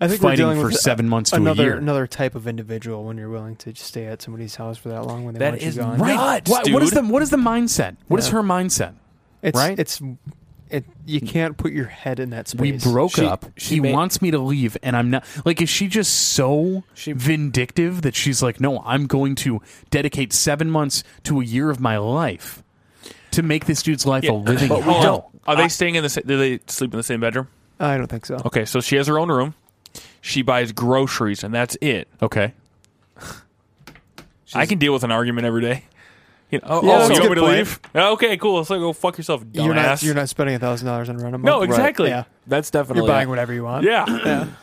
Speaker 3: I think we're
Speaker 2: fighting
Speaker 3: dealing
Speaker 2: for
Speaker 3: with a-
Speaker 2: seven months to a
Speaker 3: another
Speaker 2: year.
Speaker 3: another type of individual when you're willing to just stay at somebody's house for that long when they
Speaker 4: That
Speaker 3: want you
Speaker 4: is
Speaker 3: gone.
Speaker 4: right. Nuts,
Speaker 2: what, what is the
Speaker 4: dude.
Speaker 2: what is the mindset? What is
Speaker 3: Yeah.
Speaker 2: her mindset?
Speaker 3: It's,
Speaker 2: Right?
Speaker 3: It's it. You can't put your head in that space.
Speaker 2: We broke
Speaker 4: She-
Speaker 2: up.
Speaker 4: she
Speaker 2: he
Speaker 4: may-
Speaker 2: wants me to leave, and I'm not. Like, is she just so
Speaker 4: She-
Speaker 2: vindictive that she's like, no, I'm going to dedicate seven months to a year of my life to make this dude's life a living
Speaker 5: But we
Speaker 2: hell?
Speaker 5: don't. Are they staying in the? sa- Do they sleep in the same bedroom?
Speaker 3: I don't think so.
Speaker 5: Okay, so she has her own room. She buys groceries, and that's it.
Speaker 2: Okay.
Speaker 5: I can deal with an argument every day. You know, oh,
Speaker 3: Yeah,
Speaker 5: oh,
Speaker 3: that's a
Speaker 5: you want me
Speaker 3: good
Speaker 5: to
Speaker 3: point.
Speaker 5: leave? Yeah, Okay, cool. So go fuck yourself, dumbass.
Speaker 3: You're not, you're not spending a thousand dollars on rent a month.
Speaker 5: no, exactly.
Speaker 3: Yeah.
Speaker 4: That's definitely.
Speaker 3: You're buying whatever you want.
Speaker 5: Yeah.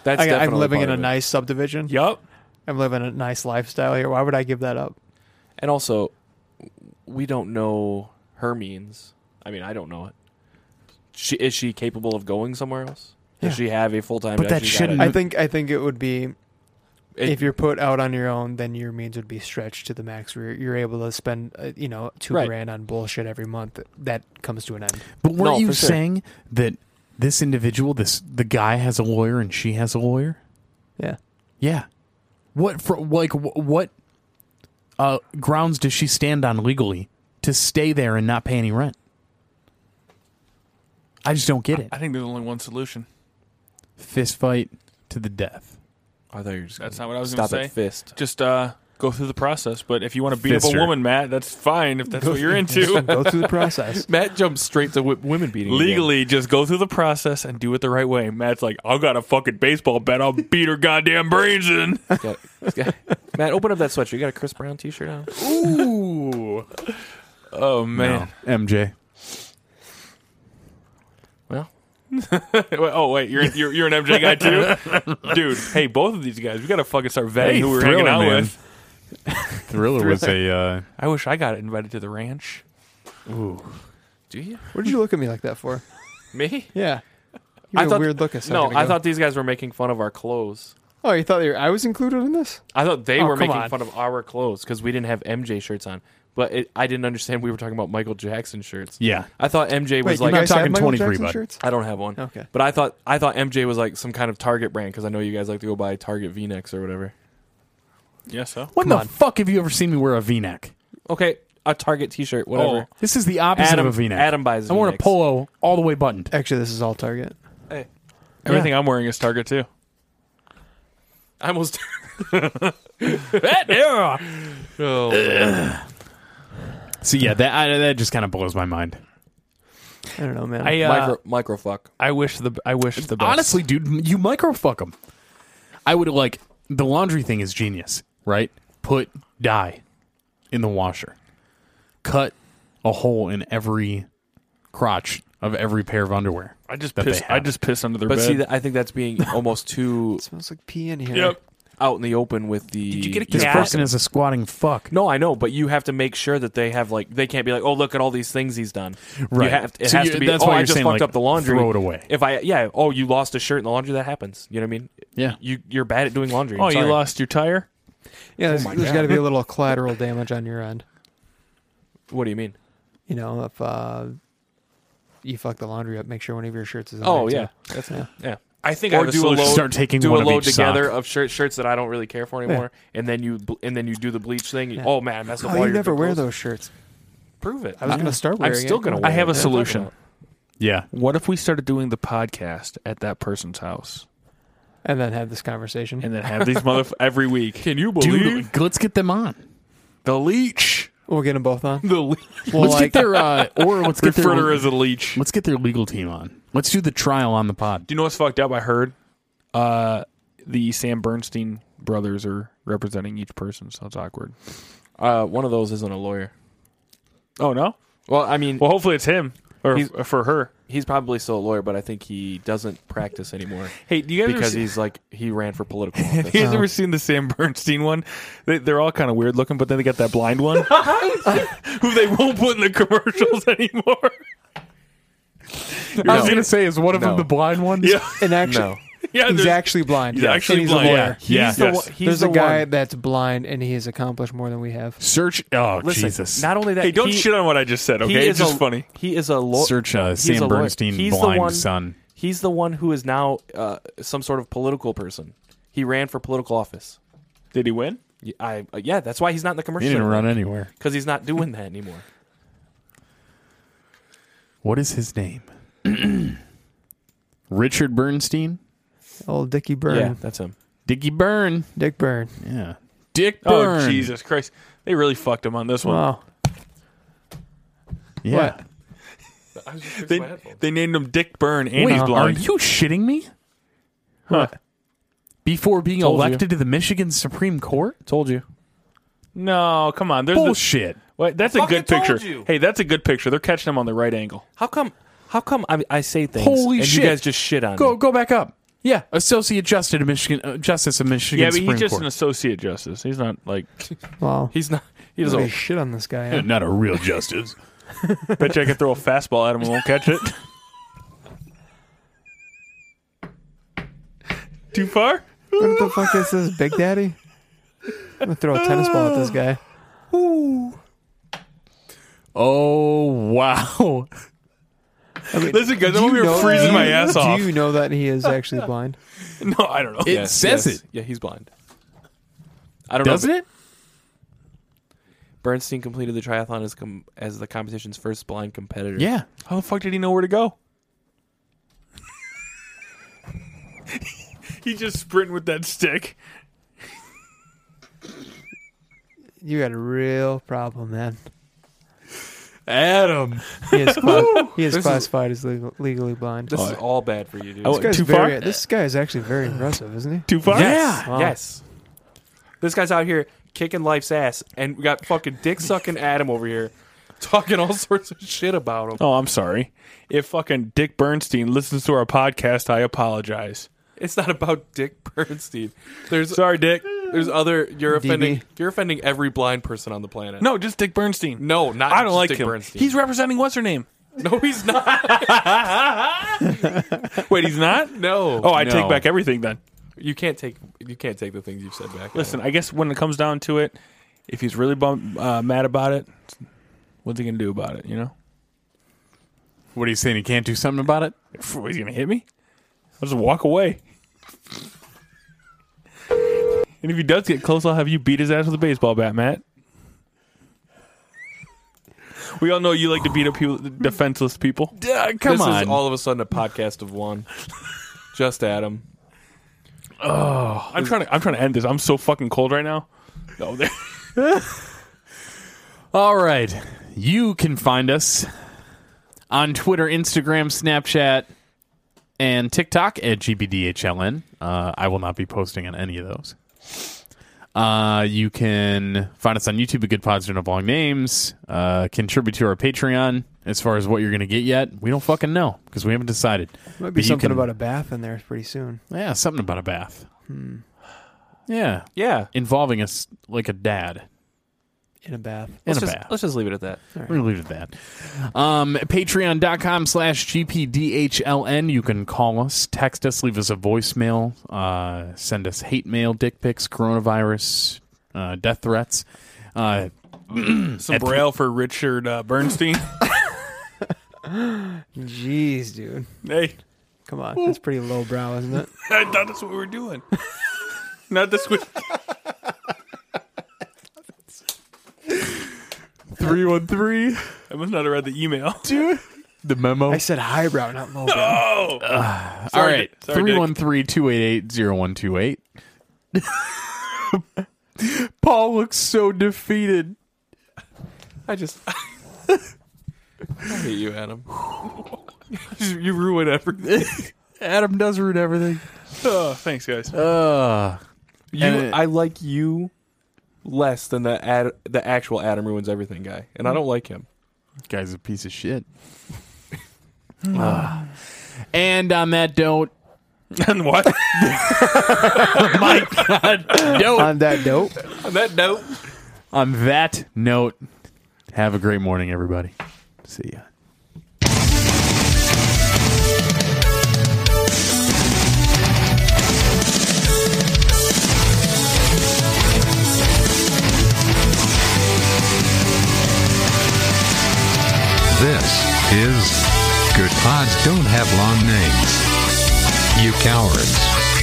Speaker 4: That's
Speaker 3: I, I'm
Speaker 4: definitely
Speaker 3: living
Speaker 4: part
Speaker 3: in a
Speaker 4: of it.
Speaker 3: nice subdivision.
Speaker 5: Yup.
Speaker 3: I'm living a nice lifestyle here. Why would I give that up?
Speaker 4: And also, we don't know her means. I mean, I don't know it. She is she capable of going somewhere else? Does
Speaker 3: Yeah.
Speaker 4: she have a full time?
Speaker 2: But that shouldn't-
Speaker 3: I think I think it would be
Speaker 4: It-
Speaker 3: if you're put out on your own, then your means would be stretched to the max. Where you're, you're able to spend, uh, you know, two
Speaker 4: Right.
Speaker 3: grand on bullshit every month. That comes to an
Speaker 4: <laughs>
Speaker 3: end.
Speaker 2: But weren't
Speaker 4: No,
Speaker 2: you
Speaker 4: for sure.
Speaker 2: saying that this individual, this the guy has a lawyer and she has a lawyer?
Speaker 3: Yeah.
Speaker 2: Yeah. What for? Like wh- what? Uh, grounds does she stand on legally to stay there and not pay any rent? I just don't get it.
Speaker 5: I think there's only one solution.
Speaker 2: Fist fight to the death.
Speaker 4: I thought you were just
Speaker 5: That's
Speaker 4: gonna
Speaker 5: not what I was
Speaker 4: stop
Speaker 5: gonna
Speaker 4: at
Speaker 5: say.
Speaker 4: fist.
Speaker 5: Just uh, go through the process. But if you want to beat up
Speaker 2: Fist
Speaker 5: a
Speaker 2: her.
Speaker 5: woman, Matt, that's fine. If that's
Speaker 4: <laughs>
Speaker 5: what you're into,
Speaker 3: Go through the process.
Speaker 4: Matt jumps straight to wi- women beating again.
Speaker 5: legally, just go through the process and do it the right way. Matt's like, I got a fucking baseball bet. I'll beat her goddamn brains
Speaker 4: <laughs>
Speaker 5: in.
Speaker 4: Got- got- Matt, open up that sweatshirt. You got a Chris Brown T-shirt on?
Speaker 5: Ooh. Oh man.
Speaker 2: MJ.
Speaker 4: Well,
Speaker 5: Wait, oh wait, you're, you're you're an MJ
Speaker 4: <laughs>
Speaker 5: guy too, dude. Hey, both of these guys, we gotta fucking start vetting
Speaker 2: Hey,
Speaker 5: who we're hanging
Speaker 2: Thriller,
Speaker 5: out
Speaker 2: man.
Speaker 5: with.
Speaker 2: Thriller was a. Uh,
Speaker 5: I wish I got invited to the ranch.
Speaker 4: do you?
Speaker 3: What did you look at me like that for?
Speaker 4: Me?
Speaker 3: Yeah. You
Speaker 4: I
Speaker 3: had a
Speaker 4: thought-
Speaker 3: weird look a second
Speaker 4: No, I
Speaker 3: ago.
Speaker 4: thought these guys were making fun of our clothes.
Speaker 3: Oh, you thought you I was included in this?
Speaker 4: I thought they
Speaker 3: Oh,
Speaker 4: were
Speaker 3: come
Speaker 4: making
Speaker 3: on.
Speaker 4: fun of our clothes because we didn't have MJ shirts on. But it, I didn't understand we were talking about Michael Jackson shirts.
Speaker 2: Yeah.
Speaker 4: I thought MJ was
Speaker 3: you
Speaker 4: like
Speaker 2: not
Speaker 3: guys have
Speaker 2: talking
Speaker 3: Michael
Speaker 2: 23,
Speaker 3: Jackson
Speaker 2: bud.
Speaker 3: shirts?
Speaker 4: I don't have one.
Speaker 3: Okay.
Speaker 4: But I thought I thought MJ was like some kind of Target brand because I know you guys like to go buy Target V-necks or whatever.
Speaker 5: Yes, so.
Speaker 2: When the
Speaker 3: on.
Speaker 2: fuck have you ever seen me wear a V-neck?
Speaker 4: Okay, a Target
Speaker 3: Oh,
Speaker 4: T-shirt, whatever.
Speaker 2: This is the opposite
Speaker 4: Adam-
Speaker 2: of a V-neck.
Speaker 4: Adam buys
Speaker 2: I wore a
Speaker 4: V-necks.
Speaker 2: polo all the way buttoned.
Speaker 3: Actually, this is all Target.
Speaker 5: Everything I'm wearing is Target too.
Speaker 4: I almost.
Speaker 2: So yeah, that I, that just kind of blows my mind.
Speaker 3: I don't know, man.
Speaker 5: I uh,
Speaker 4: micro, micro fuck.
Speaker 5: I wish the I wish the best.
Speaker 2: Honestly, dude, you micro fuck them. I would like the laundry thing is genius, right? Put dye in the washer, cut a hole in every crotch of every pair of underwear.
Speaker 5: I just
Speaker 2: that they
Speaker 5: piss. I
Speaker 2: have.
Speaker 5: just piss under their
Speaker 4: But
Speaker 5: bed.
Speaker 4: see, that, I think
Speaker 3: <laughs>
Speaker 4: that's being almost too
Speaker 3: smells like pee in here.
Speaker 4: out in the open with the. Did
Speaker 5: you get a
Speaker 2: This
Speaker 5: Yeah.
Speaker 2: person is a squatting fuck.
Speaker 4: No, I know, but you have to make sure that they have like they can't be like, oh, look at all these things he's done.
Speaker 2: Right.
Speaker 4: You have to, it
Speaker 2: So
Speaker 4: has
Speaker 2: you-
Speaker 4: to be.
Speaker 2: that's
Speaker 4: oh,
Speaker 2: why
Speaker 4: I
Speaker 2: you're
Speaker 4: just
Speaker 2: saying,
Speaker 4: fucked
Speaker 2: like,
Speaker 4: up the laundry.
Speaker 2: throw it away.
Speaker 4: If I yeah, oh, you lost a shirt in the laundry. That happens. You know what I mean?
Speaker 2: Yeah.
Speaker 4: You you're bad at doing laundry.
Speaker 5: oh,
Speaker 4: I'm
Speaker 5: you
Speaker 4: sorry.
Speaker 5: lost your tire?
Speaker 4: Oh
Speaker 3: Yeah, there's, there's got to be a little collateral damage on your end.
Speaker 4: What do you mean?
Speaker 3: You know, if uh, you fuck the laundry up, make sure one of your shirts is. on
Speaker 4: Oh
Speaker 3: there,
Speaker 4: yeah,
Speaker 3: too.
Speaker 4: that's
Speaker 3: Yeah.
Speaker 4: yeah. I think
Speaker 2: I
Speaker 4: or
Speaker 2: have a
Speaker 4: do
Speaker 2: solution.
Speaker 4: a load,
Speaker 2: Start taking
Speaker 4: do
Speaker 2: one
Speaker 4: a
Speaker 2: of
Speaker 4: load
Speaker 2: each
Speaker 4: together
Speaker 2: sock.
Speaker 4: of shirt, shirts that I don't really care for anymore, and then you bl- and then you do the bleach thing. You- Oh man, I messed up. all
Speaker 3: Oh, you
Speaker 4: your
Speaker 3: never
Speaker 4: good
Speaker 3: wear
Speaker 4: clothes.
Speaker 3: those shirts.
Speaker 4: Prove it.
Speaker 3: I was gonna start wearing.
Speaker 4: I'm still
Speaker 3: it.
Speaker 4: gonna.
Speaker 5: I
Speaker 4: Wear
Speaker 5: have
Speaker 4: it.
Speaker 5: a solution.
Speaker 2: Yeah,
Speaker 5: What if we started doing the podcast at that person's house
Speaker 3: And then have this conversation.
Speaker 5: and then have <laughs> these motherf every week? Can you
Speaker 2: dude, let's get them on.
Speaker 5: the leech?
Speaker 3: we'll get them both
Speaker 5: <laughs>
Speaker 3: on.
Speaker 5: The leech.
Speaker 3: We'll
Speaker 2: let's get
Speaker 3: like
Speaker 2: their uh, or let's get
Speaker 5: refer to her
Speaker 2: their
Speaker 5: as a leech.
Speaker 2: let's get their legal team on. Let's do the trial on the pod.
Speaker 5: Do you know what's fucked up? I heard uh, the Sam Bernstein brothers are representing each person, so it's awkward.
Speaker 4: Uh, one of those isn't a lawyer.
Speaker 5: Oh no.
Speaker 4: Well, I mean,
Speaker 5: Well, hopefully it's him or
Speaker 4: He's-
Speaker 5: f- for her.
Speaker 4: he's probably still a lawyer, but I think he doesn't practice anymore.
Speaker 5: <laughs> Hey, do you guys
Speaker 4: because
Speaker 5: ever see-
Speaker 4: he's like he ran
Speaker 2: <laughs>
Speaker 4: for political office.
Speaker 5: You guys ever seen the Sam Bernstein one? They, they're all kind of weird looking, but then they got that blind one <laughs> who they won't put in the commercials <laughs> anymore.
Speaker 2: I was gonna say, is one of them the blind one? Yeah,
Speaker 3: and actually,
Speaker 4: no,
Speaker 5: <laughs> Yeah,
Speaker 3: he's
Speaker 5: there's-
Speaker 3: actually blind.
Speaker 5: he's
Speaker 3: Yes.
Speaker 5: actually
Speaker 3: And he's a
Speaker 5: blind.
Speaker 3: lawyer.
Speaker 2: yeah.
Speaker 4: he's the
Speaker 5: yes.
Speaker 4: one- he's
Speaker 3: There's
Speaker 4: the
Speaker 3: a guy
Speaker 4: one-
Speaker 3: that's blind and he has accomplished more than we have.
Speaker 2: Search. Oh
Speaker 4: Listen,
Speaker 2: Jesus!
Speaker 4: Not only that,
Speaker 5: Hey, don't
Speaker 4: he,
Speaker 5: shit on what I just said,
Speaker 4: he
Speaker 5: okay?
Speaker 4: is
Speaker 5: It's just
Speaker 4: a,
Speaker 5: funny.
Speaker 4: He is a lawyer.
Speaker 2: Search uh, Sam Bernstein
Speaker 4: he's the
Speaker 2: blind
Speaker 4: one,
Speaker 2: son.
Speaker 4: He's the one who is now uh, some sort of political person. He ran for political office.
Speaker 5: Did he win?
Speaker 4: Y- I uh, yeah, that's why he's not in the
Speaker 2: He didn't
Speaker 4: commercial
Speaker 2: run anywhere.
Speaker 4: because he's not doing
Speaker 2: <laughs>
Speaker 4: that anymore.
Speaker 2: What is his name? <clears throat> Richard Bernstein.
Speaker 3: Old Dickie Byrne.
Speaker 4: Yeah, that's him.
Speaker 2: Dickie Byrne.
Speaker 3: Dick Byrne.
Speaker 2: Yeah. Dick Byrne.
Speaker 5: Oh, Jesus Christ. They really fucked him on this one.
Speaker 3: Wow.
Speaker 2: Yeah.
Speaker 3: What?
Speaker 5: They, they named him Dick Byrne and
Speaker 2: Wait,
Speaker 5: he's
Speaker 2: are
Speaker 5: blind.
Speaker 2: you shitting me?
Speaker 5: Huh.
Speaker 2: Before being
Speaker 4: Told you.
Speaker 2: elected to the Michigan Supreme Court?
Speaker 4: Told you.
Speaker 5: No, come on. There's this,
Speaker 2: Bullshit.
Speaker 5: wait, that's a
Speaker 4: Fucking
Speaker 5: good
Speaker 4: told
Speaker 5: picture.
Speaker 4: you.
Speaker 5: Hey, that's a good picture. They're catching him on the right angle.
Speaker 4: How come? How come I, I say things
Speaker 2: Holy
Speaker 4: and
Speaker 2: shit.
Speaker 4: you guys just shit on
Speaker 2: Go
Speaker 4: me?
Speaker 2: go back up. Yeah, associate justice of Michigan uh, justice of Michigan
Speaker 5: yeah, but
Speaker 2: Supreme
Speaker 5: he's just
Speaker 2: Court.
Speaker 5: <laughs> an associate justice. He's not <laughs> like.
Speaker 3: Wow.
Speaker 4: He's not. He
Speaker 3: He's
Speaker 4: doesn't.
Speaker 3: a shit on this
Speaker 2: <laughs>
Speaker 3: guy. huh?
Speaker 2: Not a real justice.
Speaker 5: Bet you I could throw a fastball at him and won't catch <laughs> it. Too far?
Speaker 3: What the fuck is this, Big Daddy? I'm gonna throw a tennis ball at this guy.
Speaker 2: Oh wow.
Speaker 3: I mean,
Speaker 5: Listen, guys, I'm
Speaker 3: do
Speaker 5: over
Speaker 3: you
Speaker 5: here
Speaker 3: know-
Speaker 5: freezing
Speaker 3: do
Speaker 5: my
Speaker 3: you-
Speaker 5: ass off.
Speaker 3: Do you know that he is actually blind?
Speaker 5: <laughs> No, I don't know.
Speaker 2: It says it.
Speaker 4: Yeah, he's blind. I don't
Speaker 2: Doesn't
Speaker 4: know. if
Speaker 2: it?
Speaker 4: Bernstein completed the triathlon as com- as the competition's first blind competitor.
Speaker 2: Yeah.
Speaker 5: How the fuck did he know where to go? he just sprinting with that stick.
Speaker 3: You got a real problem, man.
Speaker 5: Adam.
Speaker 3: He is, <laughs> cla- he is
Speaker 4: This is-
Speaker 3: classified as legal- legally blind.
Speaker 2: Oh,
Speaker 4: This is all bad for you, dude.
Speaker 5: Oh,
Speaker 3: This guy's
Speaker 5: too
Speaker 3: very-
Speaker 5: far?
Speaker 3: This guy is actually very impressive, isn't he?
Speaker 5: Too far?
Speaker 4: Yes.
Speaker 3: Wow.
Speaker 4: Yes. This guy's out here kicking life's ass, and we got fucking dick sucking Adam over here talking all <laughs> sorts of shit about him.
Speaker 5: Oh, I'm sorry. If fucking Dick Bernstein listens to our podcast, I apologize.
Speaker 4: It's not about Dick Bernstein. There's
Speaker 5: Sorry, Dick.
Speaker 4: there's other. You're
Speaker 3: DB.
Speaker 4: offending. You're offending every blind person on the planet.
Speaker 5: No, just Dick Bernstein.
Speaker 4: no, not.
Speaker 5: I don't
Speaker 4: just
Speaker 5: like
Speaker 4: Dick
Speaker 5: him.
Speaker 4: Bernstein.
Speaker 5: He's representing what's her name?
Speaker 4: no, he's not.
Speaker 5: <laughs> Wait, he's not?
Speaker 4: No.
Speaker 5: Oh, I
Speaker 2: No.
Speaker 5: take Oh, back everything then.
Speaker 4: You can't take you can't take the things you've said back.
Speaker 5: Listen, I guess when it comes down to it, if he's really bum, uh, mad about it, what's he gonna do about it? You know,
Speaker 2: What are you saying? He can't do something about it?
Speaker 5: F- he's gonna hit me. I'll just walk away. and if he does get close, I'll have you beat his ass with a baseball bat, Matt. We all know you like to beat up
Speaker 2: <laughs>
Speaker 5: people, defenseless people.
Speaker 4: this
Speaker 2: on.
Speaker 4: is all of a sudden a podcast of
Speaker 5: <laughs>
Speaker 4: one. Just Adam.
Speaker 5: I'm trying to. I'm trying to end this. I'm so fucking cold right now. No, there-
Speaker 2: All right. You can find us on Twitter, Instagram, Snapchat, and TikTok at GBDHLN. Uh, I will not be posting on any of those. Uh, you can find us on YouTube at Good Pods Don't Have Long Names. Uh, contribute to our Patreon. As far as what you're going to get yet, we don't fucking know because we haven't decided.
Speaker 3: Might be
Speaker 2: But you
Speaker 3: something
Speaker 2: can-
Speaker 3: about a bath in there pretty soon.
Speaker 2: Yeah, something about a bath.
Speaker 4: Hmm.
Speaker 2: Yeah,
Speaker 4: Yeah.
Speaker 2: involving us like a dad.
Speaker 3: In a bath.
Speaker 2: In
Speaker 4: Let's
Speaker 2: a
Speaker 4: just,
Speaker 2: bath.
Speaker 4: let's just leave it at that.
Speaker 2: We're going to leave it at that. Um, Patreon.com slash GPDHLN. You can call us, text us, leave us a voicemail, uh, send us hate mail, dick pics, coronavirus, uh, death threats. Uh,
Speaker 5: some braille for Richard uh, Bernstein.
Speaker 3: Jeez, dude.
Speaker 5: <laughs> hey,
Speaker 3: Come on. That's pretty lowbrow, isn't it?
Speaker 5: I thought that's what we were doing. <laughs> Not this <laughs> week.
Speaker 2: 313.
Speaker 5: I must not have read the email. <laughs>
Speaker 2: The memo.
Speaker 3: I said highbrow, not
Speaker 2: <laughs>
Speaker 3: lowbrow.
Speaker 5: Oh,
Speaker 2: All right.
Speaker 5: Dick. Sorry, Dick.
Speaker 2: 313 288 0128. <laughs> Paul looks so defeated.
Speaker 4: I just I hate you, Adam. you ruin everything.
Speaker 2: Adam does ruin everything.
Speaker 5: oh, thanks, guys.
Speaker 2: Uh,
Speaker 4: You,
Speaker 2: And it-
Speaker 4: I like you less than the ad, the actual Adam ruins everything guy, and I
Speaker 2: Hmm.
Speaker 4: don't like him.
Speaker 2: guy's a piece of shit. Ah. <sighs> and on that note,
Speaker 5: <laughs> and what?
Speaker 2: note
Speaker 3: On that dope.
Speaker 4: On that note,
Speaker 2: on that note, have a great morning, everybody. See ya.
Speaker 1: This is Good Pods Don't Have Long Names. You cowards.